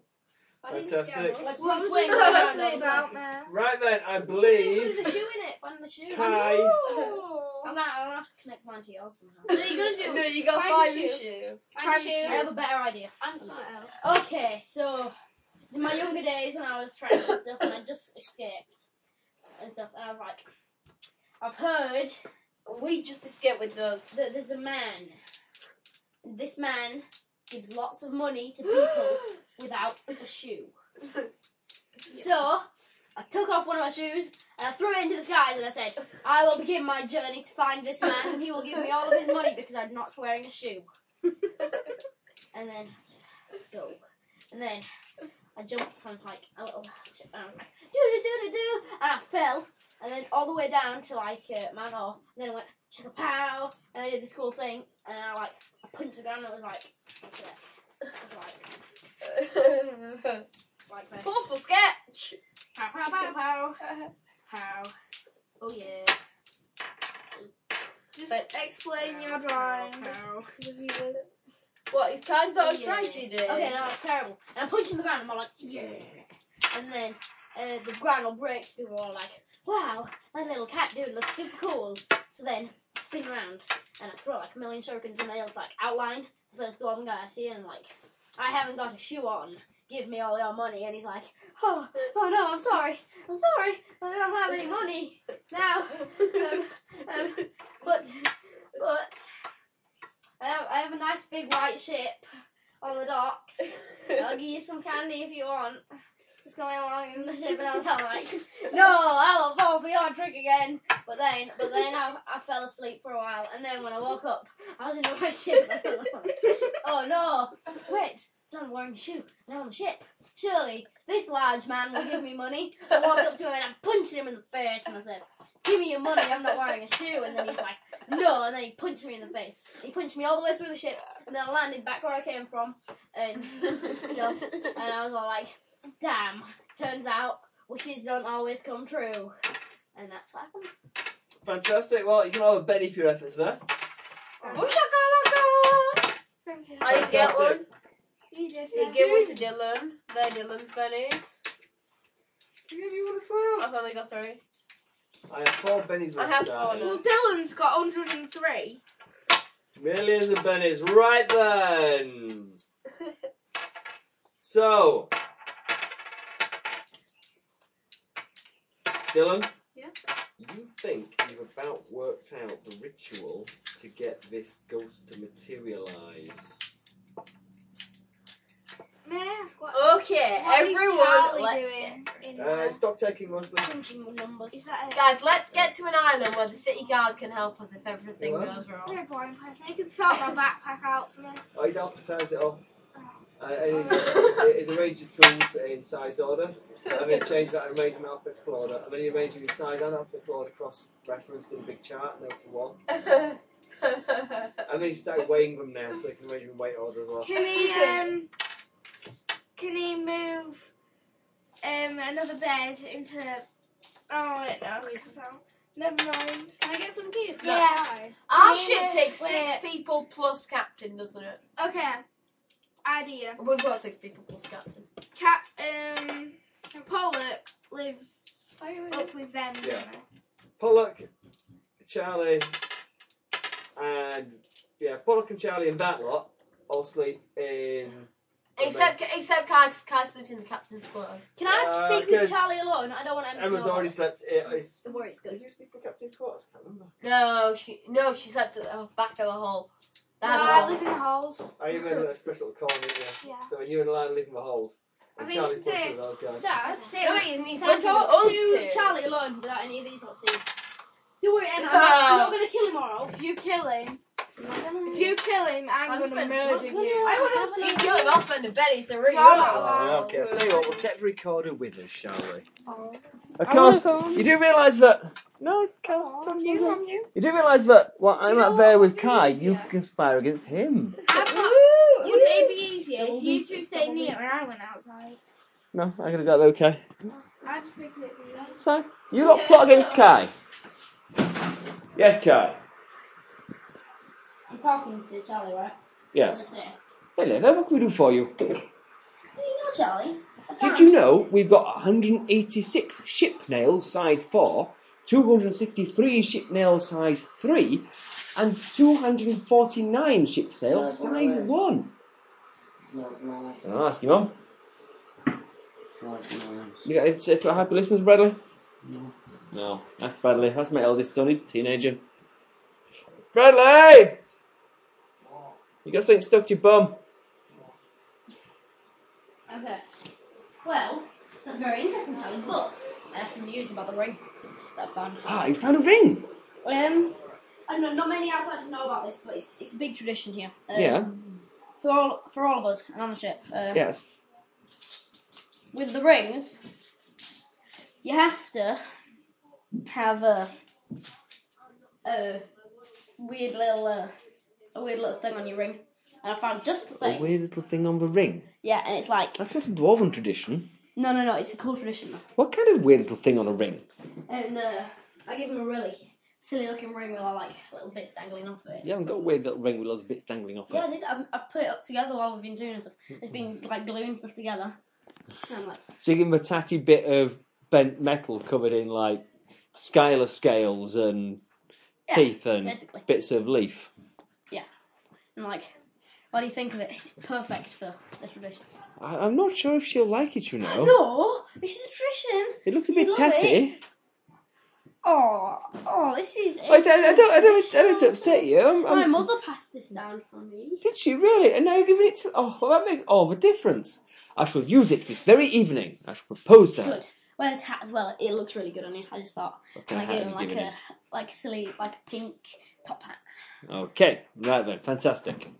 [SPEAKER 6] I didn't
[SPEAKER 2] Fantastic.
[SPEAKER 6] get it.
[SPEAKER 2] Like,
[SPEAKER 5] What was
[SPEAKER 6] This
[SPEAKER 5] this
[SPEAKER 6] is
[SPEAKER 5] supposed to
[SPEAKER 6] the
[SPEAKER 5] be about,
[SPEAKER 6] about
[SPEAKER 5] Mare?
[SPEAKER 2] Right then, I
[SPEAKER 3] Believe.
[SPEAKER 2] believe
[SPEAKER 3] There's a shoe in it. Find the shoe.
[SPEAKER 2] Kai.
[SPEAKER 3] I'm
[SPEAKER 6] Oh.
[SPEAKER 3] gonna, I'm gonna have to connect mine to yours somehow. So you're gonna do.
[SPEAKER 4] No, you got
[SPEAKER 6] Find
[SPEAKER 4] five
[SPEAKER 6] your
[SPEAKER 4] issue.
[SPEAKER 6] Thank
[SPEAKER 5] Thank
[SPEAKER 6] you.
[SPEAKER 3] I have a better idea.
[SPEAKER 6] And something else.
[SPEAKER 3] Okay, so in my younger days when I was threatened and stuff, and I just escaped and stuff, and I was like, I've heard
[SPEAKER 4] We just escaped with those.
[SPEAKER 3] that there's a man. And this man gives lots of money to people without a shoe. So I took off one of my shoes and I threw it into the skies and I said, I will begin my journey to find this man and he will give me all of his money because I'm not wearing a shoe. and then I said, let's go. And then I jumped on like a little and I was like, do do do do do and I fell and then all the way down to like uh, manhole and then I went chicka pow and I did this cool thing and I like I punched the ground and it was like like that. It was like like that.
[SPEAKER 4] Possible sketch.
[SPEAKER 3] Pow, pow, pow, pow. Pow. Oh, yeah.
[SPEAKER 5] Just
[SPEAKER 4] But-
[SPEAKER 5] explain your drawing to the viewers.
[SPEAKER 4] What is Kai's
[SPEAKER 3] Oh,
[SPEAKER 4] not a
[SPEAKER 3] yeah.
[SPEAKER 4] strategy, dude?
[SPEAKER 3] Okay, no, that's terrible. And I'm punching the ground, and I'm like, yeah. And then uh, the ground all breaks, people are like, wow, that little cat dude looks super cool. So then I spin around, and I throw like a million shurikens, and they all like outline the first one guy I see, and I'm like, I haven't got a shoe on. Give me all your money, and he's like, oh, oh no, I'm sorry, I'm sorry, I don't have any money now. Um, um, but, but, I have, I have a nice big white ship on the docks. I'll give you some candy if you want. It's going along in the ship, and I was all like, "No, I will fall for your trick again." But then, but then I, I fell asleep for a while, and then when I woke up, I was in the right ship. and I was like, oh no! Wait, I'm wearing a shoe, and I'm on the ship. Surely this large man will give me money. I walked up to him and I punched him in the face, and I said, "Give me your money. I'm not wearing a shoe." And then he's like, "No!" And then he punched me in the face. He punched me all the way through the ship, and then I landed back where I came from, and no. and I was all like, damn, turns out wishes don't always come true. And that's what happened.
[SPEAKER 2] Fantastic. Well, you can have a Benny for your efforts, man.
[SPEAKER 4] Bushakalaka!
[SPEAKER 5] Thank you.
[SPEAKER 4] I didn't get one.
[SPEAKER 2] Fantastic.
[SPEAKER 5] You did.
[SPEAKER 4] He
[SPEAKER 5] yeah.
[SPEAKER 4] gave one to Dylan. They're Dylan's bennies.
[SPEAKER 2] You gave me one as well.
[SPEAKER 4] I've only got three.
[SPEAKER 2] I have four Bennies
[SPEAKER 4] I
[SPEAKER 2] left.
[SPEAKER 4] have
[SPEAKER 2] down
[SPEAKER 4] four
[SPEAKER 2] here.
[SPEAKER 5] Well, Dylan's got 103.
[SPEAKER 2] Millions of bennies. Right then. So, Dylan.
[SPEAKER 6] Yeah?
[SPEAKER 2] You think you've about worked out the ritual to get this ghost to materialise?
[SPEAKER 5] May I ask what,
[SPEAKER 4] Okay,
[SPEAKER 5] what is
[SPEAKER 4] everyone,
[SPEAKER 5] Charlie
[SPEAKER 4] let's
[SPEAKER 5] doing? In
[SPEAKER 2] Uh,
[SPEAKER 5] there?
[SPEAKER 2] stop taking mostly.
[SPEAKER 3] Punching with numbers.
[SPEAKER 5] Is that
[SPEAKER 4] get-
[SPEAKER 5] it?
[SPEAKER 4] guys, let's get to an island where the city guard can help us if everything
[SPEAKER 2] What?
[SPEAKER 4] goes wrong.
[SPEAKER 5] You're a boring person. You can sort my backpack out for me.
[SPEAKER 2] Oh, he's alphabetised it all. Uh, and he's, he's arranged your tools in size order. I'm going to change that arrangement alphabetical order. I'm going to arrange them in size and alphabetical order cross referenced in a big chart, note to one. I'm going to start weighing them now so I can arrange them in weight order as well.
[SPEAKER 5] Can he um? Can he move um another bed into? Oh wait, no, we can't. Never mind.
[SPEAKER 6] Can I get some gear? for
[SPEAKER 5] Yeah.
[SPEAKER 6] that guy?
[SPEAKER 4] Our
[SPEAKER 5] Wait,
[SPEAKER 4] ship
[SPEAKER 5] wait,
[SPEAKER 4] takes six
[SPEAKER 5] wait.
[SPEAKER 4] people plus captain, doesn't it?
[SPEAKER 5] Okay. Idea.
[SPEAKER 4] We've got six people plus captain.
[SPEAKER 5] Cat um Pollock lives
[SPEAKER 6] Can I get rid of-
[SPEAKER 5] up with them. doesn't he?
[SPEAKER 2] Pollock, Charlie, and yeah, Pollock and Charlie and that lot all sleep in.
[SPEAKER 4] Except except Kai, 'cause Kai sleeps in the captain's quarters.
[SPEAKER 3] Can I
[SPEAKER 2] Uh,
[SPEAKER 3] speak
[SPEAKER 2] guys,
[SPEAKER 3] with Charlie alone? I don't want Emma to
[SPEAKER 2] Emma's
[SPEAKER 3] know
[SPEAKER 2] already
[SPEAKER 3] about
[SPEAKER 2] slept.
[SPEAKER 3] this.
[SPEAKER 2] It, it's,
[SPEAKER 3] Don't worry, it's
[SPEAKER 2] did
[SPEAKER 3] good.
[SPEAKER 2] you sleep in Captain's Quarters? I can't remember.
[SPEAKER 4] No, she no, she slept at the uh, back of the hall.
[SPEAKER 5] No,
[SPEAKER 4] That
[SPEAKER 5] I
[SPEAKER 4] hall.
[SPEAKER 5] live in holes.
[SPEAKER 2] I even had a special call in there.
[SPEAKER 5] Yeah.
[SPEAKER 2] So when you and Alana leave them a hold,
[SPEAKER 6] I
[SPEAKER 2] And
[SPEAKER 6] think
[SPEAKER 2] Charlie's
[SPEAKER 6] you
[SPEAKER 2] one
[SPEAKER 6] say-
[SPEAKER 2] of those guys.
[SPEAKER 7] Dad,
[SPEAKER 6] Take a reason, he's
[SPEAKER 7] I
[SPEAKER 4] Went
[SPEAKER 6] happy with
[SPEAKER 4] us
[SPEAKER 7] talked to
[SPEAKER 4] two.
[SPEAKER 7] Charlie alone without any of these not seeing. Don't worry, Emma. I'm not, I'm not going to kill him all.
[SPEAKER 5] If you kill
[SPEAKER 7] I'm not
[SPEAKER 5] him,
[SPEAKER 7] gonna-
[SPEAKER 5] if you kill him, I'm,
[SPEAKER 4] I'm
[SPEAKER 5] gonna
[SPEAKER 4] spending
[SPEAKER 5] murder
[SPEAKER 7] What's going
[SPEAKER 5] you.
[SPEAKER 7] on?
[SPEAKER 4] I would also you kill him. I'll spend a penny to read.
[SPEAKER 5] No, I'm not
[SPEAKER 2] Oh,
[SPEAKER 5] allowed.
[SPEAKER 2] okay, I'll tell you what, we'll take the recorder with us, shall we?
[SPEAKER 5] Oh.
[SPEAKER 2] Of
[SPEAKER 8] I wanna
[SPEAKER 2] course,
[SPEAKER 8] go on.
[SPEAKER 2] you do realise that. No, it's Kyle's
[SPEAKER 5] Aw.
[SPEAKER 2] turn,
[SPEAKER 4] You,
[SPEAKER 2] wasn't it?
[SPEAKER 4] from you.
[SPEAKER 2] You do realise that while
[SPEAKER 6] you
[SPEAKER 2] I'm
[SPEAKER 6] know
[SPEAKER 2] out there
[SPEAKER 6] what
[SPEAKER 2] with
[SPEAKER 6] would be
[SPEAKER 2] Kai, you
[SPEAKER 6] easier?
[SPEAKER 2] conspire against him.
[SPEAKER 6] I've got-
[SPEAKER 5] Wouldn't it be easier if you two stayed near and I went outside?
[SPEAKER 2] No, I'm gonna go okay.
[SPEAKER 5] I just think it'd be easier.
[SPEAKER 2] So, you lot plot against Kai. Yes, Kai.
[SPEAKER 3] I'm talking to Charlie, right?
[SPEAKER 2] Yes.
[SPEAKER 3] That's it.
[SPEAKER 2] Hello there, what can we do for you?
[SPEAKER 3] Hey, you know Charlie. I
[SPEAKER 2] Did
[SPEAKER 3] found-
[SPEAKER 2] you know we've got 186 ship nails size 4, 263 ship nails size 3, and 249 ship sails
[SPEAKER 3] Yeah,
[SPEAKER 2] size
[SPEAKER 3] nice.
[SPEAKER 2] 1?
[SPEAKER 3] No, no, that's-
[SPEAKER 2] I'll ask you, Mum.
[SPEAKER 3] no, that's nice.
[SPEAKER 2] You got anything to say to our happy listeners, Bradley?
[SPEAKER 3] No.
[SPEAKER 2] No. That's Bradley. That's my eldest son. He's a teenager. Bradley! You got something stuck to your bum.
[SPEAKER 3] Okay. Well, that's very interesting, Charlie, but I have some news about the ring that I found.
[SPEAKER 2] Ah, you found a ring.
[SPEAKER 3] Um, I don't know, not many outsiders know about this, but it's, it's a big tradition here. Um,
[SPEAKER 2] Yeah.
[SPEAKER 3] For all, for all of us, and on the ship. Uh,
[SPEAKER 2] Yes.
[SPEAKER 3] with the rings, you have to have a, a weird little uh, a weird little thing on your ring, and I found just the
[SPEAKER 2] A
[SPEAKER 3] thing.
[SPEAKER 2] weird little thing on the ring.
[SPEAKER 3] yeah, and it's like
[SPEAKER 2] That's not a dwarven tradition.
[SPEAKER 3] no, no, no. It's a cool tradition. though.
[SPEAKER 2] What kind of weird little thing on a ring?
[SPEAKER 3] And uh, I gave him a really silly looking ring with all like little bits dangling off it.
[SPEAKER 2] You haven't got a weird little ring with loads of bits dangling off
[SPEAKER 3] Yeah,
[SPEAKER 2] it.
[SPEAKER 3] I did. I, I put it up together while we've been doing stuff. It's been like gluing stuff together. And I'm like,
[SPEAKER 2] So you give him a tatty bit of bent metal covered in like scalar scales and
[SPEAKER 3] Yeah,
[SPEAKER 2] teeth and
[SPEAKER 3] basically.
[SPEAKER 2] bits of leaf.
[SPEAKER 3] I'm like, what do you think of it? It's perfect for the tradition.
[SPEAKER 2] I, I'm not sure if she'll like it, you know. Oh.
[SPEAKER 3] No, this is a tradition.
[SPEAKER 2] It looks a
[SPEAKER 3] She'll
[SPEAKER 2] bit
[SPEAKER 3] love
[SPEAKER 2] tatty.
[SPEAKER 3] Oh, oh, this is.
[SPEAKER 2] I, I, I don't, I don't, I don't upset you. I'm,
[SPEAKER 3] My
[SPEAKER 2] I'm,
[SPEAKER 3] mother passed this down for me.
[SPEAKER 2] did she really? And now you're giving it to. Oh, well, that makes all the difference. I shall use it this very evening. I shall propose to her.
[SPEAKER 3] Good. Well, this hat as well. It looks really good on you. I just thought
[SPEAKER 2] What kind
[SPEAKER 3] I
[SPEAKER 2] of hat
[SPEAKER 3] gave
[SPEAKER 2] are
[SPEAKER 3] him
[SPEAKER 2] you
[SPEAKER 3] like
[SPEAKER 2] giving
[SPEAKER 3] a like a silly like a pink top hat.
[SPEAKER 2] him? Okay, right then, fantastic. Can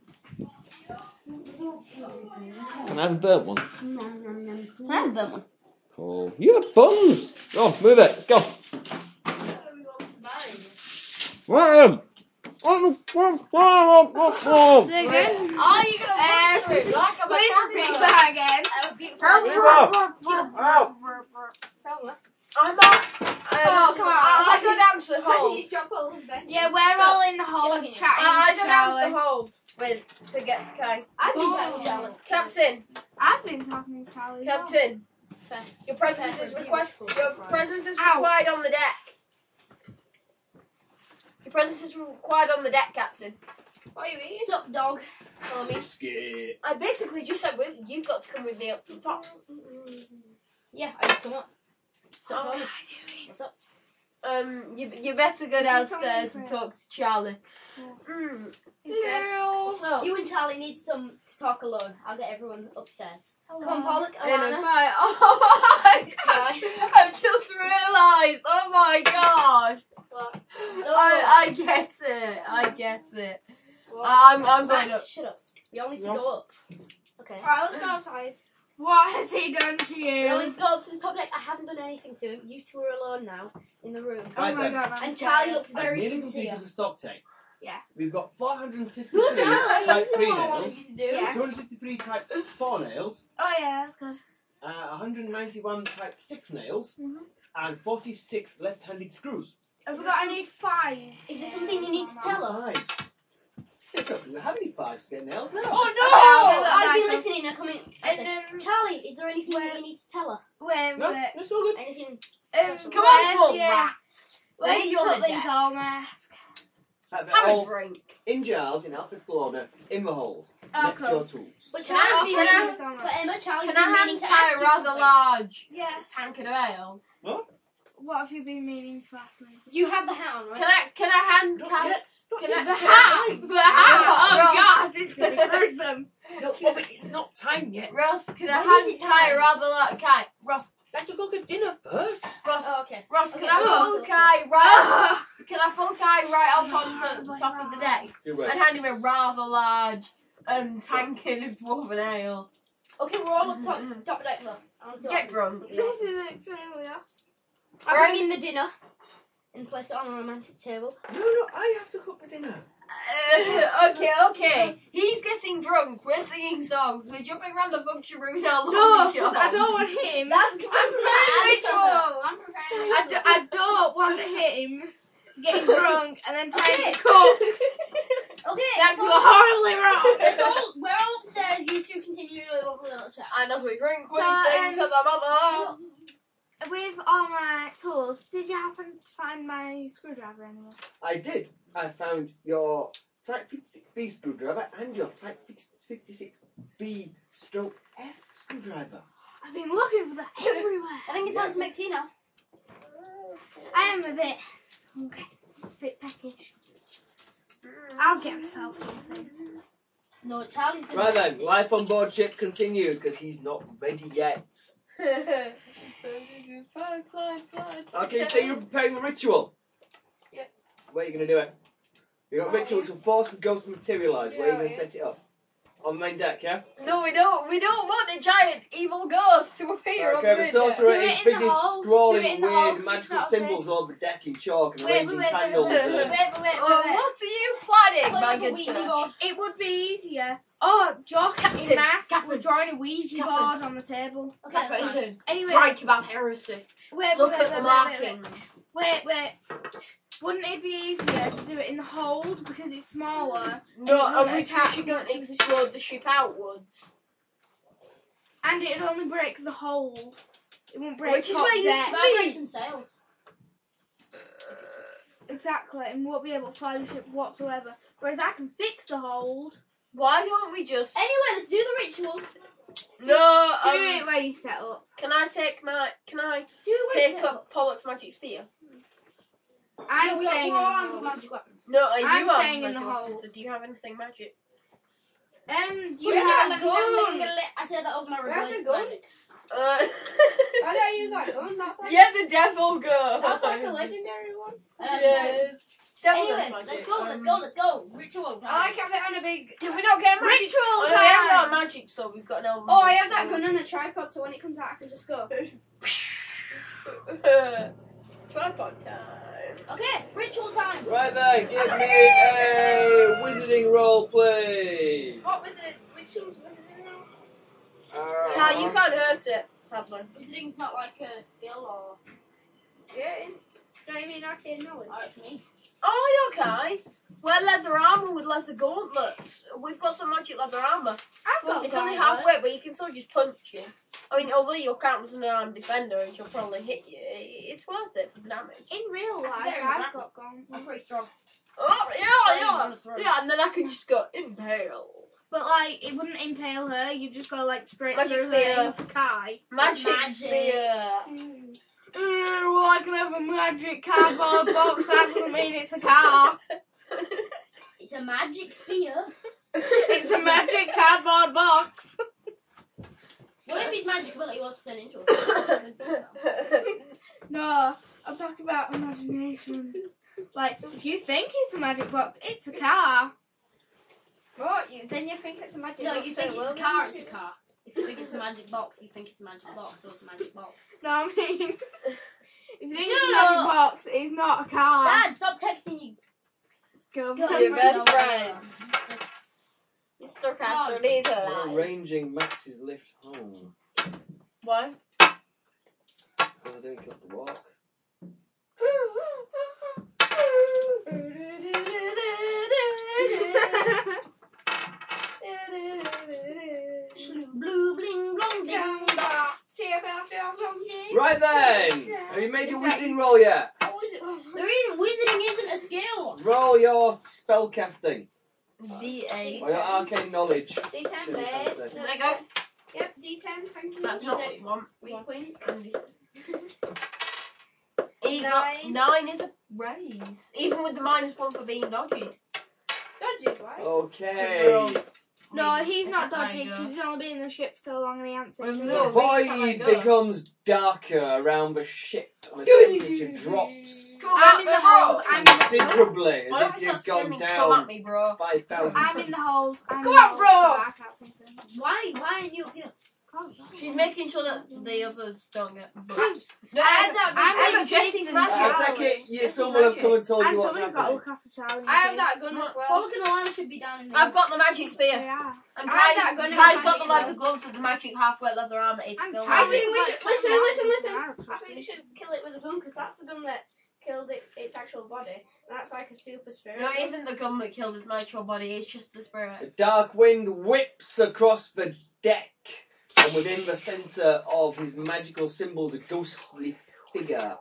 [SPEAKER 2] I have a burnt one?
[SPEAKER 3] Can I have a burnt one?
[SPEAKER 2] Cool. You have buns. Oh, move it. Let's go. Wow. Oh,
[SPEAKER 6] Say again.
[SPEAKER 4] Are you gonna
[SPEAKER 5] Uh,
[SPEAKER 4] punch him? Like I'm a
[SPEAKER 5] Please repeat
[SPEAKER 4] camera.
[SPEAKER 5] that again.
[SPEAKER 4] Have a beautiful day.
[SPEAKER 5] Yeah,
[SPEAKER 4] I'm on.
[SPEAKER 6] Oh, come on.
[SPEAKER 4] I, I don't answer hold.
[SPEAKER 6] His job well was better.
[SPEAKER 5] we're all in the whole
[SPEAKER 6] Yeah,
[SPEAKER 5] chat.
[SPEAKER 4] I, I don't answer hold. With to get to Kai.
[SPEAKER 6] I'd be
[SPEAKER 5] Oh.
[SPEAKER 6] chatting Charlie.
[SPEAKER 4] Captain,
[SPEAKER 5] I've been talking to Charlie.
[SPEAKER 4] Captain. Your presence is request. Your presence is
[SPEAKER 5] Ow.
[SPEAKER 4] required on the deck. Your presence is required on the deck, Captain.
[SPEAKER 6] What are you eating?
[SPEAKER 3] What's up, dog? Tommy.
[SPEAKER 1] Biscuit.
[SPEAKER 4] I basically just said well, you've got to come with me up to the top.
[SPEAKER 3] Yeah, I just come up. What's up,
[SPEAKER 4] Oh,
[SPEAKER 3] Tommy? What's up?
[SPEAKER 4] Um, you, you better go
[SPEAKER 5] Is there something
[SPEAKER 4] downstairs and
[SPEAKER 5] for-
[SPEAKER 4] talk to Charlie.
[SPEAKER 5] Yeah.
[SPEAKER 4] Mm.
[SPEAKER 6] Girl.
[SPEAKER 4] So,
[SPEAKER 3] You and Charlie need some to talk alone. I'll get everyone upstairs.
[SPEAKER 6] Come
[SPEAKER 3] Come on,
[SPEAKER 6] Paul.
[SPEAKER 3] Pollock,
[SPEAKER 4] and I'm
[SPEAKER 3] Alana.
[SPEAKER 4] fine. Oh my god!
[SPEAKER 3] Bye.
[SPEAKER 4] I've just realised. Oh my god!
[SPEAKER 6] What?
[SPEAKER 4] I,
[SPEAKER 5] Oh.
[SPEAKER 4] I get it. I get it. I'm I'm going up.
[SPEAKER 3] Max, shut up. We all need to go up. Okay.
[SPEAKER 6] Right, let's go outside.
[SPEAKER 5] What has he done to
[SPEAKER 3] We all
[SPEAKER 5] you?
[SPEAKER 3] need to go up to the top deck. I haven't done anything to him. You two are alone now in the room.
[SPEAKER 5] Oh
[SPEAKER 1] Right
[SPEAKER 5] my
[SPEAKER 1] then.
[SPEAKER 5] god, I'm
[SPEAKER 3] And Charlie
[SPEAKER 5] scared.
[SPEAKER 3] looks very
[SPEAKER 1] Minimum
[SPEAKER 3] sincere.
[SPEAKER 1] people to stock take.
[SPEAKER 5] Yeah.
[SPEAKER 1] We've got 463
[SPEAKER 3] Look, Charlie,
[SPEAKER 1] type
[SPEAKER 3] this is
[SPEAKER 1] 3
[SPEAKER 3] what I wanted
[SPEAKER 1] nails,
[SPEAKER 3] you to do.
[SPEAKER 5] Yeah.
[SPEAKER 1] 263 type 4 nails,
[SPEAKER 5] Oh yeah, that's good.
[SPEAKER 1] uh, 191 type 6 nails,
[SPEAKER 5] Mhm.
[SPEAKER 1] and 46 left handed screws.
[SPEAKER 5] I forgot I need five.
[SPEAKER 3] Is there something you need to tell her?
[SPEAKER 1] Fives. I don't think we have any 5 set nails now.
[SPEAKER 3] Oh no!
[SPEAKER 5] Okay, I'll
[SPEAKER 3] I'd
[SPEAKER 5] do
[SPEAKER 3] be
[SPEAKER 5] that.
[SPEAKER 3] listening and coming. I
[SPEAKER 5] And
[SPEAKER 3] said,
[SPEAKER 5] um,
[SPEAKER 3] Charlie, is there anything that you need to tell her?
[SPEAKER 5] where,
[SPEAKER 1] no,
[SPEAKER 5] where,
[SPEAKER 1] it's all good.
[SPEAKER 3] Anything?
[SPEAKER 5] um,
[SPEAKER 4] Come on,
[SPEAKER 5] where
[SPEAKER 4] small
[SPEAKER 5] you-
[SPEAKER 4] rat.
[SPEAKER 5] Where
[SPEAKER 4] Leave
[SPEAKER 5] you
[SPEAKER 4] you on
[SPEAKER 5] put
[SPEAKER 4] the
[SPEAKER 5] these Oh.
[SPEAKER 4] deck.
[SPEAKER 5] all mask?
[SPEAKER 1] Right, they're
[SPEAKER 4] Have a
[SPEAKER 1] all
[SPEAKER 4] drink.
[SPEAKER 1] in jars in alphabetical order, in the hole.
[SPEAKER 5] Oh,
[SPEAKER 1] Next to your
[SPEAKER 5] cool.
[SPEAKER 1] tools.
[SPEAKER 3] But
[SPEAKER 4] Can I-
[SPEAKER 3] Charlie's
[SPEAKER 4] can
[SPEAKER 3] been
[SPEAKER 4] I-
[SPEAKER 3] meaning, but Emma, Charlie's
[SPEAKER 4] Can
[SPEAKER 3] been
[SPEAKER 4] I hand
[SPEAKER 3] meaning to ask
[SPEAKER 4] Kai
[SPEAKER 3] you
[SPEAKER 4] rather
[SPEAKER 3] something.
[SPEAKER 4] large
[SPEAKER 5] Yes.
[SPEAKER 4] tankard of ale?
[SPEAKER 5] What have you been meaning to ask me?
[SPEAKER 3] You have the hound, right?
[SPEAKER 4] Can I can I hand
[SPEAKER 1] Not
[SPEAKER 4] Kai
[SPEAKER 1] yet. Not
[SPEAKER 4] can
[SPEAKER 1] yet.
[SPEAKER 4] I- the hat?
[SPEAKER 1] Time.
[SPEAKER 4] The hat!
[SPEAKER 5] Ah,
[SPEAKER 4] Oh gosh, it's
[SPEAKER 5] It's gonna be gruesome.
[SPEAKER 1] No, Robert, it's not time yet.
[SPEAKER 4] Ross, can I
[SPEAKER 3] When is
[SPEAKER 4] hand
[SPEAKER 3] it time?
[SPEAKER 4] Kai rather like Kai. Ross,
[SPEAKER 2] Let her cook a dinner first.
[SPEAKER 4] Ross,
[SPEAKER 3] Oh, okay.
[SPEAKER 4] Ross, can
[SPEAKER 3] Okay,
[SPEAKER 4] I
[SPEAKER 3] Ross.
[SPEAKER 4] pull Kai right?
[SPEAKER 5] Ah.
[SPEAKER 4] Can I pull Kai right up onto the top of the deck
[SPEAKER 2] You're
[SPEAKER 4] and hand him a rather large um tankard of dwarven ale?
[SPEAKER 3] Okay, we're all up top, top deck though. I want to
[SPEAKER 4] Mm-hmm. Get drunk.
[SPEAKER 5] This is extremely off.
[SPEAKER 3] I bring in the dinner and place it on a romantic table.
[SPEAKER 2] No, no, I have to cook the dinner.
[SPEAKER 4] Uh, okay, okay. He's getting drunk. We're singing songs. We're jumping around the function room in our
[SPEAKER 5] No,
[SPEAKER 4] lawn
[SPEAKER 5] 'cause I don't want him.
[SPEAKER 3] That's
[SPEAKER 4] I'm
[SPEAKER 6] Ritual. I'm prepared.
[SPEAKER 5] I, do, I don't want him getting drunk and then trying
[SPEAKER 3] Okay.
[SPEAKER 5] to cook.
[SPEAKER 3] Okay,
[SPEAKER 5] That's
[SPEAKER 3] so-
[SPEAKER 5] horribly wrong.
[SPEAKER 3] Let's all, we're all upstairs. You two continue your little, little chat.
[SPEAKER 4] And as we drink, we
[SPEAKER 5] So,
[SPEAKER 4] sing to
[SPEAKER 5] um,
[SPEAKER 4] the mother.
[SPEAKER 5] With all my tools, did you happen to find my screwdriver anywhere?
[SPEAKER 2] I did. I found your Type 56B screwdriver and your Type 56B stroke F screwdriver.
[SPEAKER 5] I've been looking for that everywhere.
[SPEAKER 3] I think it's time to make tea now.
[SPEAKER 5] I am a bit hungry, a bit peckish. I'll get myself something.
[SPEAKER 3] No, Charlie's gonna
[SPEAKER 2] Right
[SPEAKER 3] make
[SPEAKER 2] then,
[SPEAKER 3] tea.
[SPEAKER 2] life on board ship continues because he's not ready yet. Okay, so you're preparing a ritual.
[SPEAKER 6] Yeah.
[SPEAKER 2] Where are you going to do it? You've got
[SPEAKER 6] Oh,
[SPEAKER 2] rituals for force and ghosts to materialise. Where are you
[SPEAKER 6] Yeah,
[SPEAKER 2] going to
[SPEAKER 6] yeah.
[SPEAKER 2] set it up? On main deck, yeah?
[SPEAKER 4] No, we don't. We don't want a giant evil ghost to appear on
[SPEAKER 2] okay, the
[SPEAKER 4] the
[SPEAKER 2] sorcerer
[SPEAKER 5] Do it
[SPEAKER 2] is
[SPEAKER 5] in the
[SPEAKER 2] busy
[SPEAKER 5] hole. Do it
[SPEAKER 2] scrawling
[SPEAKER 5] in the hole.
[SPEAKER 2] weird
[SPEAKER 5] She's
[SPEAKER 2] magical
[SPEAKER 5] not afraid.
[SPEAKER 2] symbols all over the deck in chalk and
[SPEAKER 5] Wait, wait,
[SPEAKER 2] arranging
[SPEAKER 5] wait, wait,
[SPEAKER 2] candles.
[SPEAKER 4] wait,
[SPEAKER 2] and-
[SPEAKER 5] wait, wait, wait,
[SPEAKER 4] Oh,
[SPEAKER 5] wait.
[SPEAKER 4] what are you planning,
[SPEAKER 3] Play
[SPEAKER 4] my
[SPEAKER 3] with a
[SPEAKER 4] good
[SPEAKER 3] Ouija
[SPEAKER 4] sir?
[SPEAKER 3] board.
[SPEAKER 5] It would be easier. Oh, Josh
[SPEAKER 4] Captain,
[SPEAKER 5] in math
[SPEAKER 4] Captain,
[SPEAKER 5] were drawing a Ouija
[SPEAKER 4] Captain.
[SPEAKER 5] board on the table.
[SPEAKER 3] Okay, that's fine.
[SPEAKER 5] Anyway,
[SPEAKER 4] Right about heresy.
[SPEAKER 5] wait,
[SPEAKER 4] Look
[SPEAKER 5] wait,
[SPEAKER 4] at the
[SPEAKER 5] wait, wait, wait, wait.
[SPEAKER 4] markings.
[SPEAKER 5] Wait, wait. Wouldn't it be easier to do it in the hold because it's smaller
[SPEAKER 4] No,
[SPEAKER 5] And
[SPEAKER 4] and we
[SPEAKER 5] attack
[SPEAKER 4] should go and explode the ship outwards.
[SPEAKER 5] and it'd only break the hold? It won't break
[SPEAKER 4] Which is
[SPEAKER 5] top
[SPEAKER 4] where you
[SPEAKER 5] deck.
[SPEAKER 4] sm-
[SPEAKER 3] Well, break some sails.
[SPEAKER 5] Exactly, and won't be able to fly the ship whatsoever. Whereas I can fix the hold.
[SPEAKER 4] Why don't we just
[SPEAKER 3] Anyway, let's do the ritual.
[SPEAKER 4] no?
[SPEAKER 5] Do
[SPEAKER 4] um,
[SPEAKER 5] it where you set up.
[SPEAKER 4] Can I take my? Can I
[SPEAKER 3] Do the
[SPEAKER 4] take
[SPEAKER 3] ritual.
[SPEAKER 4] up Pollock's magic spear?
[SPEAKER 5] I'm
[SPEAKER 3] we got
[SPEAKER 5] staying in
[SPEAKER 3] four
[SPEAKER 5] the
[SPEAKER 3] arms with
[SPEAKER 5] hold.
[SPEAKER 3] magic weapons.
[SPEAKER 4] No, are you
[SPEAKER 5] I'm
[SPEAKER 4] on
[SPEAKER 5] staying in the
[SPEAKER 4] magic
[SPEAKER 5] hole.
[SPEAKER 4] weapons? Do you have anything magic?
[SPEAKER 5] Um, you
[SPEAKER 3] We're gonna
[SPEAKER 5] have
[SPEAKER 3] let- we're gonna
[SPEAKER 5] gun.
[SPEAKER 3] let- I said that over my
[SPEAKER 6] We have
[SPEAKER 3] regular
[SPEAKER 6] the gun.
[SPEAKER 3] magic.
[SPEAKER 4] Uh,
[SPEAKER 6] Why don't I use that gun? That's like
[SPEAKER 4] yeah, the devil go.
[SPEAKER 6] that's like a legendary one.
[SPEAKER 3] Um,
[SPEAKER 4] Yes. Devil gun
[SPEAKER 3] Anyway,
[SPEAKER 4] magic.
[SPEAKER 3] let's go, let's
[SPEAKER 4] um,
[SPEAKER 3] go, let's go. Ritual.
[SPEAKER 6] I
[SPEAKER 3] Right.
[SPEAKER 6] like have it on a big.
[SPEAKER 4] Did we not get magic?
[SPEAKER 5] Ritual
[SPEAKER 4] Oh, no, we haven't
[SPEAKER 5] time.
[SPEAKER 4] got magic, so we've got no.
[SPEAKER 6] Oh, I have that gun on a tripod, so when it comes out, I can just go.
[SPEAKER 4] gun. Tripod time.
[SPEAKER 3] Okay, ritual time.
[SPEAKER 2] Right then, give me a wizarding roll, please.
[SPEAKER 6] What was it? Which one's was it in now?
[SPEAKER 2] Uh,
[SPEAKER 4] Nah, you can't hurt it. Sadly.
[SPEAKER 3] Wizarding's not like a skill or.
[SPEAKER 6] Yeah. in- Do you know what I mean arcane knowledge?
[SPEAKER 3] Oh, it's me.
[SPEAKER 4] Oh, okay. Wear leather armor with leather gauntlets. We've got some magic leather armor.
[SPEAKER 5] I've got
[SPEAKER 4] It's only
[SPEAKER 5] gun.
[SPEAKER 4] halfway, but you can still just punch you. I mean, although you'll count as an armed defender and she'll probably hit you, it's worth it for the damage.
[SPEAKER 5] In real life,
[SPEAKER 3] get a
[SPEAKER 5] I've
[SPEAKER 3] grapple.
[SPEAKER 5] got gone.
[SPEAKER 3] I'm pretty strong.
[SPEAKER 4] Oh,
[SPEAKER 3] I'm
[SPEAKER 4] yeah,
[SPEAKER 3] gonna throw
[SPEAKER 4] yeah. Yeah, and then I can just go impale.
[SPEAKER 5] But like, it wouldn't impale her. You just go like straight
[SPEAKER 4] Magic
[SPEAKER 5] through her
[SPEAKER 4] spear.
[SPEAKER 5] into Kai.
[SPEAKER 4] Magic,
[SPEAKER 3] Magic.
[SPEAKER 4] spear.
[SPEAKER 5] Ooh, well, I can have a magic cardboard box. That doesn't mean it's a car.
[SPEAKER 3] It's a magic spear.
[SPEAKER 5] It's a magic cardboard box.
[SPEAKER 3] What if it's magic ability wants to turn into a
[SPEAKER 5] No, I'm talking about imagination. Like, if you think it's a magic box, it's a car.
[SPEAKER 6] What? You then you think it's a magic.
[SPEAKER 3] No,
[SPEAKER 6] box,
[SPEAKER 3] you
[SPEAKER 6] so
[SPEAKER 3] think it's a
[SPEAKER 6] will
[SPEAKER 3] car,
[SPEAKER 6] you?
[SPEAKER 3] it's a car. If you think it's a magic box, you think it's a magic box, so it's a magic box.
[SPEAKER 5] No, I mean, if you think it's a
[SPEAKER 3] Shut
[SPEAKER 5] magic
[SPEAKER 3] up.
[SPEAKER 5] box, it's not a car.
[SPEAKER 3] Dad, stop texting you.
[SPEAKER 5] Go
[SPEAKER 3] Go.
[SPEAKER 5] for
[SPEAKER 4] Your
[SPEAKER 5] it.
[SPEAKER 4] best friend. Mr.
[SPEAKER 3] Come
[SPEAKER 4] Castor
[SPEAKER 3] on.
[SPEAKER 4] needs a
[SPEAKER 2] We're
[SPEAKER 4] lie.
[SPEAKER 2] arranging Max's lift home.
[SPEAKER 4] Why?
[SPEAKER 2] Because I don't got the walk.
[SPEAKER 3] Blue bling blong bling.
[SPEAKER 6] Down back, tear back, down long, yeah.
[SPEAKER 2] Right then! Have you made your wizarding roll yet?
[SPEAKER 6] What was it?
[SPEAKER 3] There isn't wizarding isn't a skill.
[SPEAKER 2] Roll your spellcasting
[SPEAKER 4] D8.
[SPEAKER 2] or your arcane knowledge.
[SPEAKER 6] D10,
[SPEAKER 2] Didn't
[SPEAKER 6] babe.
[SPEAKER 2] sound
[SPEAKER 4] There you go.
[SPEAKER 6] Yep, D10, thank you.
[SPEAKER 4] That's not what
[SPEAKER 6] D6.
[SPEAKER 4] you want.
[SPEAKER 6] Weak wings.
[SPEAKER 4] He got
[SPEAKER 6] Nine.
[SPEAKER 4] nine is a raise. Even with the minus one for being dodgy.
[SPEAKER 6] Dodgy, right?
[SPEAKER 2] Okay.
[SPEAKER 5] No, he's not
[SPEAKER 4] Attack
[SPEAKER 5] dodging because
[SPEAKER 4] mangoes.
[SPEAKER 5] he's only been in the ship for so long and he answers.
[SPEAKER 4] Well,
[SPEAKER 5] not
[SPEAKER 4] no.
[SPEAKER 2] The
[SPEAKER 4] Oh, we can't let
[SPEAKER 2] void
[SPEAKER 4] go.
[SPEAKER 2] becomes darker around the ship. and The temperature drops
[SPEAKER 4] Come
[SPEAKER 5] I'm
[SPEAKER 4] at
[SPEAKER 5] in
[SPEAKER 4] me,
[SPEAKER 5] the
[SPEAKER 4] bro.
[SPEAKER 5] hole. I'm in the hole.
[SPEAKER 2] considerably
[SPEAKER 4] Why
[SPEAKER 2] as
[SPEAKER 4] don't
[SPEAKER 2] if
[SPEAKER 4] we start
[SPEAKER 2] you've gone
[SPEAKER 4] screaming, come at
[SPEAKER 2] down
[SPEAKER 4] me, bro?
[SPEAKER 2] five thousand.
[SPEAKER 5] I'm in the hole. I'm
[SPEAKER 4] Come
[SPEAKER 5] in the
[SPEAKER 4] on,
[SPEAKER 5] hole,
[SPEAKER 4] bro.
[SPEAKER 5] so I can't see anything.
[SPEAKER 3] Why? Why are you here?
[SPEAKER 4] She's making sure that the others don't get
[SPEAKER 5] Because
[SPEAKER 4] No,
[SPEAKER 5] I had that
[SPEAKER 4] I'm,
[SPEAKER 5] big
[SPEAKER 4] I'm addressing
[SPEAKER 5] Jason
[SPEAKER 4] magic.
[SPEAKER 5] Matt.
[SPEAKER 2] I take it you,
[SPEAKER 4] This is
[SPEAKER 2] someone have
[SPEAKER 4] magic.
[SPEAKER 2] come and told
[SPEAKER 5] I'm
[SPEAKER 2] you what's
[SPEAKER 5] somebody's got to
[SPEAKER 2] happening.
[SPEAKER 5] look after Charlie.
[SPEAKER 6] I have that
[SPEAKER 5] case.
[SPEAKER 6] gun as well.
[SPEAKER 3] Pollock and Alana should be down in the.
[SPEAKER 4] I've got the magic
[SPEAKER 5] They
[SPEAKER 4] spear.
[SPEAKER 5] are.
[SPEAKER 4] And
[SPEAKER 6] I had
[SPEAKER 4] Kai-
[SPEAKER 6] that gun in
[SPEAKER 4] Kai's got
[SPEAKER 6] my
[SPEAKER 4] the
[SPEAKER 6] hand,
[SPEAKER 4] leather
[SPEAKER 6] though.
[SPEAKER 4] gloves with the magic halfway leather armor. It's
[SPEAKER 5] I'm
[SPEAKER 4] still
[SPEAKER 5] tired.
[SPEAKER 6] I
[SPEAKER 4] magic.
[SPEAKER 6] think we should
[SPEAKER 5] Like,
[SPEAKER 6] listen, listen, listen.
[SPEAKER 5] I
[SPEAKER 6] I think we should kill it with a gun because that's the gun that killed it, its actual body. And that's like a super spirit.
[SPEAKER 4] No, it
[SPEAKER 6] gun.
[SPEAKER 4] isn't the gun that killed his natural body. It's just the
[SPEAKER 2] A
[SPEAKER 4] spirit.
[SPEAKER 2] dark wind whips across the deck, and within the centre of his magical symbols, a ghostly figure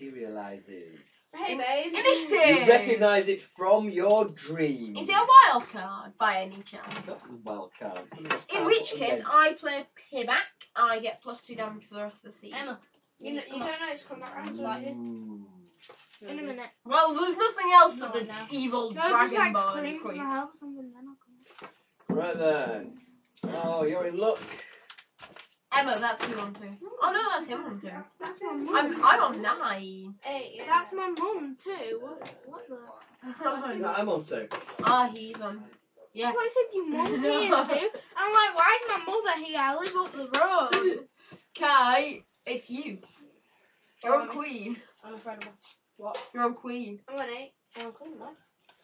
[SPEAKER 2] materializes.
[SPEAKER 6] Hey, babes.
[SPEAKER 4] Finished
[SPEAKER 2] You
[SPEAKER 4] it.
[SPEAKER 2] recognise it from your dream.
[SPEAKER 4] Is it a wild card by any chance?
[SPEAKER 2] That's a wild card.
[SPEAKER 4] In
[SPEAKER 2] Oh,
[SPEAKER 4] which case, I play payback. I get plus two damage for the rest of the season.
[SPEAKER 3] Emma.
[SPEAKER 6] You, know, you don't know it's come back round. so
[SPEAKER 5] mm.
[SPEAKER 6] you-
[SPEAKER 2] Ooh.
[SPEAKER 5] In a minute.
[SPEAKER 4] Well, there's nothing else
[SPEAKER 6] No,
[SPEAKER 4] of the
[SPEAKER 6] no.
[SPEAKER 4] evil
[SPEAKER 5] No, just
[SPEAKER 4] dragon
[SPEAKER 5] like
[SPEAKER 4] bone
[SPEAKER 5] scream for
[SPEAKER 4] creep.
[SPEAKER 5] my help or something. Then I'll come.
[SPEAKER 2] Right then. Oh, you're in luck.
[SPEAKER 4] Emma, that's who I'm doing. Oh no, that's him I'm doing.
[SPEAKER 5] That's my mum.
[SPEAKER 4] I'm, I'm on nine.
[SPEAKER 6] Hey, yeah.
[SPEAKER 5] That's my mum too. What, what the?
[SPEAKER 2] No, I'm on two.
[SPEAKER 4] Ah, he's on.
[SPEAKER 5] I
[SPEAKER 4] Yeah.
[SPEAKER 5] thought you said your mum's
[SPEAKER 4] No.
[SPEAKER 5] here too. I'm like, why is my mother here? I live up the road.
[SPEAKER 4] Kai, it's you. You're on
[SPEAKER 6] Oh,
[SPEAKER 4] queen.
[SPEAKER 6] I'm incredible.
[SPEAKER 4] You're on queen.
[SPEAKER 6] I'm on eight.
[SPEAKER 5] Oh,
[SPEAKER 6] I'm on cool, nice.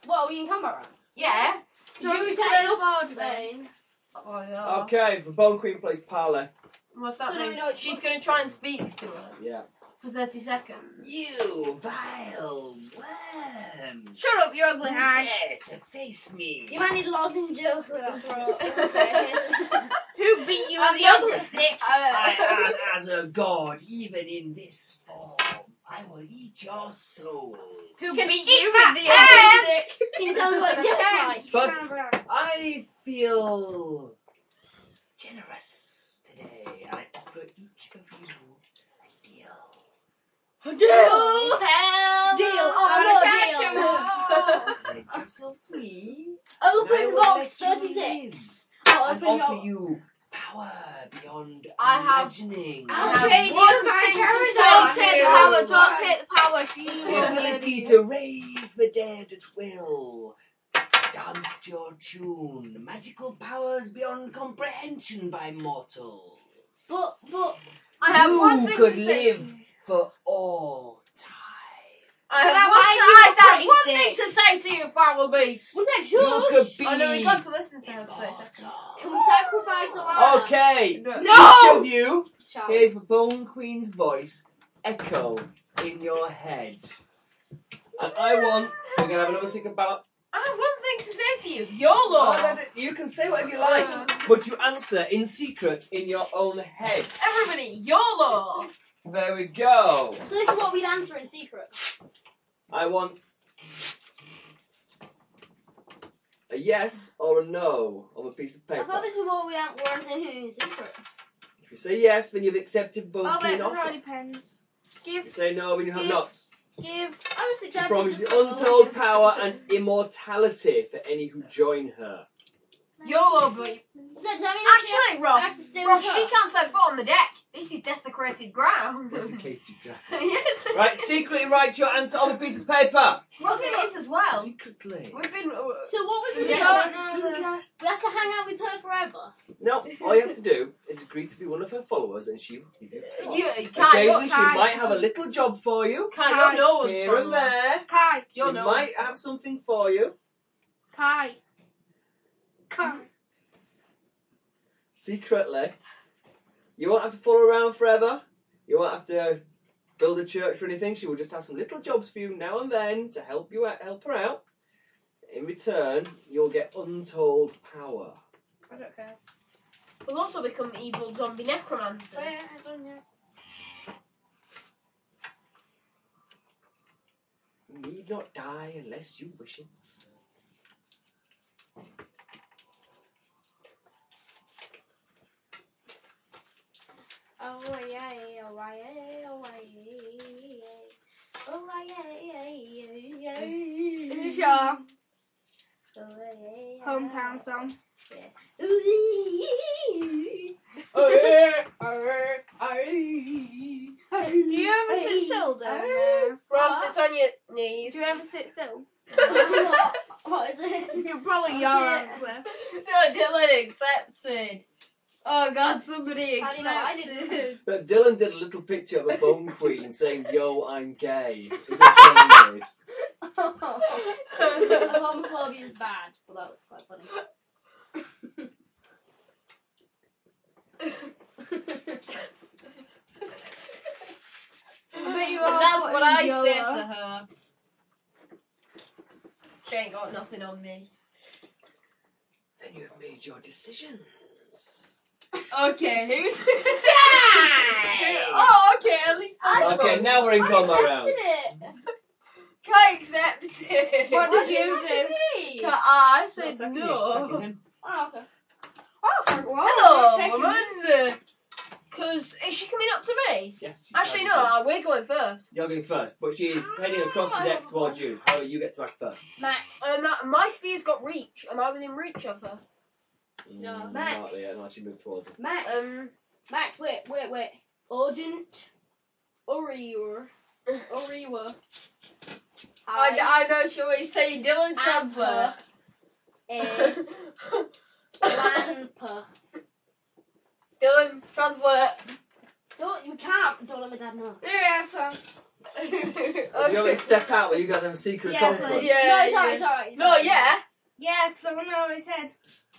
[SPEAKER 6] What, are we in combat rounds?
[SPEAKER 4] Yeah.
[SPEAKER 5] Do you want
[SPEAKER 6] You
[SPEAKER 5] me to
[SPEAKER 6] take
[SPEAKER 5] play the board then?
[SPEAKER 6] Then.
[SPEAKER 4] Oh, yeah.
[SPEAKER 2] Okay, the Bone Queen plays Parley.
[SPEAKER 4] What's that
[SPEAKER 6] So now we
[SPEAKER 4] mean?
[SPEAKER 6] know it's-
[SPEAKER 4] She's gonna try and speak to her
[SPEAKER 2] Yeah.
[SPEAKER 4] for 30 seconds.
[SPEAKER 2] You vile worm!
[SPEAKER 5] Shut up, your ugly eye.
[SPEAKER 2] Dare to face me!
[SPEAKER 3] You might need lozenge with that throat.
[SPEAKER 5] Who beat you
[SPEAKER 4] I'm
[SPEAKER 5] in
[SPEAKER 4] the
[SPEAKER 5] the ugly
[SPEAKER 4] ugly
[SPEAKER 5] stick?
[SPEAKER 2] I am as a god, even in this form. I will eat your soul.
[SPEAKER 5] Who
[SPEAKER 4] Can
[SPEAKER 5] beat
[SPEAKER 4] eat
[SPEAKER 5] you
[SPEAKER 4] with
[SPEAKER 5] in
[SPEAKER 4] the
[SPEAKER 5] the
[SPEAKER 4] ugly
[SPEAKER 5] ugly
[SPEAKER 4] stick.
[SPEAKER 5] stick?
[SPEAKER 3] Can you tell me what it tastes like?
[SPEAKER 2] But I feel generous today. I offer each of you a deal.
[SPEAKER 4] Deal! Hell!
[SPEAKER 3] Deal!
[SPEAKER 4] I
[SPEAKER 3] Oh, no,
[SPEAKER 4] can't
[SPEAKER 3] deal!
[SPEAKER 4] you-
[SPEAKER 2] Let yourself to me. and I
[SPEAKER 3] Open
[SPEAKER 2] will
[SPEAKER 3] box
[SPEAKER 2] let you
[SPEAKER 3] 36.
[SPEAKER 2] live
[SPEAKER 3] I'll
[SPEAKER 2] And
[SPEAKER 3] open
[SPEAKER 2] offer
[SPEAKER 3] your.
[SPEAKER 2] you power beyond
[SPEAKER 4] I have-
[SPEAKER 2] imagining.
[SPEAKER 3] I
[SPEAKER 4] have
[SPEAKER 5] Okay,
[SPEAKER 4] one
[SPEAKER 5] you my
[SPEAKER 4] thing to say.
[SPEAKER 5] turn. Don't take the power. Don't
[SPEAKER 4] Why?
[SPEAKER 5] take the power. She
[SPEAKER 2] The
[SPEAKER 5] will
[SPEAKER 2] ability to raise the dead at will. Dance to your tune. Magical powers beyond comprehension by mortals.
[SPEAKER 3] But, but,
[SPEAKER 4] I have
[SPEAKER 2] you
[SPEAKER 4] one thing
[SPEAKER 2] could
[SPEAKER 4] to say.
[SPEAKER 2] live for all time.
[SPEAKER 4] I have
[SPEAKER 5] That
[SPEAKER 4] one,
[SPEAKER 5] why
[SPEAKER 4] I
[SPEAKER 5] you
[SPEAKER 4] have
[SPEAKER 5] that
[SPEAKER 4] one
[SPEAKER 5] instinct?
[SPEAKER 4] thing to say to you, foul beast.
[SPEAKER 3] was that
[SPEAKER 2] You could
[SPEAKER 3] Josh?
[SPEAKER 2] be
[SPEAKER 4] I know we got to listen to her say.
[SPEAKER 3] Can
[SPEAKER 2] immortal.
[SPEAKER 3] we sacrifice Alana?
[SPEAKER 2] Okay,
[SPEAKER 4] No.
[SPEAKER 2] each of you,
[SPEAKER 3] Shall we?
[SPEAKER 2] here's the Bone Queen's voice echo in your head. And I want, we're going to have another secret ballot.
[SPEAKER 4] I have one thing to say to you. YOLO.
[SPEAKER 2] No, no, no, You can say whatever you like,
[SPEAKER 5] Uh.
[SPEAKER 2] but you answer in secret in your own head.
[SPEAKER 4] Everybody, YOLO.
[SPEAKER 2] There we go.
[SPEAKER 3] So this is what we'd answer in secret.
[SPEAKER 2] I want a yes or a no on a piece of
[SPEAKER 3] I
[SPEAKER 2] paper.
[SPEAKER 3] thought this was what we an- were answering in secret.
[SPEAKER 2] If you say yes, then you've accepted both
[SPEAKER 5] Oh, wait,
[SPEAKER 2] being
[SPEAKER 5] there
[SPEAKER 2] offered.
[SPEAKER 5] already pens.
[SPEAKER 2] If you
[SPEAKER 5] Give,
[SPEAKER 2] say no, then you have
[SPEAKER 5] Give-
[SPEAKER 2] not.
[SPEAKER 5] give.
[SPEAKER 3] I was
[SPEAKER 2] She
[SPEAKER 3] excited.
[SPEAKER 2] promises
[SPEAKER 3] just-
[SPEAKER 2] untold power and immortality for any who join her.
[SPEAKER 4] YOLO, but
[SPEAKER 3] Does that mean I should-
[SPEAKER 4] Actually,
[SPEAKER 3] I
[SPEAKER 4] Ross,
[SPEAKER 3] have to stay
[SPEAKER 4] Ross,
[SPEAKER 3] with
[SPEAKER 4] she
[SPEAKER 3] her?
[SPEAKER 4] can't set foot on the deck. This is desecrated ground.
[SPEAKER 2] Desiccated ground.
[SPEAKER 4] yes.
[SPEAKER 2] Right, secretly write your answer on a piece of paper.
[SPEAKER 4] Ross it is as well.
[SPEAKER 2] Secretly.
[SPEAKER 4] We've been. Uh,
[SPEAKER 3] So what was the
[SPEAKER 4] Yeah.
[SPEAKER 3] deal?
[SPEAKER 5] know
[SPEAKER 3] We have to hang out with her forever.
[SPEAKER 2] No, all you have to do is agree to be one of her followers, and she will give you. a call.
[SPEAKER 4] you, Kai, you're,
[SPEAKER 2] Occasionally, she
[SPEAKER 5] Kai.
[SPEAKER 2] might have a little job for you.
[SPEAKER 4] Kai, you're no one's
[SPEAKER 2] Here and
[SPEAKER 4] follower.
[SPEAKER 2] there.
[SPEAKER 5] Kai.
[SPEAKER 2] She
[SPEAKER 4] You're no
[SPEAKER 2] might
[SPEAKER 4] one's-
[SPEAKER 2] have something for you.
[SPEAKER 5] Kai. Kai.
[SPEAKER 2] Secretly. You won't have to follow around forever. You won't have to build a church or anything. She will just have some little jobs for you now and then to help you out, help her out. In return, you'll get untold power.
[SPEAKER 5] I don't care.
[SPEAKER 4] We'll also become evil zombie necromancers.
[SPEAKER 5] Oh, yeah, I don't know.
[SPEAKER 2] You need not die unless you wish it.
[SPEAKER 5] Oh yeah, yeah, oh yeah, yeah, oh yeah, yeah, yeah. Oh yeah, yeah, yeah, yeah. Is this your?
[SPEAKER 4] Uh,
[SPEAKER 5] Hometown song.
[SPEAKER 2] Oh,
[SPEAKER 4] Do you ever sit still,
[SPEAKER 5] Zelda. Uh,
[SPEAKER 4] Ross, it's on your knees.
[SPEAKER 5] do you ever sit still?
[SPEAKER 9] what, what is it?
[SPEAKER 5] You're probably your
[SPEAKER 9] That's it.
[SPEAKER 5] answer.
[SPEAKER 4] No, Dylan accepted. Oh God, somebody
[SPEAKER 6] How do you know I didn't?
[SPEAKER 2] But Dylan did a little picture of a bone queen saying, Yo, I'm gay. It's offended.
[SPEAKER 4] Oh.
[SPEAKER 3] Homophobia is bad. Well, that was quite funny.
[SPEAKER 5] I bet you
[SPEAKER 4] But
[SPEAKER 5] all
[SPEAKER 4] that's
[SPEAKER 5] put
[SPEAKER 4] what
[SPEAKER 5] in
[SPEAKER 4] I
[SPEAKER 5] YOLO.
[SPEAKER 4] said to her. She ain't got nothing on me.
[SPEAKER 2] Then you have made your decisions.
[SPEAKER 4] Okay, who's Oh, okay, at least that's
[SPEAKER 2] Okay,
[SPEAKER 4] one.
[SPEAKER 2] now we're in combo rounds.
[SPEAKER 4] Kai accepted.
[SPEAKER 5] What
[SPEAKER 4] Why
[SPEAKER 5] did you
[SPEAKER 4] look
[SPEAKER 5] do?
[SPEAKER 4] at me? Kai- I said
[SPEAKER 2] Not attacking you, she's attacking
[SPEAKER 4] no.
[SPEAKER 2] him.
[SPEAKER 3] Oh, okay.
[SPEAKER 5] Oh, fuck, what? I'm
[SPEAKER 4] Hello,
[SPEAKER 5] taking
[SPEAKER 4] woman. Cause is she coming up to me?
[SPEAKER 2] Yes. she's
[SPEAKER 4] Actually,
[SPEAKER 2] attacking
[SPEAKER 4] no.
[SPEAKER 2] him.
[SPEAKER 4] We're going first.
[SPEAKER 2] You're going first, but she is heading across the deck towards you. However, you get to act first.
[SPEAKER 9] Max.
[SPEAKER 4] Um, my spear's got reach. Am I within reach of her?
[SPEAKER 2] No, mm,
[SPEAKER 3] Max.
[SPEAKER 2] Not yet, unless you move towards him.
[SPEAKER 3] Max.
[SPEAKER 4] Um,
[SPEAKER 3] Max, wait, wait, wait. Urgent. Oriwa. Oriwa.
[SPEAKER 4] I, I know she'll be saying Dylan transfer.
[SPEAKER 3] A lamper.
[SPEAKER 4] Dylan translate.
[SPEAKER 3] Don't, you can't. Don't let my dad know.
[SPEAKER 6] Yeah, so.
[SPEAKER 2] Do you want me to step out where you guys have a secret
[SPEAKER 5] Yeah,
[SPEAKER 2] conference?
[SPEAKER 5] please.
[SPEAKER 4] Oh, Yeah,
[SPEAKER 3] no, it's
[SPEAKER 4] yeah.
[SPEAKER 3] alright, it's alright. it's
[SPEAKER 4] No,
[SPEAKER 3] alright.
[SPEAKER 4] yeah.
[SPEAKER 5] Yeah, because I want to know what he said.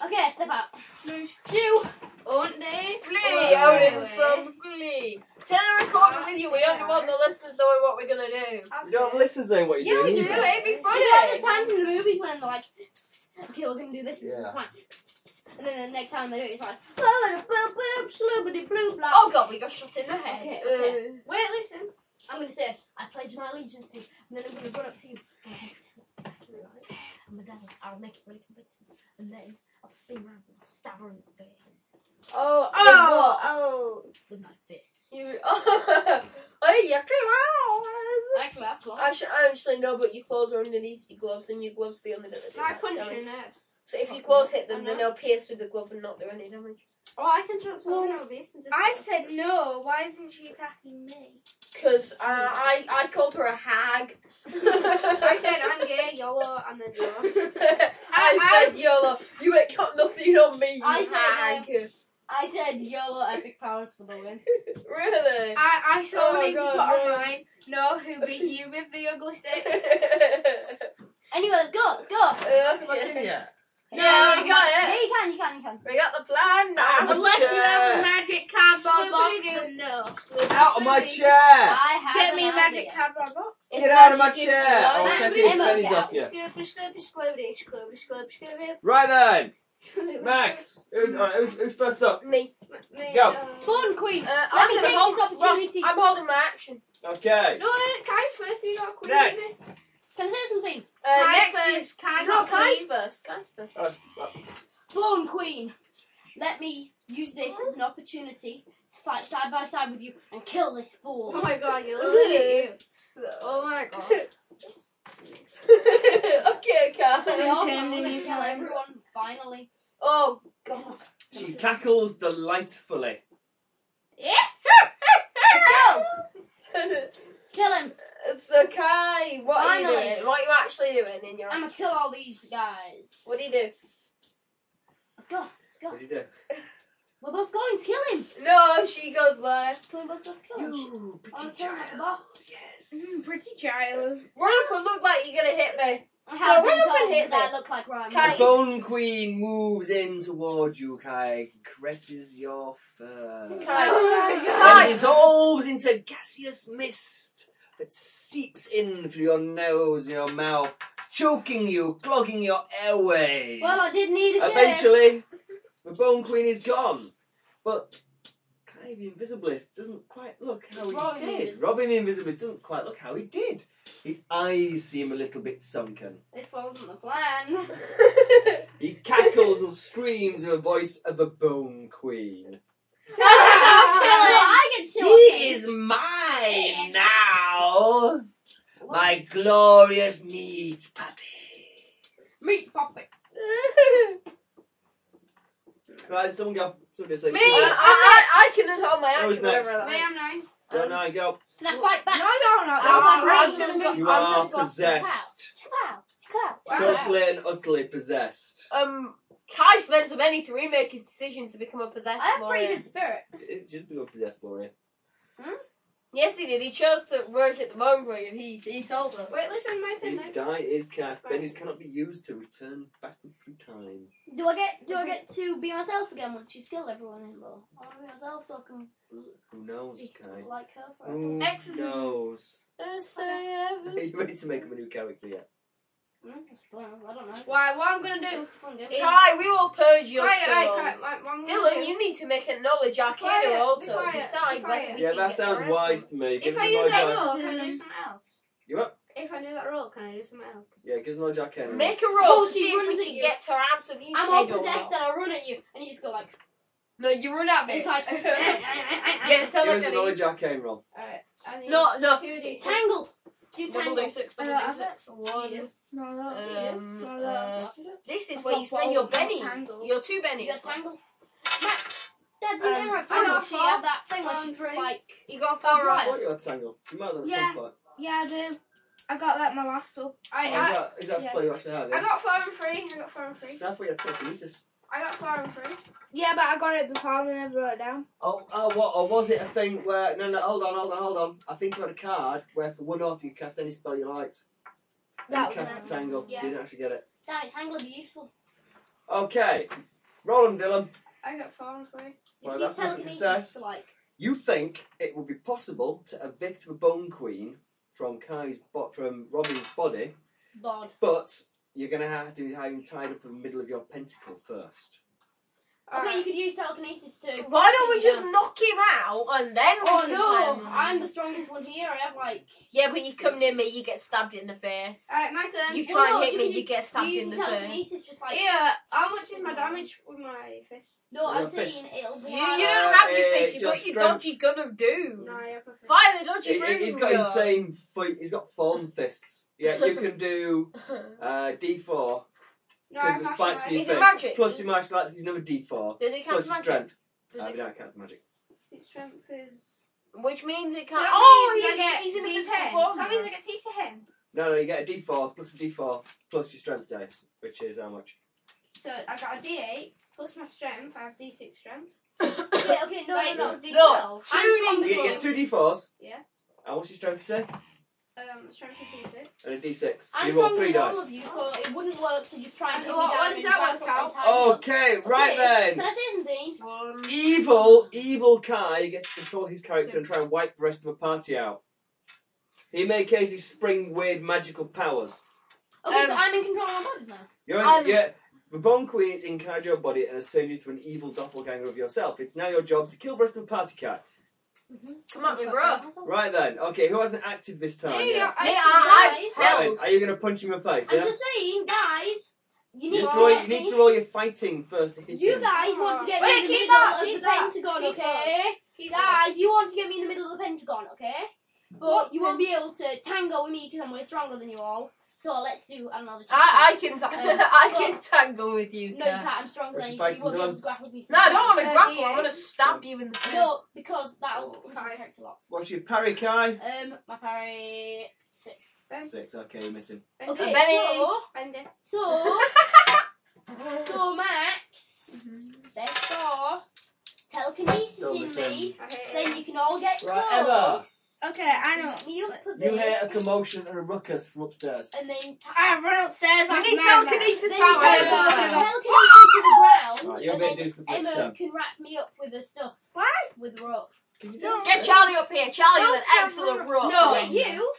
[SPEAKER 3] Okay, step out.
[SPEAKER 5] Moosh.
[SPEAKER 3] Shoo!
[SPEAKER 6] Aren't they?
[SPEAKER 4] Flee, Odin, some flee. Tell the recorder with you. We don't want the listeners knowing what we're gonna do.
[SPEAKER 2] You don't listen to what you're
[SPEAKER 3] Yeah,
[SPEAKER 2] doing
[SPEAKER 3] we
[SPEAKER 4] Do
[SPEAKER 2] either.
[SPEAKER 4] it, be
[SPEAKER 3] You know, there's
[SPEAKER 4] funny.
[SPEAKER 3] times in the movies when they're like, "Psst, psst, okay, we're gonna do this, this is
[SPEAKER 2] Yeah.
[SPEAKER 3] the plan. Psst, psst, psst. And then the next time they do it, it's like, "Oh, "Blah, blah, blah, blah, sloobity bloop, blah."
[SPEAKER 4] Oh god, we got shot in the head.
[SPEAKER 3] Okay, okay. Wait, listen. I'm gonna say, I pledge my allegiance to you, and then I'm gonna run up to you. And I'll attack you, right? I'm a devil. I'll make it really convincing. And then I'll spin around and I'll stab her in the face
[SPEAKER 4] Oh,
[SPEAKER 6] Oh,
[SPEAKER 4] oh,
[SPEAKER 6] oh.
[SPEAKER 3] with my fist.
[SPEAKER 4] you. Oh, you claws.
[SPEAKER 3] I clap, clap.
[SPEAKER 4] I should I actually know, but your claws are underneath your gloves, and your gloves the only bit that do
[SPEAKER 6] I
[SPEAKER 4] that
[SPEAKER 6] punch Oh,
[SPEAKER 4] damage.
[SPEAKER 6] your head.
[SPEAKER 4] So if your claws hit them,
[SPEAKER 6] I
[SPEAKER 4] then
[SPEAKER 6] know.
[SPEAKER 4] they'll pierce through the glove and not do any damage.
[SPEAKER 6] Oh, I can transform
[SPEAKER 5] Well,
[SPEAKER 6] well, this. And just
[SPEAKER 5] I've said no. Why isn't she attacking me?
[SPEAKER 4] Because uh, I I called her a hag.
[SPEAKER 6] I said I'm gay, YOLO, and then YOLO.
[SPEAKER 4] I,
[SPEAKER 5] I-
[SPEAKER 4] said YOLO. You ain't got nothing on me, you
[SPEAKER 3] I said,
[SPEAKER 4] hag.
[SPEAKER 3] I said YOLO epic powers for the win.
[SPEAKER 4] Really?
[SPEAKER 5] I, I so
[SPEAKER 4] Oh,
[SPEAKER 5] need to
[SPEAKER 4] God,
[SPEAKER 5] put on
[SPEAKER 4] no.
[SPEAKER 5] mine. No, who beat you with the ugly stick?
[SPEAKER 3] Anyway, let's go, let's go.
[SPEAKER 4] yeah.
[SPEAKER 2] Yeah.
[SPEAKER 4] No,
[SPEAKER 5] Yeah,
[SPEAKER 4] we got
[SPEAKER 3] Yeah,
[SPEAKER 4] it.
[SPEAKER 3] you can, you can, you can.
[SPEAKER 4] We got the plan now.
[SPEAKER 5] Unless you have a magic cardboard
[SPEAKER 6] Snoopy
[SPEAKER 5] box,
[SPEAKER 6] Snoop.
[SPEAKER 5] then no.
[SPEAKER 2] Out of my chair!
[SPEAKER 3] I have
[SPEAKER 5] Get me a
[SPEAKER 3] an
[SPEAKER 5] magic
[SPEAKER 3] idea.
[SPEAKER 5] cardboard box.
[SPEAKER 2] Get out of my chair! I'll
[SPEAKER 3] Max,
[SPEAKER 2] take
[SPEAKER 3] please
[SPEAKER 2] these
[SPEAKER 3] look
[SPEAKER 2] pennies
[SPEAKER 3] out.
[SPEAKER 2] off you.
[SPEAKER 6] Go.
[SPEAKER 2] Right then! Max! Who's, alright, who's, who's first up?
[SPEAKER 4] Me.
[SPEAKER 2] Go.
[SPEAKER 3] Fun queen.
[SPEAKER 4] Uh, I'm
[SPEAKER 3] me
[SPEAKER 4] gonna
[SPEAKER 3] take
[SPEAKER 4] hold
[SPEAKER 3] this opportunity.
[SPEAKER 4] Ross, I'm holding my action.
[SPEAKER 2] Okay.
[SPEAKER 6] No, Kai's first, you got a queen.
[SPEAKER 2] Next!
[SPEAKER 3] Can I say something?
[SPEAKER 4] Uh,
[SPEAKER 5] Kai's
[SPEAKER 4] next
[SPEAKER 5] first.
[SPEAKER 4] is
[SPEAKER 5] Kai
[SPEAKER 4] no,
[SPEAKER 5] got
[SPEAKER 4] Kai's
[SPEAKER 5] queen.
[SPEAKER 4] first. Kai's first.
[SPEAKER 3] Fun queen. Let me use this as an opportunity to fight side by side with you and kill this
[SPEAKER 6] Oh
[SPEAKER 3] fool.
[SPEAKER 6] my god, you're
[SPEAKER 4] Ooh.
[SPEAKER 6] literally Oh my god.
[SPEAKER 4] okay,
[SPEAKER 3] So we
[SPEAKER 4] Kaz.
[SPEAKER 3] also
[SPEAKER 5] Shame
[SPEAKER 3] want
[SPEAKER 5] that
[SPEAKER 3] to
[SPEAKER 5] you
[SPEAKER 3] kill
[SPEAKER 5] can't.
[SPEAKER 3] everyone finally.
[SPEAKER 4] Oh God.
[SPEAKER 2] She cackles delightfully.
[SPEAKER 3] Yeah. Let's go. Kill him.
[SPEAKER 4] so Kai, what are
[SPEAKER 3] Finally.
[SPEAKER 4] you doing? What are you actually doing in your?
[SPEAKER 3] I'm gonna kill all these guys.
[SPEAKER 4] What do you do?
[SPEAKER 3] Let's go. Let's go.
[SPEAKER 2] What do you do?
[SPEAKER 3] We're both going to kill him.
[SPEAKER 4] No, she goes left.
[SPEAKER 3] We're both going to kill him.
[SPEAKER 2] You,
[SPEAKER 3] I'll
[SPEAKER 2] pretty
[SPEAKER 3] kill him at the
[SPEAKER 2] child.
[SPEAKER 3] bar.
[SPEAKER 5] Mm, pretty child.
[SPEAKER 4] Run up and look like you're gonna hit me.
[SPEAKER 3] I
[SPEAKER 4] No,
[SPEAKER 3] have been
[SPEAKER 4] we're not
[SPEAKER 3] told
[SPEAKER 4] gonna hit
[SPEAKER 3] that
[SPEAKER 4] them.
[SPEAKER 3] I look like Ryan.
[SPEAKER 4] Kai-
[SPEAKER 2] The Bone Queen moves in towards you, Kai, caresses your fur,
[SPEAKER 4] Kai.
[SPEAKER 5] Oh my
[SPEAKER 2] and
[SPEAKER 4] Kai.
[SPEAKER 2] dissolves into gaseous mist that seeps in through your nose and your mouth, choking you, clogging your airways.
[SPEAKER 3] Well, I did need a shave.
[SPEAKER 2] Eventually, the Bone Queen is gone, but Kai the Invisibilist doesn't quite look how he
[SPEAKER 3] Robin the
[SPEAKER 2] did.
[SPEAKER 3] Invisibilist.
[SPEAKER 2] Robin the Invisibilist doesn't quite look how he did. His eyes seem a little bit sunken.
[SPEAKER 3] This wasn't the plan.
[SPEAKER 2] He cackles and screams in the voice of a bone queen.
[SPEAKER 3] No,
[SPEAKER 5] I'll
[SPEAKER 3] I get
[SPEAKER 2] He
[SPEAKER 3] two.
[SPEAKER 2] is mine now, my glorious meat puppy.
[SPEAKER 5] Meat puppet.
[SPEAKER 2] Right, someone go. Somebody say.
[SPEAKER 4] Me!
[SPEAKER 2] something.
[SPEAKER 4] I, I, I can hold my
[SPEAKER 2] Who's
[SPEAKER 4] action wherever I
[SPEAKER 2] next?
[SPEAKER 4] like.
[SPEAKER 6] May I'm nine.
[SPEAKER 2] So now you go.
[SPEAKER 3] Can I fight
[SPEAKER 5] No,
[SPEAKER 3] back?
[SPEAKER 5] no, no.
[SPEAKER 3] I was like,
[SPEAKER 5] no,
[SPEAKER 3] right,
[SPEAKER 5] no,
[SPEAKER 3] I'm gonna move.
[SPEAKER 2] You
[SPEAKER 3] I'm
[SPEAKER 2] are
[SPEAKER 3] gonna go.
[SPEAKER 2] possessed.
[SPEAKER 3] Chill out. Chill out.
[SPEAKER 6] Wow.
[SPEAKER 2] So plain, utterly possessed.
[SPEAKER 4] Um, Kai spent some money to remake his decision to become a possessed
[SPEAKER 3] I have pretty
[SPEAKER 4] warrior.
[SPEAKER 3] good spirit.
[SPEAKER 2] It just become possessed, Laurie.
[SPEAKER 4] Yes, he did. He chose to worship the Mongrel, and he, he told us.
[SPEAKER 6] Wait, listen, my turn
[SPEAKER 2] His
[SPEAKER 6] next.
[SPEAKER 2] die is cast. Bennies cannot be used to return back through time.
[SPEAKER 3] Do I get do I get to be myself again once she's killed everyone in law? I want to be myself so I can
[SPEAKER 2] Who knows,
[SPEAKER 3] be
[SPEAKER 2] Kai?
[SPEAKER 3] like her forever.
[SPEAKER 2] Who
[SPEAKER 4] Exorcism.
[SPEAKER 2] knows? Are
[SPEAKER 4] Why?
[SPEAKER 2] you ready to make him a new character yet?
[SPEAKER 3] Mm, that's fun. I don't know.
[SPEAKER 4] What I'm gonna do?
[SPEAKER 3] It's fun,
[SPEAKER 4] is-
[SPEAKER 3] isn't it?
[SPEAKER 4] Kai, we will purge your
[SPEAKER 6] Quiet,
[SPEAKER 4] soul.
[SPEAKER 6] quiet, quiet. What I'm gonna do-
[SPEAKER 3] Mm.
[SPEAKER 4] Dylan, you need to make a knowledge
[SPEAKER 6] quiet,
[SPEAKER 4] arcana
[SPEAKER 6] be
[SPEAKER 4] altar.
[SPEAKER 6] quiet, be
[SPEAKER 4] Decide whether
[SPEAKER 6] quiet.
[SPEAKER 4] we
[SPEAKER 2] yeah,
[SPEAKER 4] can
[SPEAKER 2] that
[SPEAKER 4] get
[SPEAKER 2] sounds
[SPEAKER 4] her out.
[SPEAKER 2] wise to me. Give
[SPEAKER 6] If
[SPEAKER 2] us
[SPEAKER 6] I
[SPEAKER 2] a
[SPEAKER 6] use that
[SPEAKER 2] knowledge arc-
[SPEAKER 6] roll, can I do something else?
[SPEAKER 2] You up?
[SPEAKER 6] If I do that roll, can I do something else?
[SPEAKER 2] Yeah, give us a knowledge arcana.
[SPEAKER 4] Make a roll
[SPEAKER 3] Oh,
[SPEAKER 4] to
[SPEAKER 3] she
[SPEAKER 4] see if we
[SPEAKER 3] runs at
[SPEAKER 4] can
[SPEAKER 3] you.
[SPEAKER 4] get her out of his
[SPEAKER 3] I'm all
[SPEAKER 4] head or
[SPEAKER 3] possessed
[SPEAKER 4] not.
[SPEAKER 3] and I run at you, and you just go like.
[SPEAKER 4] No, you run at me.
[SPEAKER 3] It's like.
[SPEAKER 4] yeah, tell
[SPEAKER 2] Give
[SPEAKER 4] us
[SPEAKER 2] us a knowledge arcane roll.
[SPEAKER 6] I need
[SPEAKER 4] No, no.
[SPEAKER 6] two D six.
[SPEAKER 3] Tangle! Do
[SPEAKER 4] Double
[SPEAKER 3] tangle.
[SPEAKER 4] D6,
[SPEAKER 5] I
[SPEAKER 4] double
[SPEAKER 5] don't have
[SPEAKER 4] D6. One.
[SPEAKER 5] No,
[SPEAKER 3] uh,
[SPEAKER 5] no.
[SPEAKER 4] Um,
[SPEAKER 5] no, no.
[SPEAKER 4] uh, this is
[SPEAKER 5] I've
[SPEAKER 4] where
[SPEAKER 5] got
[SPEAKER 4] you spend
[SPEAKER 5] bold,
[SPEAKER 4] your
[SPEAKER 5] not
[SPEAKER 4] penny.
[SPEAKER 5] tangled.
[SPEAKER 4] Your two pennies.
[SPEAKER 3] You got tangle. Dad, do you
[SPEAKER 4] Um,
[SPEAKER 3] remember
[SPEAKER 4] I
[SPEAKER 3] at Tangle
[SPEAKER 6] got
[SPEAKER 3] she
[SPEAKER 6] four.
[SPEAKER 3] had that thing where she
[SPEAKER 6] Um, three.
[SPEAKER 3] like.
[SPEAKER 4] You got four
[SPEAKER 3] Oh, Right.
[SPEAKER 4] right.
[SPEAKER 2] What you had tangle? You might have done at
[SPEAKER 5] Yeah.
[SPEAKER 2] some point.
[SPEAKER 5] Yeah, I do. I got that my last up.
[SPEAKER 2] Oh,
[SPEAKER 6] I,
[SPEAKER 2] is
[SPEAKER 6] I,
[SPEAKER 2] that, is that
[SPEAKER 5] yeah.
[SPEAKER 2] spell you actually had?
[SPEAKER 6] I
[SPEAKER 2] Yeah?
[SPEAKER 6] got four and three. I got four and three.
[SPEAKER 2] That's what you're telekinesis.
[SPEAKER 6] I got four and three.
[SPEAKER 5] Yeah, but I got it before and I never wrote it down.
[SPEAKER 2] Oh, oh, what? Or was it a thing where? No, no, hold on, hold on, hold on. I think you had a card where for one off you cast any spell you liked. Then
[SPEAKER 5] That
[SPEAKER 2] you
[SPEAKER 5] was
[SPEAKER 2] cast
[SPEAKER 5] it.
[SPEAKER 2] tangle.
[SPEAKER 6] Yeah.
[SPEAKER 2] You didn't actually get it.
[SPEAKER 3] Dad, tangle would be useful.
[SPEAKER 2] Okay, Roland Dylan.
[SPEAKER 6] I got four and three.
[SPEAKER 3] You
[SPEAKER 2] Well,
[SPEAKER 3] can
[SPEAKER 2] that's
[SPEAKER 3] use
[SPEAKER 2] what it
[SPEAKER 3] telekinesis
[SPEAKER 2] says.
[SPEAKER 3] to like.
[SPEAKER 2] You think it would be possible to evict the Bone Queen from Kai's bo- from Robin's body,
[SPEAKER 3] Bod.
[SPEAKER 2] but you're gonna have to have him tied up in the middle of your pentacle first.
[SPEAKER 3] Okay, you
[SPEAKER 6] Alright.
[SPEAKER 3] could use telekinesis to.
[SPEAKER 4] Why don't we
[SPEAKER 3] Yeah.
[SPEAKER 4] just knock him out and then we can
[SPEAKER 3] Oh
[SPEAKER 4] tie him
[SPEAKER 3] no!
[SPEAKER 4] up?
[SPEAKER 3] I'm the strongest one here. I have like.
[SPEAKER 4] Yeah, but you come near me, you get stabbed in the face.
[SPEAKER 6] Alright, my turn.
[SPEAKER 4] You
[SPEAKER 3] Well,
[SPEAKER 4] try
[SPEAKER 3] no,
[SPEAKER 4] and hit
[SPEAKER 3] you
[SPEAKER 4] me,
[SPEAKER 3] can
[SPEAKER 4] you get stabbed
[SPEAKER 3] you
[SPEAKER 4] in
[SPEAKER 3] use
[SPEAKER 4] the face.
[SPEAKER 3] telekinesis just like.
[SPEAKER 6] Yeah, how much is my damage with my fist?
[SPEAKER 3] No,
[SPEAKER 2] Your
[SPEAKER 3] I'm saying
[SPEAKER 2] fists.
[SPEAKER 3] it'll
[SPEAKER 4] You,
[SPEAKER 3] be.
[SPEAKER 4] you
[SPEAKER 3] like-
[SPEAKER 4] don't have your
[SPEAKER 2] Uh,
[SPEAKER 4] face,
[SPEAKER 2] it's
[SPEAKER 4] you've
[SPEAKER 2] your
[SPEAKER 4] got your
[SPEAKER 2] strength.
[SPEAKER 4] dodgy gun of doom.
[SPEAKER 6] No, I have a fist.
[SPEAKER 4] Fire the dodgy
[SPEAKER 2] He,
[SPEAKER 4] broom.
[SPEAKER 2] he- he's got insane. Fi- he's got foam fists. Yeah, you can do uh, D4
[SPEAKER 6] No, I
[SPEAKER 2] because
[SPEAKER 6] have
[SPEAKER 2] the spikes
[SPEAKER 6] mastered
[SPEAKER 2] in your
[SPEAKER 4] Is
[SPEAKER 6] it.
[SPEAKER 4] it
[SPEAKER 2] face.
[SPEAKER 4] magic?
[SPEAKER 2] Plus your martial arts, you another D4.
[SPEAKER 4] Does it count
[SPEAKER 2] Plus
[SPEAKER 4] as
[SPEAKER 2] your
[SPEAKER 4] magic?
[SPEAKER 2] strength.
[SPEAKER 4] Does
[SPEAKER 2] Uh,
[SPEAKER 4] it
[SPEAKER 2] but no, it counts as magic.
[SPEAKER 6] Its strength is.
[SPEAKER 4] Which means it
[SPEAKER 6] So
[SPEAKER 4] can't.
[SPEAKER 6] that
[SPEAKER 4] Oh,
[SPEAKER 6] means I
[SPEAKER 4] he's,
[SPEAKER 6] get
[SPEAKER 4] he's in the
[SPEAKER 6] D10.
[SPEAKER 4] physical
[SPEAKER 6] So that means I
[SPEAKER 4] form.
[SPEAKER 6] get teeth to him.
[SPEAKER 2] No, no, you get a D4 plus a D4 plus your strength dice, which is how much?
[SPEAKER 6] So I got a D8 plus my strength. I have D6 strength.
[SPEAKER 3] Yeah, okay, no,
[SPEAKER 6] Wait,
[SPEAKER 3] no,
[SPEAKER 6] no,
[SPEAKER 3] no.
[SPEAKER 6] D12.
[SPEAKER 4] No,
[SPEAKER 6] I'm
[SPEAKER 4] two
[SPEAKER 2] You
[SPEAKER 6] strong
[SPEAKER 4] D-
[SPEAKER 2] get, you
[SPEAKER 6] because-
[SPEAKER 2] get two D4s.
[SPEAKER 6] Yeah.
[SPEAKER 2] And what's your strength say?
[SPEAKER 6] Um, strength is D6.
[SPEAKER 2] And a D6. So
[SPEAKER 3] I'm
[SPEAKER 2] you roll
[SPEAKER 3] stronger
[SPEAKER 2] three
[SPEAKER 3] than all
[SPEAKER 2] dice.
[SPEAKER 3] of you, so it wouldn't work to just try and
[SPEAKER 6] And
[SPEAKER 3] take me
[SPEAKER 6] what- what
[SPEAKER 3] down.
[SPEAKER 6] does
[SPEAKER 3] and
[SPEAKER 6] that
[SPEAKER 3] try
[SPEAKER 6] work
[SPEAKER 3] and fuck
[SPEAKER 6] out?
[SPEAKER 3] my entire world.
[SPEAKER 2] Okay, Oh, right
[SPEAKER 3] Okay, Can
[SPEAKER 2] then.
[SPEAKER 3] I say something?
[SPEAKER 4] One.
[SPEAKER 2] Evil, evil Kai gets to control his character and try and wipe the rest of the party out. He may occasionally spring weird magical powers.
[SPEAKER 3] Okay, so
[SPEAKER 4] Um,
[SPEAKER 3] I'm in control of my body now.
[SPEAKER 2] You're in,
[SPEAKER 4] I'm-
[SPEAKER 2] yeah, the Bone Queen is inside your body and has turned you to an evil doppelganger of yourself. It's now your job to kill the rest of the party cat.
[SPEAKER 6] Mm-hmm.
[SPEAKER 4] Come at me, bro.
[SPEAKER 2] Right then. Okay, who hasn't acted this time?
[SPEAKER 6] There you
[SPEAKER 2] yet?
[SPEAKER 6] go.
[SPEAKER 4] Hey,
[SPEAKER 6] I-
[SPEAKER 4] I-
[SPEAKER 3] guys.
[SPEAKER 2] Right
[SPEAKER 4] Held.
[SPEAKER 2] then, are you going to punch him in the face?
[SPEAKER 3] I'm
[SPEAKER 2] yeah?
[SPEAKER 3] just saying, guys, you need
[SPEAKER 2] You,
[SPEAKER 3] to
[SPEAKER 2] throw,
[SPEAKER 3] get
[SPEAKER 2] you need to roll your fighting first to
[SPEAKER 3] me.
[SPEAKER 2] hit
[SPEAKER 3] You
[SPEAKER 2] him.
[SPEAKER 3] guys want to get
[SPEAKER 6] Wait,
[SPEAKER 3] me in the
[SPEAKER 6] keep
[SPEAKER 3] middle
[SPEAKER 6] that,
[SPEAKER 3] of
[SPEAKER 6] keep
[SPEAKER 3] the
[SPEAKER 6] that,
[SPEAKER 3] Pentagon,
[SPEAKER 6] keep
[SPEAKER 3] okay?
[SPEAKER 6] Keep that.
[SPEAKER 3] Guys, you want to get me in the middle of the Pentagon, okay? But
[SPEAKER 6] What
[SPEAKER 3] you won't be able to tango with me because I'm way stronger than you all. So let's do another chapter.
[SPEAKER 4] I, I can ta- I can tangle with you.
[SPEAKER 3] No, you
[SPEAKER 4] Kat.
[SPEAKER 3] can't. I'm stronger
[SPEAKER 2] Where's
[SPEAKER 3] than
[SPEAKER 2] she
[SPEAKER 3] you. So you
[SPEAKER 2] fighting
[SPEAKER 3] won't be
[SPEAKER 2] from?
[SPEAKER 3] able to grapple with me.
[SPEAKER 4] No, I don't want to
[SPEAKER 6] Uh,
[SPEAKER 4] grapple.
[SPEAKER 6] D8.
[SPEAKER 4] I want to stab you in the face.
[SPEAKER 3] No, because that'll
[SPEAKER 6] Oh,
[SPEAKER 3] increase
[SPEAKER 6] sorry.
[SPEAKER 3] my character lots.
[SPEAKER 2] What's your parry, Kai?
[SPEAKER 3] Um, my parry six.
[SPEAKER 2] Six. Okay, you miss him.
[SPEAKER 6] Bend
[SPEAKER 3] Okay,
[SPEAKER 6] it.
[SPEAKER 4] Benny.
[SPEAKER 3] so
[SPEAKER 6] Bend it.
[SPEAKER 3] so so Max,
[SPEAKER 4] Mm-hmm.
[SPEAKER 3] best off telekinesis
[SPEAKER 2] Don't
[SPEAKER 3] in
[SPEAKER 2] listen.
[SPEAKER 3] me.
[SPEAKER 6] I hate
[SPEAKER 3] Then
[SPEAKER 6] it.
[SPEAKER 3] you can all get
[SPEAKER 2] Right,
[SPEAKER 3] close.
[SPEAKER 5] Okay, I know.
[SPEAKER 3] Meet me up a
[SPEAKER 2] You
[SPEAKER 3] bit,
[SPEAKER 2] hear a commotion and a ruckus from upstairs.
[SPEAKER 3] and then
[SPEAKER 5] I run upstairs.
[SPEAKER 4] We
[SPEAKER 5] like
[SPEAKER 4] need
[SPEAKER 5] mad,
[SPEAKER 4] Ah, telekinesis
[SPEAKER 3] then you
[SPEAKER 4] power.
[SPEAKER 5] gotta go,
[SPEAKER 3] telekinesis
[SPEAKER 5] gotta go.
[SPEAKER 3] telekinesis to the ground,
[SPEAKER 2] Right, you're
[SPEAKER 3] and
[SPEAKER 2] going
[SPEAKER 3] then
[SPEAKER 2] to do some next
[SPEAKER 3] Emma
[SPEAKER 2] time.
[SPEAKER 3] can wrap me up with her stuff.
[SPEAKER 5] Why?
[SPEAKER 3] With rope.
[SPEAKER 4] Get Charlie up here. Charlie is an
[SPEAKER 6] Don't tell
[SPEAKER 4] excellent
[SPEAKER 6] Ro-
[SPEAKER 4] rope.
[SPEAKER 3] No,
[SPEAKER 4] man.
[SPEAKER 3] you.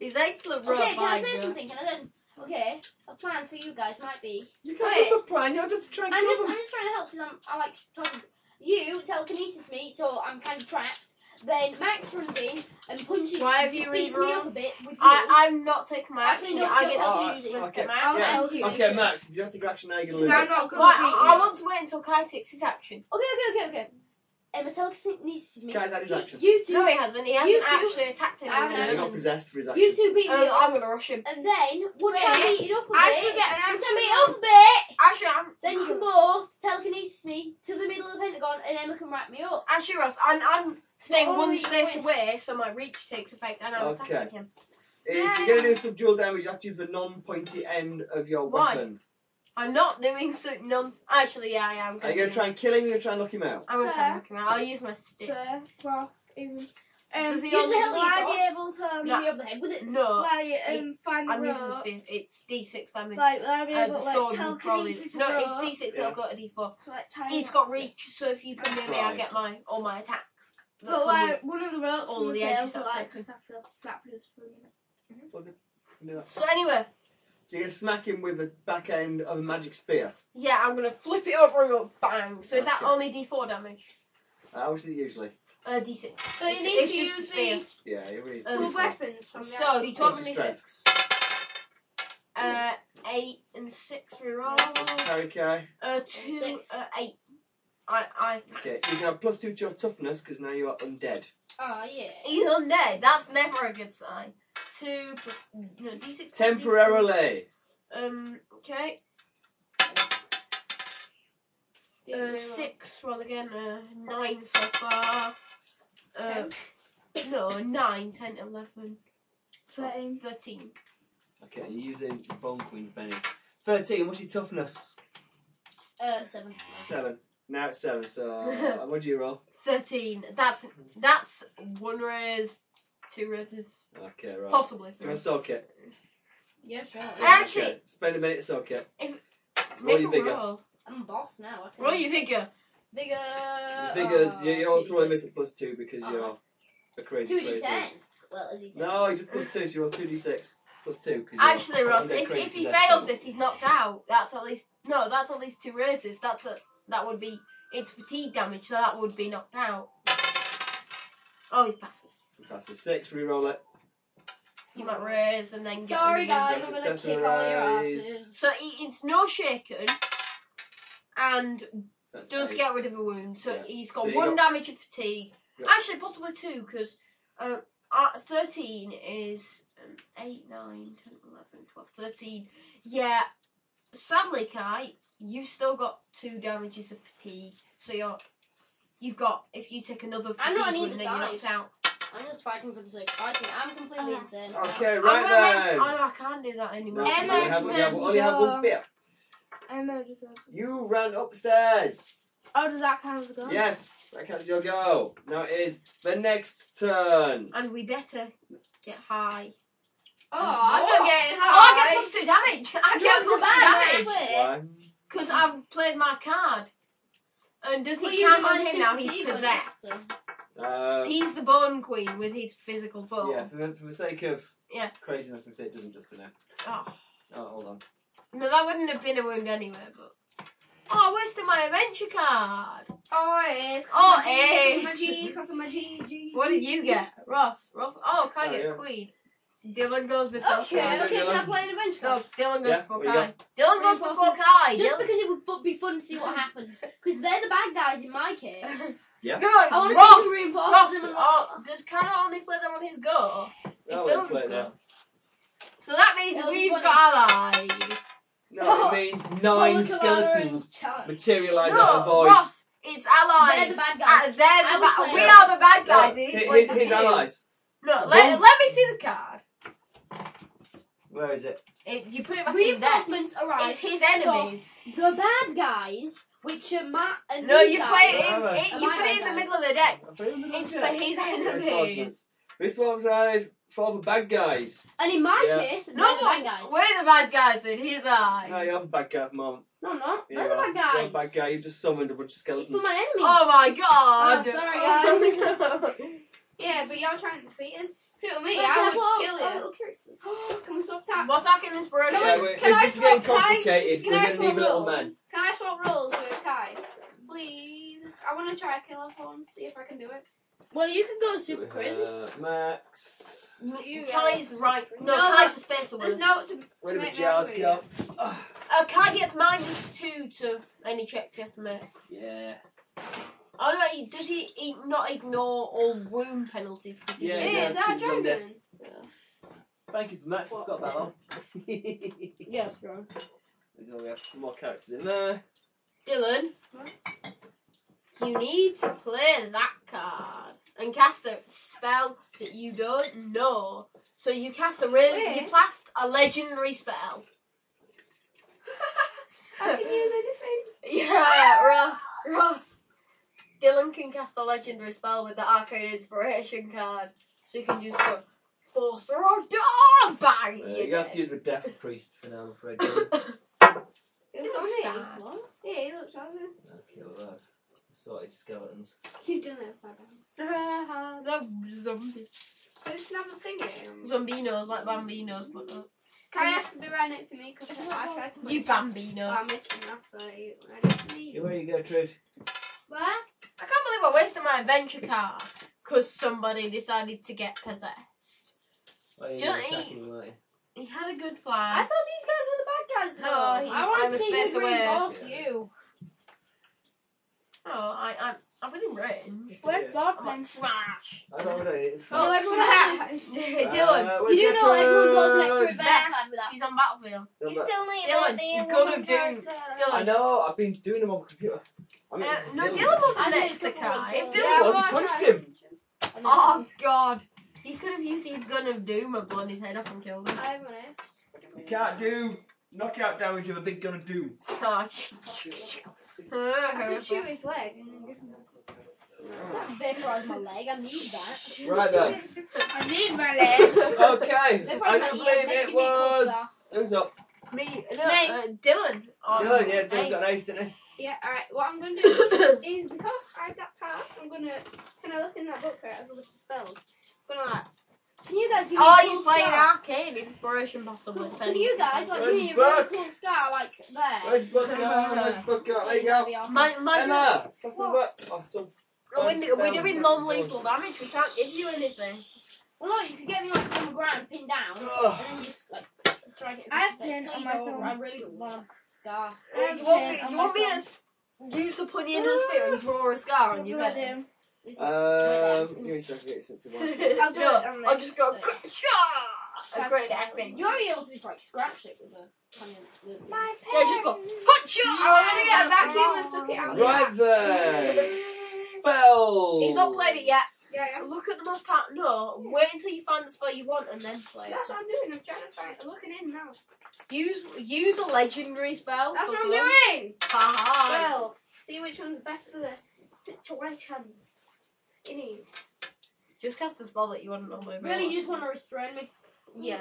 [SPEAKER 4] He's an excellent rope.
[SPEAKER 3] Okay, can I
[SPEAKER 4] man,
[SPEAKER 3] say
[SPEAKER 4] yeah.
[SPEAKER 3] something? Can I say something? Okay, a plan for you guys might be.
[SPEAKER 2] You
[SPEAKER 6] Wait.
[SPEAKER 2] can't have a plan. You have to try and
[SPEAKER 3] I'm
[SPEAKER 2] kill
[SPEAKER 3] just,
[SPEAKER 2] them.
[SPEAKER 3] I'm just trying to help because I'm, I like talking. You telekinesis me, so I'm kind of trapped. Then Max runs in and punches.
[SPEAKER 4] Why have you
[SPEAKER 3] beats
[SPEAKER 4] really
[SPEAKER 3] me
[SPEAKER 4] run?
[SPEAKER 3] up a bit with you.
[SPEAKER 4] I, I'm not taking my
[SPEAKER 3] Actually,
[SPEAKER 4] action.
[SPEAKER 3] no,
[SPEAKER 4] yet. I
[SPEAKER 3] no,
[SPEAKER 4] get
[SPEAKER 2] no,
[SPEAKER 4] to choose
[SPEAKER 2] no,
[SPEAKER 4] my
[SPEAKER 2] okay.
[SPEAKER 4] action.
[SPEAKER 3] Yeah.
[SPEAKER 4] I'll you.
[SPEAKER 2] Okay, Max, if you don't take your action now, you're going to
[SPEAKER 5] I'm
[SPEAKER 2] lose.
[SPEAKER 5] not good.
[SPEAKER 4] Why? I, I want to wait until Kai takes his action.
[SPEAKER 3] okay, okay, okay, okay. um, a telekinesis me.
[SPEAKER 2] Guys, that is
[SPEAKER 3] He-
[SPEAKER 2] action.
[SPEAKER 3] You two,
[SPEAKER 4] No, he hasn't. He
[SPEAKER 3] You
[SPEAKER 4] hasn't
[SPEAKER 3] two-
[SPEAKER 4] actually attacked
[SPEAKER 3] I haven't
[SPEAKER 2] He
[SPEAKER 4] anyone.
[SPEAKER 2] got
[SPEAKER 3] actually-
[SPEAKER 2] possessed for his
[SPEAKER 3] you
[SPEAKER 2] action.
[SPEAKER 3] two beat me
[SPEAKER 4] Um,
[SPEAKER 3] up,
[SPEAKER 4] I'm gonna rush him.
[SPEAKER 3] and then once I
[SPEAKER 5] Wait,
[SPEAKER 3] beat it up a
[SPEAKER 5] I
[SPEAKER 3] bit,
[SPEAKER 5] should get an
[SPEAKER 3] once
[SPEAKER 5] action.
[SPEAKER 3] I beat it up a bit,
[SPEAKER 5] Actually, I'm.
[SPEAKER 3] then you can both telekinesis me to the middle of the Pentagon, and Emma can wrap me up.
[SPEAKER 4] Actually, Ross, I'm, I'm staying
[SPEAKER 3] Only
[SPEAKER 4] one
[SPEAKER 3] you
[SPEAKER 4] space
[SPEAKER 3] win.
[SPEAKER 4] away, so my reach takes effect, and I'm
[SPEAKER 2] Okay.
[SPEAKER 4] attacking him.
[SPEAKER 2] If you're going to do some dual damage, you have to use the non-pointy end of your
[SPEAKER 4] Why?
[SPEAKER 2] weapon.
[SPEAKER 4] I'm not doing so non. Actually, yeah, I am.
[SPEAKER 2] Are you going to try and kill him? Or you going to try and knock him out?
[SPEAKER 4] I'm gonna try and knock him out. I'll use my stick.
[SPEAKER 5] Sir, Ross, even.
[SPEAKER 4] Does
[SPEAKER 5] Um,
[SPEAKER 4] he
[SPEAKER 3] Use the
[SPEAKER 4] only
[SPEAKER 3] hell
[SPEAKER 5] will
[SPEAKER 3] you
[SPEAKER 5] I be able to.
[SPEAKER 3] Beat
[SPEAKER 4] Nah.
[SPEAKER 3] me over the head with it.
[SPEAKER 4] No,
[SPEAKER 5] Like, um, find
[SPEAKER 4] I'm
[SPEAKER 5] rope.
[SPEAKER 4] using spear. It's D6 damage.
[SPEAKER 5] Like, will I be
[SPEAKER 4] Uh,
[SPEAKER 5] able
[SPEAKER 4] the
[SPEAKER 5] to, like,
[SPEAKER 4] sword will probably
[SPEAKER 5] telekinesis
[SPEAKER 4] no.
[SPEAKER 5] rope
[SPEAKER 4] It's D6.
[SPEAKER 2] Yeah.
[SPEAKER 4] I'll go to D4.
[SPEAKER 5] to, like, tie
[SPEAKER 4] It's
[SPEAKER 5] it
[SPEAKER 4] got
[SPEAKER 5] up?
[SPEAKER 4] reach, so if you come near me,
[SPEAKER 2] Right.
[SPEAKER 4] I'll get my all my attacks. that
[SPEAKER 5] But
[SPEAKER 4] come
[SPEAKER 5] like
[SPEAKER 4] with-
[SPEAKER 5] one of the ropes
[SPEAKER 4] all
[SPEAKER 5] from
[SPEAKER 4] the
[SPEAKER 5] the
[SPEAKER 4] edges
[SPEAKER 5] sails
[SPEAKER 4] are
[SPEAKER 5] are like
[SPEAKER 4] taken.
[SPEAKER 5] just have to flap loose for a minute.
[SPEAKER 2] No.
[SPEAKER 4] So anyway,
[SPEAKER 2] So you're going to smack him with the back end of a magic spear.
[SPEAKER 4] yeah, I'm gonna flip it over and go bang. So is that
[SPEAKER 2] Okay.
[SPEAKER 4] only D4 damage?
[SPEAKER 2] Uh, how much is it usually?
[SPEAKER 4] Uh, D6.
[SPEAKER 6] So you
[SPEAKER 4] It's-
[SPEAKER 6] need
[SPEAKER 4] it's
[SPEAKER 6] to
[SPEAKER 4] just
[SPEAKER 6] use
[SPEAKER 4] spear.
[SPEAKER 6] the
[SPEAKER 2] Yeah, here we
[SPEAKER 5] Uh,
[SPEAKER 4] Um,
[SPEAKER 6] cool weapons from the
[SPEAKER 4] So
[SPEAKER 6] actual-
[SPEAKER 4] D12 and
[SPEAKER 2] It's a
[SPEAKER 4] D6. Uh, eight and six reroll.
[SPEAKER 2] Harry Kai.
[SPEAKER 4] Uh, two,
[SPEAKER 3] Six.
[SPEAKER 4] uh, eight. I, I.
[SPEAKER 2] Okay, you can have plus two to your toughness because now you are undead.
[SPEAKER 3] Oh yeah.
[SPEAKER 4] He's undead. That's never a good sign. Two plus no D6.
[SPEAKER 2] Temporarily.
[SPEAKER 4] Um. Okay. Uh, six, well again, uh, nine so far. Uh, no, nine, ten, eleven, twelve,
[SPEAKER 5] Thirteen.
[SPEAKER 4] thirteen.
[SPEAKER 2] Okay, you're using Bone Queen's Bennies. 13, what's your toughness?
[SPEAKER 3] Uh, seven.
[SPEAKER 2] 7. Now it's 7, so uh, what do you roll?
[SPEAKER 4] Thirteen. That's that's one raise, two raises,
[SPEAKER 2] Okay, right.
[SPEAKER 4] possibly
[SPEAKER 2] Do you
[SPEAKER 4] three.
[SPEAKER 2] want to soak it?
[SPEAKER 3] Yeah, sure.
[SPEAKER 4] Actually-
[SPEAKER 2] Okay, Spend a minute, soak it.
[SPEAKER 4] Make
[SPEAKER 2] your
[SPEAKER 4] a
[SPEAKER 2] bigger.
[SPEAKER 4] Roll.
[SPEAKER 3] I'm boss now. I can-
[SPEAKER 4] roll your figure.
[SPEAKER 3] bigger.
[SPEAKER 4] Uh,
[SPEAKER 2] Vigors, you, you also
[SPEAKER 4] oh,
[SPEAKER 2] roll a miss
[SPEAKER 3] missing
[SPEAKER 2] at plus 2 because
[SPEAKER 3] Uh-huh.
[SPEAKER 2] you're a crazy
[SPEAKER 3] Oh. Two d
[SPEAKER 2] person.
[SPEAKER 3] ten. Well, is he?
[SPEAKER 2] No, you just plus 2, so you roll 2d6. Plus 2. 'cause you're
[SPEAKER 4] Actually,
[SPEAKER 2] an
[SPEAKER 4] Ross,
[SPEAKER 2] undead
[SPEAKER 4] if,
[SPEAKER 2] crazy
[SPEAKER 4] if he
[SPEAKER 2] possessed
[SPEAKER 4] fails
[SPEAKER 2] person.
[SPEAKER 4] this, he's knocked out. That's at least no. That's at least two raises. That's a that would be it's fatigue damage, so that would be knocked out. Oh, he passes.
[SPEAKER 2] He passes 6, reroll it.
[SPEAKER 4] You might raise and then get
[SPEAKER 3] Sorry
[SPEAKER 4] another
[SPEAKER 3] guys, I'm gonna
[SPEAKER 2] Successful
[SPEAKER 3] kick all your
[SPEAKER 2] raise.
[SPEAKER 3] asses.
[SPEAKER 4] So he, it's no shaken and
[SPEAKER 2] That's
[SPEAKER 4] does
[SPEAKER 2] eight.
[SPEAKER 4] get rid of a wound. So
[SPEAKER 2] Yeah.
[SPEAKER 4] he's got
[SPEAKER 2] So you
[SPEAKER 4] one
[SPEAKER 2] got-
[SPEAKER 4] damage of fatigue.
[SPEAKER 2] Yeah.
[SPEAKER 4] Actually, possibly two, because uh, uh, 13 is um, 8, 9, 10, 11, 12, 13. Yeah. Sadly, Kai, you still got two damages of fatigue. So you're. You've got if you take another fatigue
[SPEAKER 3] I'm not on
[SPEAKER 4] wound,
[SPEAKER 3] either
[SPEAKER 4] then you're
[SPEAKER 3] side.
[SPEAKER 4] knocked out.
[SPEAKER 3] I'm just fighting for the sake of fighting. I'm completely
[SPEAKER 4] Ah.
[SPEAKER 5] Uh,
[SPEAKER 3] insane.
[SPEAKER 2] Okay,
[SPEAKER 4] I'm gonna
[SPEAKER 2] right
[SPEAKER 4] make-
[SPEAKER 2] then.
[SPEAKER 4] oh, no, I can't do that anymore.
[SPEAKER 2] No,
[SPEAKER 5] Emma
[SPEAKER 2] you have, you have,
[SPEAKER 5] deserves
[SPEAKER 2] only have one
[SPEAKER 5] your-
[SPEAKER 2] spear.
[SPEAKER 4] uh,
[SPEAKER 5] Emma deserves it.
[SPEAKER 2] You ran upstairs.
[SPEAKER 5] Oh, does that count as a goal?
[SPEAKER 2] Yes, that counts as your go. Now it is the next turn.
[SPEAKER 4] And we better get high.
[SPEAKER 6] Oh, I'm
[SPEAKER 4] Oh.
[SPEAKER 6] not getting
[SPEAKER 4] Oh, I
[SPEAKER 6] high.
[SPEAKER 4] get plus two damage. I
[SPEAKER 3] Drugs
[SPEAKER 4] get
[SPEAKER 3] are
[SPEAKER 4] plus
[SPEAKER 3] bad,
[SPEAKER 4] two damage
[SPEAKER 3] right?
[SPEAKER 2] One.
[SPEAKER 4] because I've played my card. And does
[SPEAKER 3] Well,
[SPEAKER 4] he
[SPEAKER 3] you
[SPEAKER 4] count on
[SPEAKER 3] minus
[SPEAKER 4] him
[SPEAKER 3] two
[SPEAKER 4] now?
[SPEAKER 3] for
[SPEAKER 4] He's
[SPEAKER 3] T-bone,
[SPEAKER 4] possessed.
[SPEAKER 3] so-
[SPEAKER 2] Uh,
[SPEAKER 4] He's the Bone Queen with his physical bone.
[SPEAKER 2] yeah, for the, for the sake of
[SPEAKER 4] Yeah.
[SPEAKER 2] craziness, I'm gonna say it doesn't just for now.
[SPEAKER 4] Oh.
[SPEAKER 2] Oh, hold on.
[SPEAKER 4] No, that wouldn't have been a wound anyway. But oh, I wasted my adventure card.
[SPEAKER 6] Oh, it is.
[SPEAKER 4] Oh,
[SPEAKER 6] Cock-a-ma-gee,
[SPEAKER 4] ace.
[SPEAKER 6] cock-a-ma-gee, cock-a-ma-gee, gee.
[SPEAKER 4] What did you get, Ross? Ross? Oh, Kai
[SPEAKER 2] Oh,
[SPEAKER 4] get
[SPEAKER 2] yeah.
[SPEAKER 4] Queen. Dylan goes before
[SPEAKER 3] Okay,
[SPEAKER 4] Kai.
[SPEAKER 3] okay, can I play an adventure
[SPEAKER 4] No,
[SPEAKER 3] card?
[SPEAKER 4] Dylan goes
[SPEAKER 2] Yeah,
[SPEAKER 4] before
[SPEAKER 2] what you
[SPEAKER 4] Kai. Dylan goes
[SPEAKER 3] Reinforces-
[SPEAKER 4] before Kai.
[SPEAKER 3] Just
[SPEAKER 4] Dylan-
[SPEAKER 3] because it would fu- be fun to see what happens. Because they're the bad guys in my case.
[SPEAKER 2] Yeah.
[SPEAKER 4] No,
[SPEAKER 3] I want to
[SPEAKER 4] Ross.
[SPEAKER 3] see who
[SPEAKER 4] Ross,
[SPEAKER 3] reinforces them. and what-
[SPEAKER 4] oh, does Connor only play them on his go?
[SPEAKER 2] Oh,
[SPEAKER 4] It's
[SPEAKER 2] we'll
[SPEAKER 4] Dylan's
[SPEAKER 2] play it
[SPEAKER 4] go.
[SPEAKER 2] now.
[SPEAKER 4] So that means
[SPEAKER 3] Well,
[SPEAKER 4] we've
[SPEAKER 3] what
[SPEAKER 4] got allies.
[SPEAKER 2] No,
[SPEAKER 3] Oh.
[SPEAKER 2] it means
[SPEAKER 3] Well,
[SPEAKER 2] nine
[SPEAKER 3] look at Lara
[SPEAKER 2] skeletons
[SPEAKER 3] and Charlie.
[SPEAKER 2] materialise out of
[SPEAKER 4] No,
[SPEAKER 2] void.
[SPEAKER 4] Ross, it's
[SPEAKER 3] They're
[SPEAKER 4] allies.
[SPEAKER 3] the bad
[SPEAKER 4] Uh,
[SPEAKER 3] guys.
[SPEAKER 4] they're
[SPEAKER 3] I
[SPEAKER 4] the
[SPEAKER 3] was
[SPEAKER 4] ba-
[SPEAKER 3] playing
[SPEAKER 4] we
[SPEAKER 3] as-
[SPEAKER 4] are the bad
[SPEAKER 2] No,
[SPEAKER 4] guys.
[SPEAKER 2] hi-
[SPEAKER 4] it is
[SPEAKER 2] hi-
[SPEAKER 4] what
[SPEAKER 2] his,
[SPEAKER 4] we do.
[SPEAKER 2] allies.
[SPEAKER 4] No, let,
[SPEAKER 2] Don't-
[SPEAKER 4] let me see the card.
[SPEAKER 2] Where is it?
[SPEAKER 4] It, you put it back in there.
[SPEAKER 3] Reinforcements arrive.
[SPEAKER 4] It's his enemies.
[SPEAKER 3] The bad guys, which are Matt and
[SPEAKER 4] No,
[SPEAKER 3] these
[SPEAKER 4] you
[SPEAKER 3] guys.
[SPEAKER 4] play it.
[SPEAKER 2] guys.
[SPEAKER 4] In, it you
[SPEAKER 3] Am I
[SPEAKER 4] put it in the
[SPEAKER 3] bad
[SPEAKER 4] middle of the deck.
[SPEAKER 2] I put it in the middle
[SPEAKER 4] It's
[SPEAKER 2] of
[SPEAKER 4] for
[SPEAKER 2] it.
[SPEAKER 4] his enemies.
[SPEAKER 2] Reinforcements. This one's alive for the bad guys.
[SPEAKER 3] And in my
[SPEAKER 2] Yeah.
[SPEAKER 3] case, they're
[SPEAKER 4] No,
[SPEAKER 3] the bad guys.
[SPEAKER 4] we're the bad guys and he's allies.
[SPEAKER 2] No, you're the bad guy at the moment.
[SPEAKER 3] No, I'm not.
[SPEAKER 2] Here
[SPEAKER 3] They're the
[SPEAKER 2] you are.
[SPEAKER 3] bad guys.
[SPEAKER 2] You're the bad guy. You've just summoned a bunch of
[SPEAKER 3] It's
[SPEAKER 2] skeletons.
[SPEAKER 3] for my enemies.
[SPEAKER 4] oh my god.
[SPEAKER 3] Oh, sorry,
[SPEAKER 4] guys.
[SPEAKER 6] Yeah, but you're trying to defeat us. If it were me,
[SPEAKER 3] Look,
[SPEAKER 6] I
[SPEAKER 3] I've
[SPEAKER 6] would
[SPEAKER 3] got
[SPEAKER 6] kill
[SPEAKER 3] our
[SPEAKER 6] you.
[SPEAKER 3] little characters.
[SPEAKER 6] Can we swap taps?
[SPEAKER 4] What's our inspiration?
[SPEAKER 2] Yeah,
[SPEAKER 6] Can
[SPEAKER 2] we're-
[SPEAKER 6] can
[SPEAKER 2] if
[SPEAKER 6] I
[SPEAKER 2] this is getting
[SPEAKER 6] swap times?
[SPEAKER 2] complicated,
[SPEAKER 6] Can
[SPEAKER 2] we're
[SPEAKER 6] I
[SPEAKER 2] going to
[SPEAKER 6] swap
[SPEAKER 2] need a little
[SPEAKER 6] roles?
[SPEAKER 2] man.
[SPEAKER 6] Can I swap roles with Kai? Please. I want to try a kill off one, see if I can do it.
[SPEAKER 3] Well, you can go super crazy.
[SPEAKER 2] Uh, Max.
[SPEAKER 6] You,
[SPEAKER 4] Kai's
[SPEAKER 6] yeah.
[SPEAKER 4] right. No,
[SPEAKER 6] No,
[SPEAKER 4] Kai's a space
[SPEAKER 6] There's
[SPEAKER 4] away.
[SPEAKER 6] no to, to
[SPEAKER 2] Where did the
[SPEAKER 6] make me
[SPEAKER 2] jars
[SPEAKER 6] angry.
[SPEAKER 2] go? Ah,
[SPEAKER 4] Uh, Kai gets minus two to any checks he has to make.
[SPEAKER 2] yeah.
[SPEAKER 4] Oh no, he, does he, he not ignore all wound penalties? 'cause he's
[SPEAKER 2] Yeah,
[SPEAKER 4] a-
[SPEAKER 2] he
[SPEAKER 6] Hey,
[SPEAKER 2] does.
[SPEAKER 6] is that a
[SPEAKER 2] he's on there.
[SPEAKER 6] dragon?
[SPEAKER 2] Thank you, Max. I've got that on. we
[SPEAKER 9] Yes, bro.
[SPEAKER 2] have some more characters in there.
[SPEAKER 4] Dylan, you need to play that card and cast a spell that you don't know. So you cast a really, you
[SPEAKER 6] Wait.
[SPEAKER 4] cast a legendary spell.
[SPEAKER 6] I can use anything.
[SPEAKER 4] Yeah, Ross, Ross. Dylan can cast a legendary spell with the arcane inspiration card, so you can just go force or die. Bang!
[SPEAKER 2] Uh, you have to use the death priest for now, I'm afraid. Dylan.
[SPEAKER 6] It
[SPEAKER 4] It
[SPEAKER 6] was
[SPEAKER 4] looks
[SPEAKER 6] on me.
[SPEAKER 4] sad.
[SPEAKER 6] Yeah, it looks awesome.
[SPEAKER 2] okay, well, uh, sorted skeletons.
[SPEAKER 6] Keep doing that upside down.
[SPEAKER 4] They're zombies.
[SPEAKER 6] But it's another thing. um,
[SPEAKER 4] Zombinos, like bambinos, but uh,
[SPEAKER 6] Kai has to be right next to me because I tried to. put
[SPEAKER 4] you
[SPEAKER 6] it down.
[SPEAKER 4] bambino.
[SPEAKER 6] Oh, I missed him. That's why he was right next to
[SPEAKER 2] Hey,
[SPEAKER 6] me.
[SPEAKER 2] Where you go, Trude?
[SPEAKER 4] Well, I can't believe I wasted my adventure card because somebody decided to get possessed.
[SPEAKER 2] Why are you
[SPEAKER 4] Dylan,
[SPEAKER 2] attacking him, aren't you?
[SPEAKER 4] He had a good
[SPEAKER 3] I
[SPEAKER 4] plan.
[SPEAKER 3] thought these guys were the bad guys.
[SPEAKER 4] No,
[SPEAKER 3] though.
[SPEAKER 4] he-
[SPEAKER 3] I want
[SPEAKER 4] I'm a
[SPEAKER 3] to see
[SPEAKER 4] space
[SPEAKER 3] who
[SPEAKER 4] away.
[SPEAKER 3] reinforce
[SPEAKER 2] Yeah.
[SPEAKER 3] you.
[SPEAKER 4] Oh, I, I'm, I'm within range.
[SPEAKER 5] Where's
[SPEAKER 4] I'm like,
[SPEAKER 5] Bodman?
[SPEAKER 4] smash.
[SPEAKER 2] I don't know. it.
[SPEAKER 6] Oh, everyone
[SPEAKER 4] Dylan,
[SPEAKER 2] Uh,
[SPEAKER 3] You
[SPEAKER 2] where's
[SPEAKER 3] do know
[SPEAKER 2] Gertrude?
[SPEAKER 3] everyone goes next to a
[SPEAKER 4] Gertrude.
[SPEAKER 3] bad man with that.
[SPEAKER 4] she's on battlefield.
[SPEAKER 2] No,
[SPEAKER 5] You
[SPEAKER 2] but-
[SPEAKER 5] still need
[SPEAKER 4] Dylan,
[SPEAKER 5] about the
[SPEAKER 4] you
[SPEAKER 5] um,
[SPEAKER 4] gotta
[SPEAKER 5] woman
[SPEAKER 4] do-
[SPEAKER 5] character.
[SPEAKER 2] I know. I've been doing them on the computer. I mean,
[SPEAKER 4] Uh, no,
[SPEAKER 2] Dylan-
[SPEAKER 4] Dylan wasn't
[SPEAKER 3] I did
[SPEAKER 4] next to
[SPEAKER 3] couple
[SPEAKER 4] Kai.
[SPEAKER 3] weeks
[SPEAKER 4] If
[SPEAKER 3] ago.
[SPEAKER 4] Dylan
[SPEAKER 2] Yeah,
[SPEAKER 4] was,
[SPEAKER 2] he
[SPEAKER 6] I
[SPEAKER 2] punched
[SPEAKER 6] tried
[SPEAKER 2] him.
[SPEAKER 6] to punch him.
[SPEAKER 4] oh god, he could have used his gun of doom and blown his head off and killed him.
[SPEAKER 6] I have one here.
[SPEAKER 2] You can't do knockout damage with a big gun of doom.
[SPEAKER 4] Oh, sh- Uh,
[SPEAKER 6] I could shoot his leg and then give him
[SPEAKER 3] That vaporized my leg. I need that.
[SPEAKER 2] Right then.
[SPEAKER 5] I need my leg.
[SPEAKER 2] Okay. I
[SPEAKER 3] Vaporized my
[SPEAKER 2] do
[SPEAKER 3] ears.
[SPEAKER 2] believe
[SPEAKER 3] Make
[SPEAKER 2] it
[SPEAKER 3] me cold
[SPEAKER 2] was.
[SPEAKER 3] star.
[SPEAKER 2] Who's up?
[SPEAKER 4] Me, no,
[SPEAKER 5] Me.
[SPEAKER 4] uh, Dylan. Oh,
[SPEAKER 2] Dylan, yeah, Dylan
[SPEAKER 4] Ace.
[SPEAKER 2] got an ace, didn't he?
[SPEAKER 6] Yeah, alright, what I'm gonna do is because I have that card, I'm gonna can I look in that book where it has a list of spells? I'm gonna like
[SPEAKER 3] Can you guys give me
[SPEAKER 4] Oh,
[SPEAKER 3] a
[SPEAKER 4] you
[SPEAKER 3] cool
[SPEAKER 4] played
[SPEAKER 3] star?
[SPEAKER 4] arcade inspiration possibly.
[SPEAKER 3] Can you guys like give
[SPEAKER 2] Where's
[SPEAKER 3] me a really
[SPEAKER 2] Buck?
[SPEAKER 3] cool star like there?
[SPEAKER 2] Where's Booker? Where's Booker? uh, There you
[SPEAKER 3] That'd
[SPEAKER 2] go.
[SPEAKER 3] be awesome.
[SPEAKER 4] My, my,
[SPEAKER 2] Emma! That's my butt. Oh, so,
[SPEAKER 4] we're, we're doing non-lethal damage. We can't give you anything.
[SPEAKER 3] Well, no, you could get me like on the ground, pinned down,
[SPEAKER 2] Ugh.
[SPEAKER 3] and then just like strike it.
[SPEAKER 5] I have
[SPEAKER 3] Please,
[SPEAKER 5] pin on
[SPEAKER 3] I
[SPEAKER 5] my
[SPEAKER 3] want-
[SPEAKER 5] thumb.
[SPEAKER 3] I really want a scar.
[SPEAKER 6] um,
[SPEAKER 5] I
[SPEAKER 4] you
[SPEAKER 5] have
[SPEAKER 4] want
[SPEAKER 5] pin
[SPEAKER 4] me,
[SPEAKER 5] on
[SPEAKER 4] you
[SPEAKER 5] my
[SPEAKER 4] want me to
[SPEAKER 5] thumb.
[SPEAKER 4] s- use a pony in his feet and draw a scar
[SPEAKER 6] Oh,
[SPEAKER 4] on your
[SPEAKER 5] What do I
[SPEAKER 4] bed?
[SPEAKER 3] It's like-
[SPEAKER 2] Um, give me a second. Get something to watch.
[SPEAKER 5] I'll do it on
[SPEAKER 4] no, I'll
[SPEAKER 5] this.
[SPEAKER 4] just go. "Ka-cha!" A great epic.
[SPEAKER 3] You might be able to just like scratch it with a canyon. with-
[SPEAKER 5] My
[SPEAKER 4] Yeah, just go.
[SPEAKER 6] I'm
[SPEAKER 4] "Ka-cha!"
[SPEAKER 6] gonna get a vacuum and suck it out.
[SPEAKER 2] Right then. Spells.
[SPEAKER 4] He's not played it yet.
[SPEAKER 6] Yeah, yeah.
[SPEAKER 4] Look at the most part. No, wait until you find the spell you want and then play
[SPEAKER 6] That's
[SPEAKER 4] it.
[SPEAKER 6] what I'm doing, I'm trying to find I'm looking in now.
[SPEAKER 4] Use use a legendary spell.
[SPEAKER 6] That's
[SPEAKER 4] for
[SPEAKER 6] what I'm
[SPEAKER 4] fun.
[SPEAKER 6] doing!
[SPEAKER 4] Ha ha.
[SPEAKER 6] Well, see which one's best for the situation. Innit?
[SPEAKER 4] Just cast the spell that you want to normally. be
[SPEAKER 3] Really,
[SPEAKER 4] on.
[SPEAKER 3] you just want to restrain me.
[SPEAKER 4] Yeah.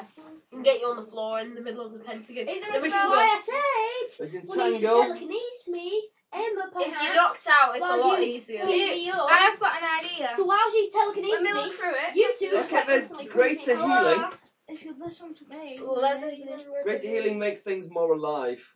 [SPEAKER 4] And get you on the floor in the middle of the pentagon.
[SPEAKER 3] Is there
[SPEAKER 4] Then
[SPEAKER 3] a
[SPEAKER 4] we
[SPEAKER 3] spell
[SPEAKER 4] should go-
[SPEAKER 3] I said?
[SPEAKER 2] It's
[SPEAKER 3] Well, you should
[SPEAKER 2] entangled.
[SPEAKER 3] telekinesis me, Emma perhaps.
[SPEAKER 4] If you knocks out, it's
[SPEAKER 3] Well,
[SPEAKER 4] a lot
[SPEAKER 3] you-
[SPEAKER 4] easier.
[SPEAKER 3] Well, you-
[SPEAKER 5] I have got an idea.
[SPEAKER 3] So while she's
[SPEAKER 6] Let
[SPEAKER 3] telekinesis
[SPEAKER 6] me look
[SPEAKER 3] me,
[SPEAKER 6] through it.
[SPEAKER 3] you two
[SPEAKER 2] Look
[SPEAKER 3] just, like,
[SPEAKER 2] at this
[SPEAKER 3] instantly
[SPEAKER 2] greater
[SPEAKER 3] punch me.
[SPEAKER 2] healing.
[SPEAKER 5] If you listen to me,
[SPEAKER 4] Leather healing.
[SPEAKER 2] Greater healing makes things more alive.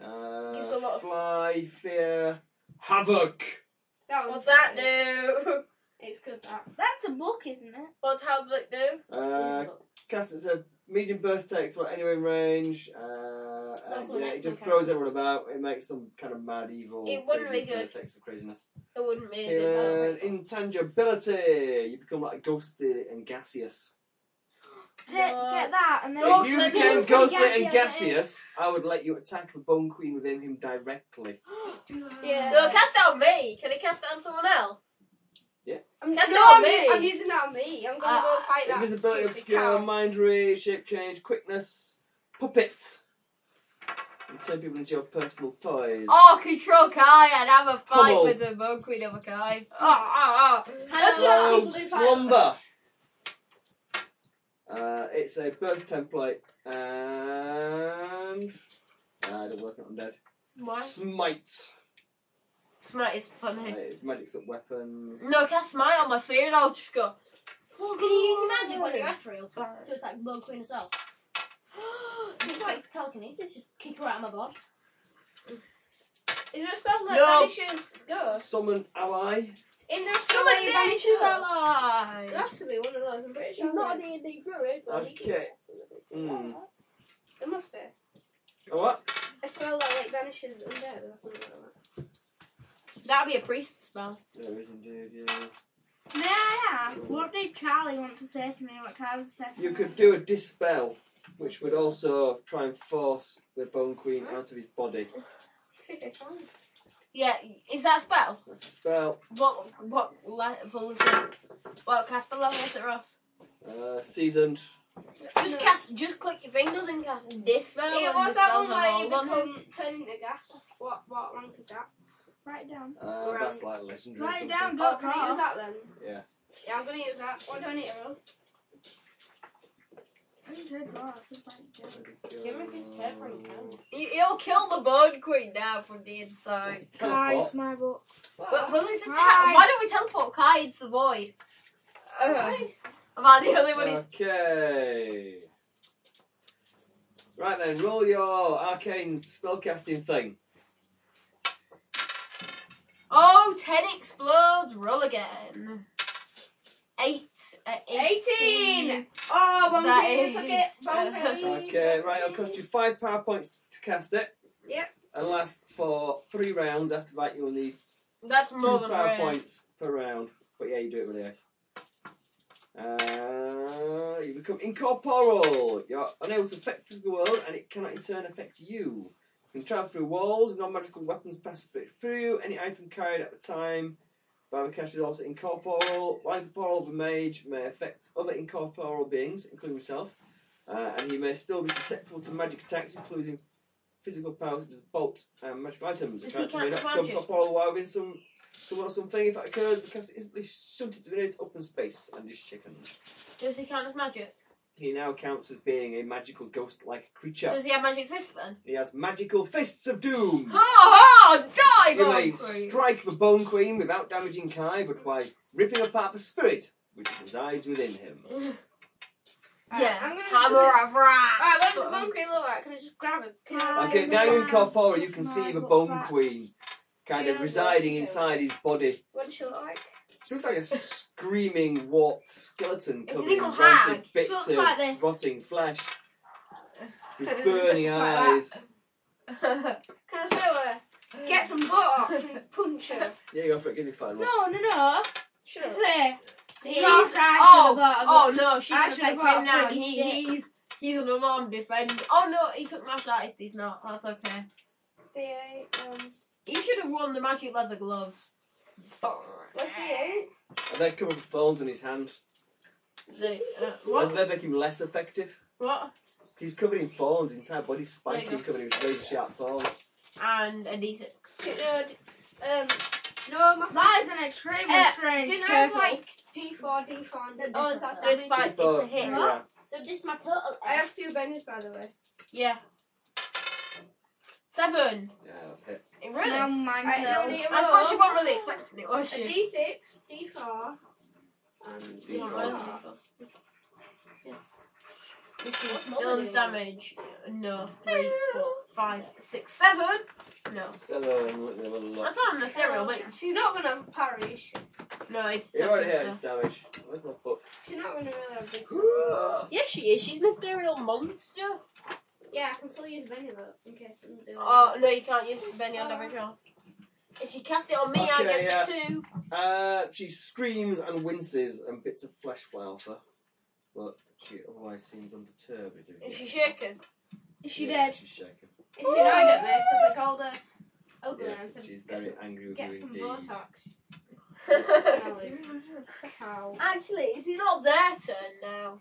[SPEAKER 2] Uh,
[SPEAKER 4] Gives a lot of-
[SPEAKER 2] fly, fear, havoc.
[SPEAKER 6] That
[SPEAKER 4] What's
[SPEAKER 6] one's
[SPEAKER 4] that
[SPEAKER 6] good.
[SPEAKER 4] do?
[SPEAKER 6] It's good that.
[SPEAKER 5] that's a book, isn't it?
[SPEAKER 4] What's Havoc do?
[SPEAKER 2] Uh, cast it's a medium burst attack for anywhere in range. Uh, and,
[SPEAKER 3] That's what
[SPEAKER 2] yeah,
[SPEAKER 3] next
[SPEAKER 2] it just
[SPEAKER 3] one
[SPEAKER 2] throws everyone about. It makes some kind of mad evil.
[SPEAKER 4] It wouldn't
[SPEAKER 2] crazy
[SPEAKER 4] be good.
[SPEAKER 2] Attacks of craziness.
[SPEAKER 4] It wouldn't be a good time.
[SPEAKER 2] And intangibility. You become like ghostly and gaseous.
[SPEAKER 5] Ta- Get that, and then
[SPEAKER 4] No,
[SPEAKER 2] if you
[SPEAKER 4] so
[SPEAKER 2] became
[SPEAKER 4] he's
[SPEAKER 2] ghostly and
[SPEAKER 3] gaseous.
[SPEAKER 2] gaseous, I would let you attack the Bone Queen within him directly.
[SPEAKER 6] Yeah.
[SPEAKER 4] No, cast it on me. Can it cast it on someone else?
[SPEAKER 6] I'm,
[SPEAKER 4] That's
[SPEAKER 6] no,
[SPEAKER 4] not
[SPEAKER 6] I'm,
[SPEAKER 4] me.
[SPEAKER 6] I'm using that on me. I'm gonna
[SPEAKER 4] Ah.
[SPEAKER 6] go fight that.
[SPEAKER 2] Invisibility,
[SPEAKER 6] stupid
[SPEAKER 2] obscure,
[SPEAKER 6] cow.
[SPEAKER 2] mind ray, shape change, quickness, puppet. You turn people into your personal toys.
[SPEAKER 4] Oh, control Kai and have a fight
[SPEAKER 2] Come on.
[SPEAKER 4] with the Bone Queen of a Kai. Oh, oh, oh.
[SPEAKER 3] That's what
[SPEAKER 2] Slow
[SPEAKER 3] people do, Pirate.
[SPEAKER 2] slumber. Uh, it's a burst template and uh, I don't work on undead.
[SPEAKER 4] Why?
[SPEAKER 2] Smite.
[SPEAKER 4] Smite is
[SPEAKER 2] Uh,
[SPEAKER 4] funny.
[SPEAKER 2] it magics up weapons.
[SPEAKER 4] No, cast Smite on my spear and I'll just go.
[SPEAKER 3] Well, can you use the magic when you're ethereal? So it's like Bug Queen herself. It's like telekinesis, just kick her out of my bod.
[SPEAKER 6] Is there a spell that
[SPEAKER 4] No.
[SPEAKER 6] vanishes ghosts?
[SPEAKER 2] Summon ally.
[SPEAKER 6] In there,
[SPEAKER 4] Come
[SPEAKER 6] somebody
[SPEAKER 4] on,
[SPEAKER 6] vanishes
[SPEAKER 4] she's
[SPEAKER 6] ghosts. There
[SPEAKER 4] alive.
[SPEAKER 6] has to be one of those. I'm pretty sure. there is.
[SPEAKER 3] D&D druid,
[SPEAKER 2] Okay. Mm.
[SPEAKER 6] There must be
[SPEAKER 2] Oh, what?
[SPEAKER 6] a spell that like vanishes undead or something like that.
[SPEAKER 4] That'd be a priest spell.
[SPEAKER 2] There is indeed, yeah.
[SPEAKER 5] May I ask, what did Charlie want to say to me? What time was best?
[SPEAKER 2] You could do a dispel, which would also try and force the Bone Queen
[SPEAKER 4] Hmm?
[SPEAKER 2] out of his body.
[SPEAKER 4] Yeah, is that a spell?
[SPEAKER 2] That's a spell.
[SPEAKER 4] What what level is it? What caster level is it, Ross?
[SPEAKER 2] Uh, seasoned.
[SPEAKER 4] Just cast. Just click your fingers and cast this spell.
[SPEAKER 6] Yeah,
[SPEAKER 4] and
[SPEAKER 6] what's
[SPEAKER 4] the
[SPEAKER 6] that
[SPEAKER 4] spell
[SPEAKER 6] one where you
[SPEAKER 4] for all of them.
[SPEAKER 6] become turn into gas? What what rank is that?
[SPEAKER 5] Write it down.
[SPEAKER 2] Uh, that's like legendary or
[SPEAKER 5] Write it
[SPEAKER 2] something.
[SPEAKER 5] down,
[SPEAKER 6] Oh,
[SPEAKER 5] don't
[SPEAKER 6] can I
[SPEAKER 5] draw.
[SPEAKER 6] use that then?
[SPEAKER 2] Yeah.
[SPEAKER 6] Yeah, I'm gonna use that. What do I need to roll?
[SPEAKER 5] I need to draw, I think I do.
[SPEAKER 6] Give me a piece of paper and a pen.
[SPEAKER 4] You- He'll kill the bone queen now from the inside.
[SPEAKER 5] Hi,
[SPEAKER 2] Teleport.
[SPEAKER 5] it's my book.
[SPEAKER 4] But will it
[SPEAKER 5] Right.
[SPEAKER 4] attack? Why don't we teleport Kai into the void?
[SPEAKER 6] Why?
[SPEAKER 4] Am I the only one?
[SPEAKER 2] Uh.
[SPEAKER 4] who-
[SPEAKER 2] Okay. Right then, roll your arcane spellcasting thing.
[SPEAKER 4] Oh, 10 explodes. Roll again. Eight. Uh,
[SPEAKER 6] 18.
[SPEAKER 4] 18.
[SPEAKER 6] Oh, one
[SPEAKER 4] That
[SPEAKER 6] green, took it.
[SPEAKER 4] is-
[SPEAKER 6] One green.
[SPEAKER 2] Okay, right, it'll cost you five power points to cast it.
[SPEAKER 6] Yep.
[SPEAKER 2] And last for three rounds. After that, you'll need
[SPEAKER 4] That's
[SPEAKER 2] two
[SPEAKER 4] more than
[SPEAKER 2] power
[SPEAKER 4] rare.
[SPEAKER 2] points per round. But yeah, you do it really nice. Uh, you become incorporeal. You're unable to affect the world, and it cannot in turn affect you. You can travel through walls. Non-magical weapons pass through you. Any item carried at the time by the caster is also incorporeal. While incorporeal, the mage may affect other incorporeal beings, including himself, uh, and he may still be susceptible to magic attacks, including physical powers such as bolts and magical items. The
[SPEAKER 4] Does he
[SPEAKER 2] character may
[SPEAKER 4] count as
[SPEAKER 2] not become
[SPEAKER 4] magic?
[SPEAKER 2] corporeal while in some someone or something if that occurs because it instantly shunted to an open space and is shaken.
[SPEAKER 4] Does he count as magic?
[SPEAKER 2] He now counts as being a magical ghost-like creature.
[SPEAKER 4] Does he have magic fists then?
[SPEAKER 2] He has magical fists of doom.
[SPEAKER 4] Ha ha! Die,
[SPEAKER 2] You may
[SPEAKER 4] bone queen!
[SPEAKER 2] strike the Bone Queen without damaging Kai, but by ripping apart the spirit which resides within him.
[SPEAKER 4] yeah.
[SPEAKER 6] Uh, I'm gonna.
[SPEAKER 4] Hammer of wrath.
[SPEAKER 6] Alright, what does the bone queen look like? Can I just grab it? Can I?
[SPEAKER 2] Okay,
[SPEAKER 5] Eyes
[SPEAKER 2] now you're in
[SPEAKER 5] around.
[SPEAKER 2] Corpora, you can see the Bone
[SPEAKER 5] Right.
[SPEAKER 2] Queen kind
[SPEAKER 6] She
[SPEAKER 2] of
[SPEAKER 6] knows
[SPEAKER 2] residing
[SPEAKER 6] what to do.
[SPEAKER 2] inside his body.
[SPEAKER 6] What does she look like?
[SPEAKER 2] She looks like a screaming, warped skeleton
[SPEAKER 4] It's an
[SPEAKER 2] covered in
[SPEAKER 4] evil
[SPEAKER 2] rancid
[SPEAKER 4] hag. She
[SPEAKER 2] bits
[SPEAKER 4] looks
[SPEAKER 2] of
[SPEAKER 4] like this.
[SPEAKER 2] rotting flesh. With burning
[SPEAKER 6] Like
[SPEAKER 2] eyes.
[SPEAKER 6] Can I sew her? Get some buttocks and punch her.
[SPEAKER 2] Yeah, go for it. Give me five.
[SPEAKER 5] No, no, no.
[SPEAKER 6] Sure.
[SPEAKER 5] Say,
[SPEAKER 4] He's-
[SPEAKER 5] He's
[SPEAKER 4] oh,
[SPEAKER 5] actually the
[SPEAKER 4] oh no, she
[SPEAKER 5] actually
[SPEAKER 4] actually
[SPEAKER 5] got
[SPEAKER 4] him now.
[SPEAKER 5] pretty
[SPEAKER 4] He,
[SPEAKER 5] shit.
[SPEAKER 4] he's he's an unarmed defender. Oh no, he took martial artist. He's not. That's okay.
[SPEAKER 6] D8. Um,
[SPEAKER 4] He should have worn the magic leather gloves. Oh,
[SPEAKER 6] what's D8?
[SPEAKER 2] And they're covered with thorns in his hand.
[SPEAKER 4] The- uh,
[SPEAKER 2] And
[SPEAKER 4] what?
[SPEAKER 2] they make him less effective.
[SPEAKER 4] What?
[SPEAKER 2] He's covered in thorns. His entire body's
[SPEAKER 4] There
[SPEAKER 2] spiky,
[SPEAKER 4] you go.
[SPEAKER 2] covered in very sharp thorns.
[SPEAKER 4] And a d6.
[SPEAKER 6] Um, no, my.
[SPEAKER 5] that is an extremely
[SPEAKER 6] Eh,
[SPEAKER 5] strange
[SPEAKER 6] Do you know
[SPEAKER 5] curve.
[SPEAKER 6] like D4, D4, and
[SPEAKER 3] Don't
[SPEAKER 6] oh,
[SPEAKER 3] diss
[SPEAKER 6] is that
[SPEAKER 3] myself.
[SPEAKER 4] It's fine. It's a
[SPEAKER 2] Thorn-
[SPEAKER 4] hit.
[SPEAKER 2] yeah.
[SPEAKER 3] Don't diss my turtle.
[SPEAKER 6] I have two bennies by the way.
[SPEAKER 4] Yeah. Seven.
[SPEAKER 2] yeah, that's a hit.
[SPEAKER 4] Really?
[SPEAKER 5] No, mine
[SPEAKER 6] Right,
[SPEAKER 5] curls.
[SPEAKER 6] you'll need a
[SPEAKER 4] I suppose she
[SPEAKER 6] roll.
[SPEAKER 4] wasn't really expecting it, was
[SPEAKER 6] A
[SPEAKER 4] she?
[SPEAKER 6] D6, D4, and
[SPEAKER 2] D4.
[SPEAKER 4] Yeah,
[SPEAKER 6] D4.
[SPEAKER 4] mine-
[SPEAKER 3] This is
[SPEAKER 4] Dylan's damage. No, three, four, five, six, seven. No.
[SPEAKER 2] Seven. Let me have a look.
[SPEAKER 4] That's not an ethereal, but
[SPEAKER 6] Um, She's not gonna parry. She,
[SPEAKER 4] no, it's
[SPEAKER 2] It already
[SPEAKER 4] different
[SPEAKER 2] has damage. Where's my book?
[SPEAKER 6] she's not gonna really have big.
[SPEAKER 4] stuff. Yeah, she is. She's an ethereal monster.
[SPEAKER 6] Yeah, I can still use Benny though, in case I'm doing
[SPEAKER 4] Oh no, you can't use Benny on every roll. If you cast it on me, I get
[SPEAKER 2] Okay, yeah.
[SPEAKER 4] two.
[SPEAKER 2] Uh, she screams and winces, and bits of flesh fly off her. But she otherwise seems unperturbed.
[SPEAKER 4] Is she shaken?
[SPEAKER 5] Is she
[SPEAKER 2] yeah,
[SPEAKER 5] dead?
[SPEAKER 2] She's shaken.
[SPEAKER 6] Is she annoyed at me because I called her ugly
[SPEAKER 2] Yes,
[SPEAKER 6] and
[SPEAKER 2] she's
[SPEAKER 6] said,
[SPEAKER 2] very angry with
[SPEAKER 6] get
[SPEAKER 2] you
[SPEAKER 6] some
[SPEAKER 2] indeed.
[SPEAKER 6] Botox? Cow.
[SPEAKER 4] Actually, is it not their turn now?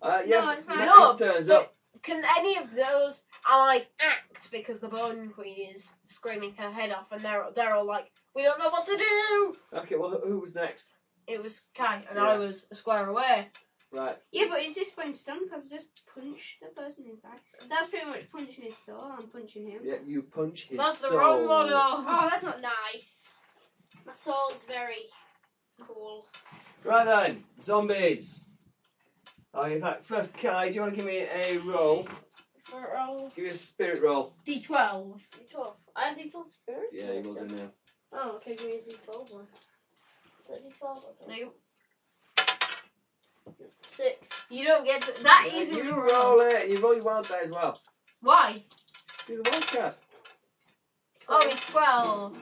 [SPEAKER 2] Uh, yes,
[SPEAKER 5] No, it's
[SPEAKER 4] my
[SPEAKER 2] Magnus
[SPEAKER 4] dog.
[SPEAKER 2] turns
[SPEAKER 4] But-
[SPEAKER 2] up.
[SPEAKER 4] Can any of those allies act because the Bone Queen is screaming her head off, and they're they're all like, "We don't know what to do."
[SPEAKER 2] Okay, well, who- who was next?
[SPEAKER 4] It was Kai, and I
[SPEAKER 2] Yeah.
[SPEAKER 4] was a square away.
[SPEAKER 2] Right.
[SPEAKER 6] Yeah, but is this when stunned? Because I just punched the person inside. That's pretty much punching his soul. I'm punching him.
[SPEAKER 2] Yeah, you punch his
[SPEAKER 4] That's
[SPEAKER 2] soul.
[SPEAKER 4] the wrong model.
[SPEAKER 3] Oh, that's not nice. My soul's very cool.
[SPEAKER 2] Right then, zombies. Oh, in fact, first Kai, do you want to give me a roll?
[SPEAKER 3] D12.
[SPEAKER 2] Give me a spirit roll.
[SPEAKER 9] D12.
[SPEAKER 3] I have D12 spirit.
[SPEAKER 2] Yeah, you will do now.
[SPEAKER 3] Oh, okay, give me a D12 one. Is that D12? Okay.
[SPEAKER 4] No,
[SPEAKER 3] Six.
[SPEAKER 4] you don't get to, that.
[SPEAKER 2] Yeah,
[SPEAKER 4] Isn't
[SPEAKER 2] you
[SPEAKER 4] your
[SPEAKER 2] roll it. You roll your wild die as well.
[SPEAKER 4] Why?
[SPEAKER 2] Do the wild card.
[SPEAKER 4] Oh, it's twelve.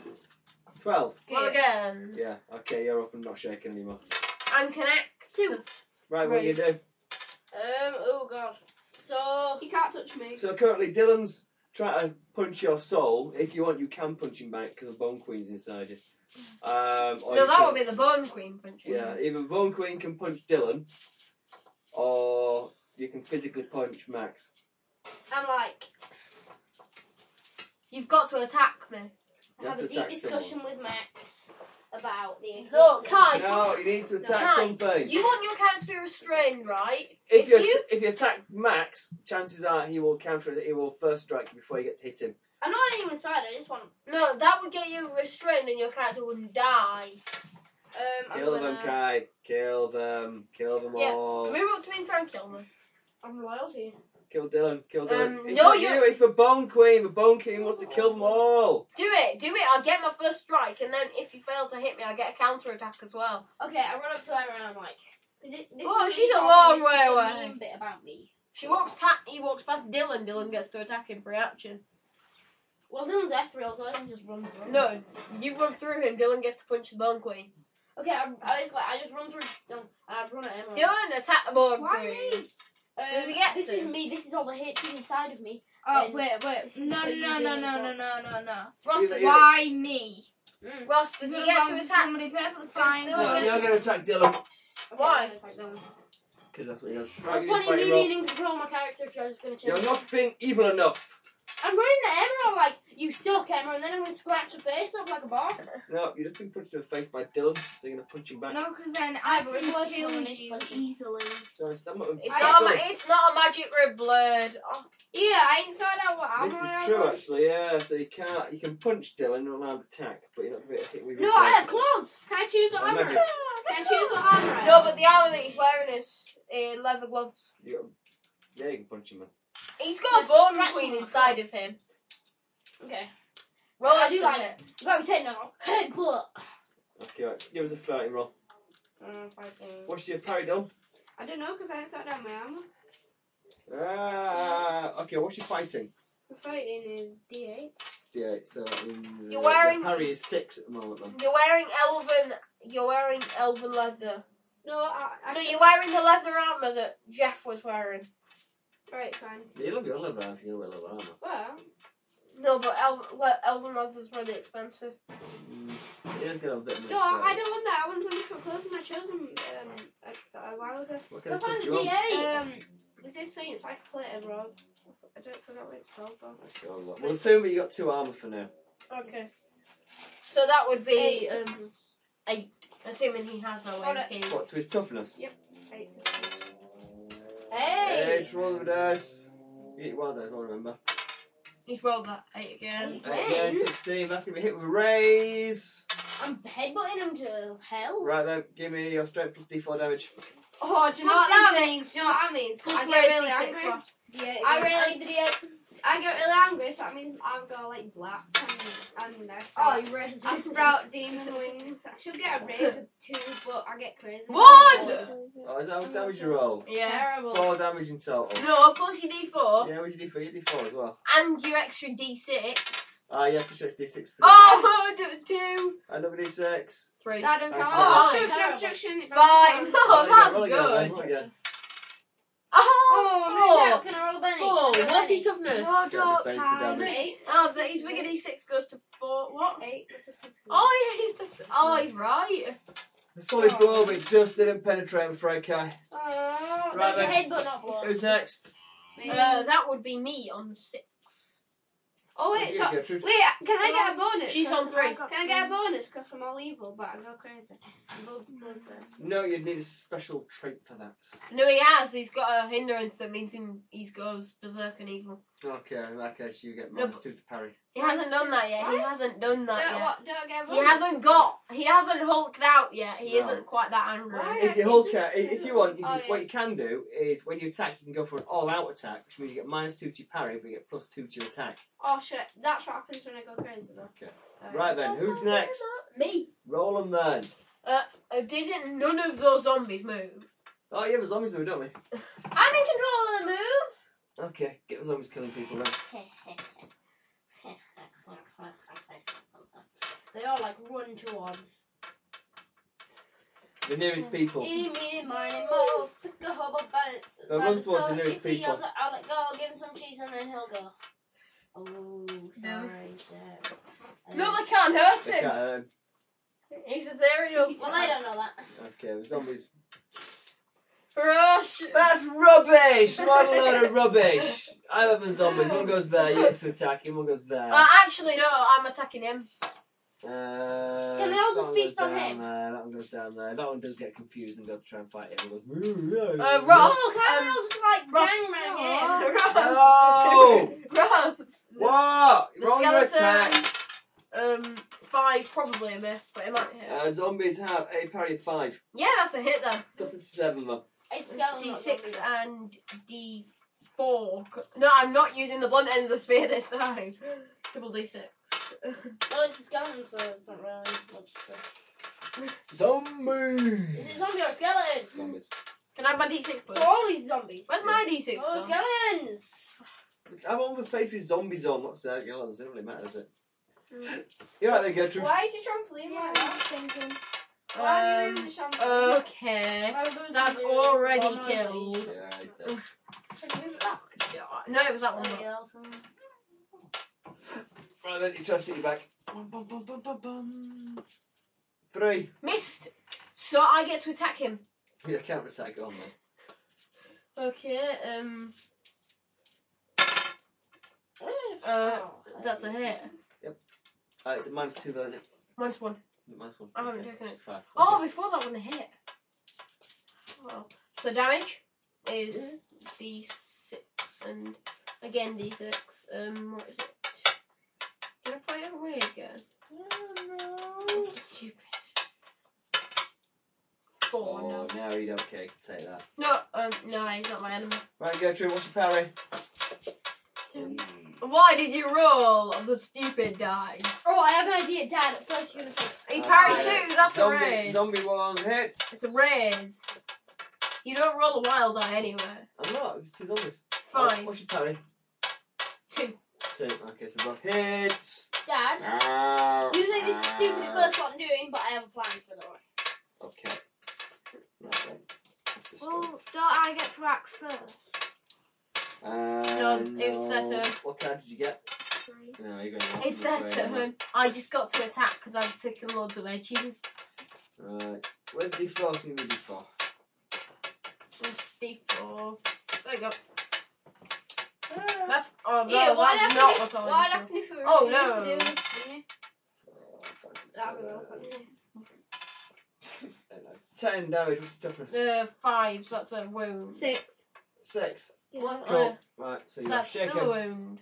[SPEAKER 2] Twelve.
[SPEAKER 4] Well, again,
[SPEAKER 2] Yeah. Okay, you're up and not shaking anymore.
[SPEAKER 4] and connect.
[SPEAKER 3] Two.
[SPEAKER 2] Right, what do you do?
[SPEAKER 4] Um. Oh god. So
[SPEAKER 6] You can't touch me.
[SPEAKER 2] So currently, Dylan's trying to punch your soul. If you want, you can punch him back because the Bone Queen's inside you. Um, or
[SPEAKER 4] no,
[SPEAKER 2] you
[SPEAKER 4] that
[SPEAKER 2] can-
[SPEAKER 4] would be the Bone Queen punching.
[SPEAKER 2] Yeah, either Bone Queen can punch Dylan, or you can physically punch Max.
[SPEAKER 3] I'm like,
[SPEAKER 4] You've got to attack me.
[SPEAKER 2] You have
[SPEAKER 3] have
[SPEAKER 2] to
[SPEAKER 3] a deep
[SPEAKER 2] attack
[SPEAKER 3] discussion with Max about the existence.
[SPEAKER 4] No, Kai.
[SPEAKER 2] someone. No, you need to attack
[SPEAKER 4] Hi.
[SPEAKER 2] something.
[SPEAKER 4] You want your character to be restrained, right?
[SPEAKER 2] if
[SPEAKER 4] if
[SPEAKER 2] you, att-
[SPEAKER 4] you-
[SPEAKER 2] if you attack Max, chances are he will counter it. He will first strike you before you get to hit him.
[SPEAKER 3] I'm not even inside. I just want. um,
[SPEAKER 4] No, that would get you restrained, and your character wouldn't die.
[SPEAKER 3] Um, I'm
[SPEAKER 2] Kill them,
[SPEAKER 3] gonna.
[SPEAKER 2] Kai. Kill them. Kill them
[SPEAKER 4] Yeah.
[SPEAKER 2] all.
[SPEAKER 4] Move up to me and try and kill me.
[SPEAKER 6] I'm loyal to you.
[SPEAKER 2] Kill Dylan. Kill Dylan.
[SPEAKER 4] Um,
[SPEAKER 2] it's
[SPEAKER 4] no,
[SPEAKER 2] not you.
[SPEAKER 4] you-
[SPEAKER 2] It's the Bone Queen. The Bone Queen wants to kill them all.
[SPEAKER 4] Do it, do it. I'll get my first strike, and then if you fail to hit me, I'll get a counter attack as well.
[SPEAKER 3] Okay, I run up to her and I'm like, is it, this
[SPEAKER 4] Oh,
[SPEAKER 3] is
[SPEAKER 4] she's
[SPEAKER 3] me
[SPEAKER 4] a
[SPEAKER 3] talking,
[SPEAKER 4] long
[SPEAKER 3] this
[SPEAKER 4] way
[SPEAKER 3] is the
[SPEAKER 4] away.
[SPEAKER 3] mean bit about me.
[SPEAKER 4] She walks past. He walks past Dylan. Dylan gets to attack him for action.
[SPEAKER 3] Well, Dylan's death real, so I don't just run through. him.
[SPEAKER 4] No, you run through him. Dylan gets to punch the Bone Queen.
[SPEAKER 3] Okay, I, I just like I just run through and I run at him. and I'm like,
[SPEAKER 4] Dylan attack the Bone
[SPEAKER 6] Why
[SPEAKER 4] Queen.
[SPEAKER 6] me?
[SPEAKER 3] um,
[SPEAKER 4] does he get
[SPEAKER 3] this
[SPEAKER 4] to?
[SPEAKER 3] is me. This is all the hatred inside of me.
[SPEAKER 5] Oh
[SPEAKER 3] And
[SPEAKER 5] wait,
[SPEAKER 3] this
[SPEAKER 5] wait.
[SPEAKER 3] is
[SPEAKER 5] No,
[SPEAKER 3] for you
[SPEAKER 5] no, no,
[SPEAKER 3] doing
[SPEAKER 5] no, no,
[SPEAKER 3] yourself.
[SPEAKER 5] no, no, no.
[SPEAKER 4] Ross,
[SPEAKER 2] Either-
[SPEAKER 4] does,
[SPEAKER 2] either-
[SPEAKER 5] Why me?
[SPEAKER 3] Mm.
[SPEAKER 4] Ross, does he get to attack?
[SPEAKER 5] somebody perfectly fine?
[SPEAKER 4] Dylan
[SPEAKER 2] No,
[SPEAKER 4] gets-
[SPEAKER 2] you're gonna attack Dylan
[SPEAKER 3] Okay,
[SPEAKER 4] Why?
[SPEAKER 3] I'm gonna attack Dylan.
[SPEAKER 2] because that's what he does.
[SPEAKER 3] What's
[SPEAKER 2] Right, you
[SPEAKER 3] funny?
[SPEAKER 2] fight
[SPEAKER 3] Me
[SPEAKER 2] him all.
[SPEAKER 3] being in control of my character if you're just gonna change.
[SPEAKER 2] You're not being evil enough.
[SPEAKER 3] I'm running at Emma. I'm like, you suck, Emma, and then I'm gonna scratch her face up like a bar.
[SPEAKER 2] No, you're just being punched in the face by Dylan, so you're gonna punch him back.
[SPEAKER 5] No, because then
[SPEAKER 3] I
[SPEAKER 5] I would
[SPEAKER 3] think both
[SPEAKER 5] kill
[SPEAKER 3] women is
[SPEAKER 5] you
[SPEAKER 3] punchy.
[SPEAKER 5] easily.
[SPEAKER 2] So it's not-
[SPEAKER 4] It's
[SPEAKER 6] I-
[SPEAKER 4] not, a,
[SPEAKER 2] Dylan.
[SPEAKER 4] ma- it's not a magic red blade. Oh,
[SPEAKER 6] Yeah, I ain't sorted out what armor
[SPEAKER 2] This
[SPEAKER 6] I
[SPEAKER 2] is
[SPEAKER 6] have
[SPEAKER 2] true,
[SPEAKER 6] on.
[SPEAKER 2] actually. Yeah, so you can't you can punch Dylan and allow him to attack, but you're not gonna be hit with.
[SPEAKER 3] No,
[SPEAKER 2] your
[SPEAKER 3] I have
[SPEAKER 2] blade.
[SPEAKER 3] claws.
[SPEAKER 6] Can I choose what
[SPEAKER 2] Well,
[SPEAKER 6] armor?
[SPEAKER 2] magic.
[SPEAKER 6] Can I choose what armor? I
[SPEAKER 4] no,
[SPEAKER 6] have?
[SPEAKER 4] but the armor that he's wearing is uh, leather gloves.
[SPEAKER 2] You got- yeah, you can punch him. Man.
[SPEAKER 4] He's got a
[SPEAKER 3] That's
[SPEAKER 4] Bone
[SPEAKER 3] scratching
[SPEAKER 4] Queen
[SPEAKER 3] on my
[SPEAKER 4] inside of him.
[SPEAKER 3] Okay,
[SPEAKER 4] Roll
[SPEAKER 3] I
[SPEAKER 4] up
[SPEAKER 3] do
[SPEAKER 4] to
[SPEAKER 3] like
[SPEAKER 4] it.
[SPEAKER 3] go ten now. Headbutt.
[SPEAKER 2] Okay, right. give us a fighting roll.
[SPEAKER 3] Mm, fighting.
[SPEAKER 2] What's your parry, Dylan?
[SPEAKER 6] I don't know because I ain't sorted out my armor.
[SPEAKER 2] Ah, okay. What's your fighting?
[SPEAKER 6] The fighting is D8.
[SPEAKER 2] Yeah, so that means uh,
[SPEAKER 4] You're wearing-
[SPEAKER 2] your parry is six at the moment. Then
[SPEAKER 4] You're wearing elven. You're wearing elven leather.
[SPEAKER 6] No, I. I
[SPEAKER 4] No, you're wearing the leather armor that Jeff was wearing.
[SPEAKER 6] Alright, fine.
[SPEAKER 2] you love your leather armor. You love your leather armor.
[SPEAKER 6] Well,
[SPEAKER 4] No, but elven, le- elven leather's really expensive.
[SPEAKER 2] Mm, you don't get a bit of
[SPEAKER 6] no, I, I don't want that. I want something for clothing. I chose them um, a, a while ago.
[SPEAKER 2] What kind
[SPEAKER 3] Go
[SPEAKER 2] of stuff
[SPEAKER 3] find
[SPEAKER 2] do
[SPEAKER 3] the
[SPEAKER 2] you want?
[SPEAKER 3] D8.
[SPEAKER 6] Um, there's this thing, it's like a plate of rob. I don't forget what it's called though.
[SPEAKER 2] Okay, I'll look. Oh, Well, assume you got two armor for now.
[SPEAKER 4] Okay. So that would be
[SPEAKER 6] Eight.
[SPEAKER 4] um, eight. Assuming he has no
[SPEAKER 3] Got it.
[SPEAKER 4] AP.
[SPEAKER 2] What to his toughness?
[SPEAKER 6] Eight.
[SPEAKER 3] Hey.
[SPEAKER 2] Eight roll of dice. You eat one of those. I remember.
[SPEAKER 4] He's rolled that eight again.
[SPEAKER 2] Uh, yeah, 16. That's going to be hit with a raise.
[SPEAKER 3] I'm headbutting him to hell.
[SPEAKER 2] Right then, give me your strength plus d4 damage.
[SPEAKER 6] Oh, do you know
[SPEAKER 4] Plus
[SPEAKER 6] what that
[SPEAKER 4] six.
[SPEAKER 6] means? Do you know what that means?
[SPEAKER 4] Plus
[SPEAKER 6] I
[SPEAKER 4] where
[SPEAKER 6] get
[SPEAKER 4] is
[SPEAKER 6] really
[SPEAKER 4] the six
[SPEAKER 6] angry.
[SPEAKER 4] left?
[SPEAKER 3] D8
[SPEAKER 6] I
[SPEAKER 3] again.
[SPEAKER 6] really-
[SPEAKER 3] need the D8.
[SPEAKER 6] I get really angry, so that means I've got like black and, and I
[SPEAKER 3] Oh,
[SPEAKER 6] sprout,
[SPEAKER 3] you raised
[SPEAKER 6] I sprout demon wings. I should get a raise of two, but I get crazy.
[SPEAKER 4] One!
[SPEAKER 2] Oh, is that how much damage you roll?
[SPEAKER 4] Yeah.
[SPEAKER 6] Terrible.
[SPEAKER 2] 4 damage in total.
[SPEAKER 4] No, plus your D4
[SPEAKER 2] Yeah, what's your d4? Your d4 as well.
[SPEAKER 4] and your extra D6.
[SPEAKER 2] Ah, you have to check d6 for damage.
[SPEAKER 4] Oh, d- two,
[SPEAKER 2] Another d6.
[SPEAKER 4] three,
[SPEAKER 6] That don't
[SPEAKER 2] That's
[SPEAKER 6] count.
[SPEAKER 4] fine.
[SPEAKER 6] Oh, obstruction,
[SPEAKER 3] Terrible.
[SPEAKER 6] obstruction. it
[SPEAKER 4] five.
[SPEAKER 6] doesn't count.
[SPEAKER 2] Roll
[SPEAKER 4] Oh,
[SPEAKER 2] again,
[SPEAKER 4] that's
[SPEAKER 2] roll again,
[SPEAKER 4] good.
[SPEAKER 2] roll again.
[SPEAKER 4] Oh,
[SPEAKER 3] Oh, can I roll a Benny?
[SPEAKER 4] four. Four. What's his toughness?
[SPEAKER 5] No,
[SPEAKER 2] Get a
[SPEAKER 5] don't
[SPEAKER 2] base for
[SPEAKER 5] Kai.
[SPEAKER 2] damage.
[SPEAKER 6] Eight.
[SPEAKER 4] Oh, but his wicked D6 goes to four. What?
[SPEAKER 6] Eight.
[SPEAKER 4] Oh, yeah, he's the, oh, he's right.
[SPEAKER 2] A solid blow, but it just didn't penetrate, I'm afraid, Kai.
[SPEAKER 6] Uh,
[SPEAKER 3] Oh,
[SPEAKER 2] Right
[SPEAKER 3] that was a
[SPEAKER 2] then.
[SPEAKER 3] headbutt, not blow.
[SPEAKER 2] Who's next?
[SPEAKER 4] Uh, that would be me on six.
[SPEAKER 6] Oh wait,
[SPEAKER 2] Who's
[SPEAKER 6] so
[SPEAKER 2] here, Gertrude?
[SPEAKER 6] wait, can I get a bonus?
[SPEAKER 4] She's on
[SPEAKER 6] 'Cause
[SPEAKER 4] three.
[SPEAKER 6] I- Can I get a bonus? Because I'm all evil, but I go crazy. I'm both, both this.
[SPEAKER 2] No, you'd need a special trait for that.
[SPEAKER 4] No, he has. He's got a hindrance that means him, he goes berserk and evil.
[SPEAKER 2] Okay, in that case, you get
[SPEAKER 4] No,
[SPEAKER 2] minus 2 to parry.
[SPEAKER 4] He hasn't done that yet. He
[SPEAKER 6] What?
[SPEAKER 4] hasn't done that
[SPEAKER 6] Don't,
[SPEAKER 4] yet.
[SPEAKER 6] what, don't I get a
[SPEAKER 4] He
[SPEAKER 6] bonus?
[SPEAKER 4] hasn't got. He hasn't hulked out yet. He
[SPEAKER 2] No.
[SPEAKER 4] isn't quite that angry.
[SPEAKER 6] Why?
[SPEAKER 2] If you
[SPEAKER 6] Oh, Yeah,
[SPEAKER 2] Hulk
[SPEAKER 6] just-
[SPEAKER 2] out, if you want, you
[SPEAKER 6] Oh,
[SPEAKER 2] can,
[SPEAKER 6] yeah.
[SPEAKER 2] what you can do is when you attack, you can go for an all-out attack, which means you get minus two to your parry, but you get plus two to your attack.
[SPEAKER 6] Oh shit, that's what happens when I go crazy though.
[SPEAKER 2] Okay.
[SPEAKER 6] Alright.
[SPEAKER 2] Right then, who's next?
[SPEAKER 3] Me.
[SPEAKER 2] Roll 'em then.
[SPEAKER 4] Uh, didn't none of those zombies move?
[SPEAKER 2] Oh yeah, the zombies do, don't we?
[SPEAKER 3] I'm in control of the move.
[SPEAKER 2] Okay, get the zombies killing people then.
[SPEAKER 3] they all like run towards.
[SPEAKER 2] The nearest people.
[SPEAKER 3] Eeny, meeny, miny, moe, pick a hobo by the
[SPEAKER 2] They'll
[SPEAKER 3] by
[SPEAKER 2] run
[SPEAKER 3] the
[SPEAKER 2] towards
[SPEAKER 3] toe.
[SPEAKER 2] the nearest
[SPEAKER 3] If he yells
[SPEAKER 2] people.
[SPEAKER 3] at- I'll let go, give him some cheese and then he'll go. Oh, sorry, Um, Jack. Mm.
[SPEAKER 4] No, they can't hurt
[SPEAKER 2] They
[SPEAKER 4] him.
[SPEAKER 2] can't, um,
[SPEAKER 4] He's ethereal.
[SPEAKER 3] Well, I don't know that.
[SPEAKER 2] okay, the zombies.
[SPEAKER 4] Rush.
[SPEAKER 2] That's rubbish! What a load of rubbish! I love the zombies. One goes there, you get to attack him, one goes there.
[SPEAKER 3] Ah.
[SPEAKER 4] Uh, actually, no, I'm attacking him.
[SPEAKER 2] Uh,
[SPEAKER 3] Can they
[SPEAKER 2] that
[SPEAKER 3] all just
[SPEAKER 2] one
[SPEAKER 3] feast
[SPEAKER 2] goes
[SPEAKER 3] on
[SPEAKER 2] down
[SPEAKER 3] him?
[SPEAKER 2] There, that one goes down there. That one does get confused and goes to try and fight him. and goes.
[SPEAKER 4] Uh, Ross.
[SPEAKER 3] Oh, can
[SPEAKER 4] um,
[SPEAKER 3] we all just like
[SPEAKER 4] Ross-
[SPEAKER 3] gang round
[SPEAKER 4] Aw.
[SPEAKER 3] him?
[SPEAKER 2] No!
[SPEAKER 4] Ross.
[SPEAKER 2] What?
[SPEAKER 4] The
[SPEAKER 2] Roll your
[SPEAKER 4] skeleton.
[SPEAKER 2] attack.
[SPEAKER 4] Um, five probably a miss, but it might hit.
[SPEAKER 2] Uh, zombies have a parry of five.
[SPEAKER 4] yeah, that's a hit then.
[SPEAKER 2] Toughness seven though.
[SPEAKER 3] A skeleton. not zombie.
[SPEAKER 4] D6 and D4. No, I'm not using the blunt end of the spear this time. Double D6.
[SPEAKER 3] Well, it's a skeleton, so it's not really much. to-
[SPEAKER 2] Zombies.
[SPEAKER 3] Is it zombie or skeleton?
[SPEAKER 2] Zombies.
[SPEAKER 4] Can I have my D6, please?
[SPEAKER 3] For all these zombies.
[SPEAKER 4] Where's my D6?
[SPEAKER 3] Oh,
[SPEAKER 4] gone?
[SPEAKER 3] skeletons!
[SPEAKER 2] I'm on with faith is zombies on, not circular. It doesn't really matter, does it?
[SPEAKER 4] Mm.
[SPEAKER 2] You're right there, Gertrude.
[SPEAKER 6] Why is your trampoline like that?
[SPEAKER 5] thinking.
[SPEAKER 6] Why are you
[SPEAKER 4] Um,
[SPEAKER 6] moving the trampoline?
[SPEAKER 4] Okay.
[SPEAKER 3] Why were those
[SPEAKER 4] That's
[SPEAKER 3] zombies
[SPEAKER 4] already
[SPEAKER 3] one of
[SPEAKER 4] killed.
[SPEAKER 3] these?
[SPEAKER 2] Yeah, he's dead.
[SPEAKER 6] Should I move it back?
[SPEAKER 4] No, it was that
[SPEAKER 3] Oh,
[SPEAKER 4] one.
[SPEAKER 3] yeah.
[SPEAKER 2] Right then, you try to sit you back. Bum, bum, bum, bum, bum, bum. Three.
[SPEAKER 4] Missed. So I get to attack him.
[SPEAKER 2] Yeah, counter attack on then.
[SPEAKER 4] Okay. Um. Uh,
[SPEAKER 3] Oh,
[SPEAKER 4] that's a hit.
[SPEAKER 2] Uh, it's a minus two, though, isn't it?
[SPEAKER 4] Minus one.
[SPEAKER 2] Minus one.
[SPEAKER 4] I haven't
[SPEAKER 2] Okay,
[SPEAKER 4] taken it.
[SPEAKER 2] it's Five.
[SPEAKER 4] Oh, before that one, a hit. Well, so damage is d6 and again d6. Um, what is it? Did I play it away again? This is Stupid. Four.
[SPEAKER 2] Oh,
[SPEAKER 4] No.
[SPEAKER 2] now you don't care. You can take that.
[SPEAKER 4] No. Um. No, he's not my enemy.
[SPEAKER 2] Right, Gertrude, what's your parry?
[SPEAKER 4] Two. Why did you roll the stupid dice?
[SPEAKER 3] Oh, I have an idea, Dad. First, you're gonna think.
[SPEAKER 4] He
[SPEAKER 2] Uh,
[SPEAKER 4] parried
[SPEAKER 2] yeah.
[SPEAKER 4] two. That's
[SPEAKER 2] zombie,
[SPEAKER 4] a raise.
[SPEAKER 2] Zombie one hits.
[SPEAKER 4] It's a raise. You don't roll a wild die anywhere.
[SPEAKER 2] I'm not. It's two zombies.
[SPEAKER 4] Fine.
[SPEAKER 2] What's your parry?
[SPEAKER 4] Two.
[SPEAKER 2] Two. Okay, so both hits.
[SPEAKER 3] Dad,
[SPEAKER 2] Ow.
[SPEAKER 3] you think this is stupid at first what I'm doing, but I have a plan, so don't worry.
[SPEAKER 2] Ah. Okay. Right then. Let's just
[SPEAKER 5] Well,
[SPEAKER 2] go.
[SPEAKER 5] don't I get to act first?
[SPEAKER 2] Uh,
[SPEAKER 4] Done. It's their
[SPEAKER 2] no.
[SPEAKER 4] turn.
[SPEAKER 2] What card did you get?
[SPEAKER 5] Three.
[SPEAKER 2] No, you're going
[SPEAKER 4] It's their turn. I just got to attack because I've taken loads of edges.
[SPEAKER 2] Right. Where's D4? Give me D4.
[SPEAKER 4] D4. There you go.
[SPEAKER 5] Uh,
[SPEAKER 4] That's, oh, no,
[SPEAKER 6] Yeah, what
[SPEAKER 4] that's
[SPEAKER 6] happened
[SPEAKER 4] not
[SPEAKER 6] if-
[SPEAKER 4] what I
[SPEAKER 6] What
[SPEAKER 4] wanted to
[SPEAKER 6] happened if we
[SPEAKER 4] Oh,
[SPEAKER 6] refuse
[SPEAKER 4] no.
[SPEAKER 6] to do this? thing?
[SPEAKER 2] Oh, five, six,
[SPEAKER 6] That would
[SPEAKER 2] seven,
[SPEAKER 6] help, wouldn't it?
[SPEAKER 2] eight, nine. Ten damage. What's the toughness?
[SPEAKER 4] do. The five, so that's a wound.
[SPEAKER 5] Six.
[SPEAKER 2] Six.
[SPEAKER 4] One,
[SPEAKER 2] Cool.
[SPEAKER 4] uh,
[SPEAKER 2] Right, so
[SPEAKER 4] so
[SPEAKER 2] you're
[SPEAKER 4] that's
[SPEAKER 2] shaken.
[SPEAKER 4] still a wound.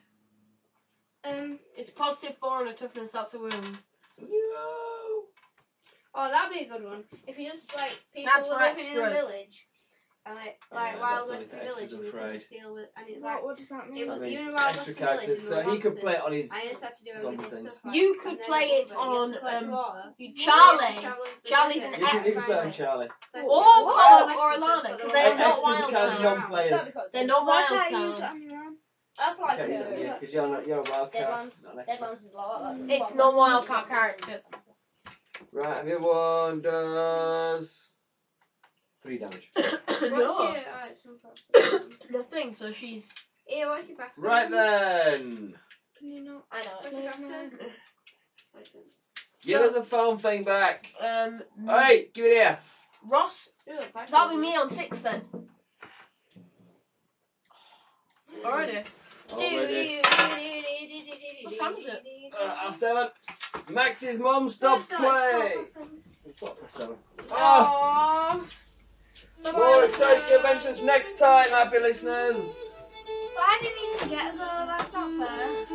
[SPEAKER 5] Um,
[SPEAKER 4] It's positive four and a toughness, that's a wound.
[SPEAKER 2] No.
[SPEAKER 6] Oh, that'd be a good one. If you just like people
[SPEAKER 4] That's
[SPEAKER 6] were
[SPEAKER 4] for
[SPEAKER 6] living in a
[SPEAKER 4] extras.
[SPEAKER 6] village, and like
[SPEAKER 2] Yeah,
[SPEAKER 6] like
[SPEAKER 2] that's
[SPEAKER 6] Wild
[SPEAKER 2] only
[SPEAKER 6] West
[SPEAKER 2] for
[SPEAKER 6] village,
[SPEAKER 2] extras,
[SPEAKER 6] and
[SPEAKER 2] I'm
[SPEAKER 6] you could just deal with and it's like
[SPEAKER 5] what, what does that mean?
[SPEAKER 6] it
[SPEAKER 2] That
[SPEAKER 6] was
[SPEAKER 2] means
[SPEAKER 6] even Wild
[SPEAKER 2] extra
[SPEAKER 6] West village. And
[SPEAKER 2] characters. So he could play it on his.
[SPEAKER 6] I just had to do
[SPEAKER 2] zombie
[SPEAKER 6] everything
[SPEAKER 2] things.
[SPEAKER 6] stuff. Like,
[SPEAKER 4] You could
[SPEAKER 6] and then
[SPEAKER 4] play it
[SPEAKER 6] over, you had to
[SPEAKER 4] on,
[SPEAKER 6] collect
[SPEAKER 4] um,
[SPEAKER 6] water.
[SPEAKER 4] You
[SPEAKER 6] You had to
[SPEAKER 4] Charlie
[SPEAKER 6] travel into the
[SPEAKER 4] Charlie's
[SPEAKER 6] desert
[SPEAKER 4] an
[SPEAKER 2] You
[SPEAKER 6] and
[SPEAKER 2] can,
[SPEAKER 4] ex-
[SPEAKER 2] you can play on
[SPEAKER 6] find ways.
[SPEAKER 2] Charlie.
[SPEAKER 6] So I
[SPEAKER 4] or
[SPEAKER 6] had to do
[SPEAKER 4] Paul or
[SPEAKER 6] extras, but
[SPEAKER 4] Alana,
[SPEAKER 6] they
[SPEAKER 4] 'cause
[SPEAKER 6] were
[SPEAKER 4] they're
[SPEAKER 6] all
[SPEAKER 4] not wild
[SPEAKER 2] Extras can't be
[SPEAKER 4] cards.
[SPEAKER 2] on
[SPEAKER 3] That'd be
[SPEAKER 2] players.
[SPEAKER 3] quite
[SPEAKER 4] they're
[SPEAKER 3] good.
[SPEAKER 4] not
[SPEAKER 5] Oh, Why
[SPEAKER 4] wild
[SPEAKER 5] can't I use
[SPEAKER 4] cards.
[SPEAKER 5] it on your own?
[SPEAKER 3] That's like
[SPEAKER 2] Okay, so,
[SPEAKER 3] uh,
[SPEAKER 2] yeah, because you're, not- you're a wild card.
[SPEAKER 3] Deadlands.
[SPEAKER 2] Not an extra.
[SPEAKER 3] Deadlands is lower. like,
[SPEAKER 4] It's
[SPEAKER 3] what,
[SPEAKER 4] not
[SPEAKER 3] that's
[SPEAKER 4] wild
[SPEAKER 3] the-
[SPEAKER 4] card characters.
[SPEAKER 2] Right, and the other one does three damage.
[SPEAKER 6] What's
[SPEAKER 4] no.
[SPEAKER 6] your- uh, alright, so I'm sorry.
[SPEAKER 4] Nothing, so she's.
[SPEAKER 6] Yeah, what's your password?
[SPEAKER 2] Right then,
[SPEAKER 5] Can you not?
[SPEAKER 3] I know.
[SPEAKER 6] What's
[SPEAKER 3] It's
[SPEAKER 6] your
[SPEAKER 5] No, no.
[SPEAKER 6] password?
[SPEAKER 2] give us a phone thing back.
[SPEAKER 4] Um,
[SPEAKER 2] All right, give it here.
[SPEAKER 4] Ross, that'll be me on six then. Alrighty.
[SPEAKER 2] Already.
[SPEAKER 4] What time is it?
[SPEAKER 2] Uh, half seven. Max's mum stopped
[SPEAKER 5] No, it's not,
[SPEAKER 2] play.
[SPEAKER 5] it's not.
[SPEAKER 2] Quarter past seven. Ah,
[SPEAKER 4] Aww.
[SPEAKER 2] more exciting adventures next time, happy listeners.
[SPEAKER 5] But I didn't even get a go, that's not fair.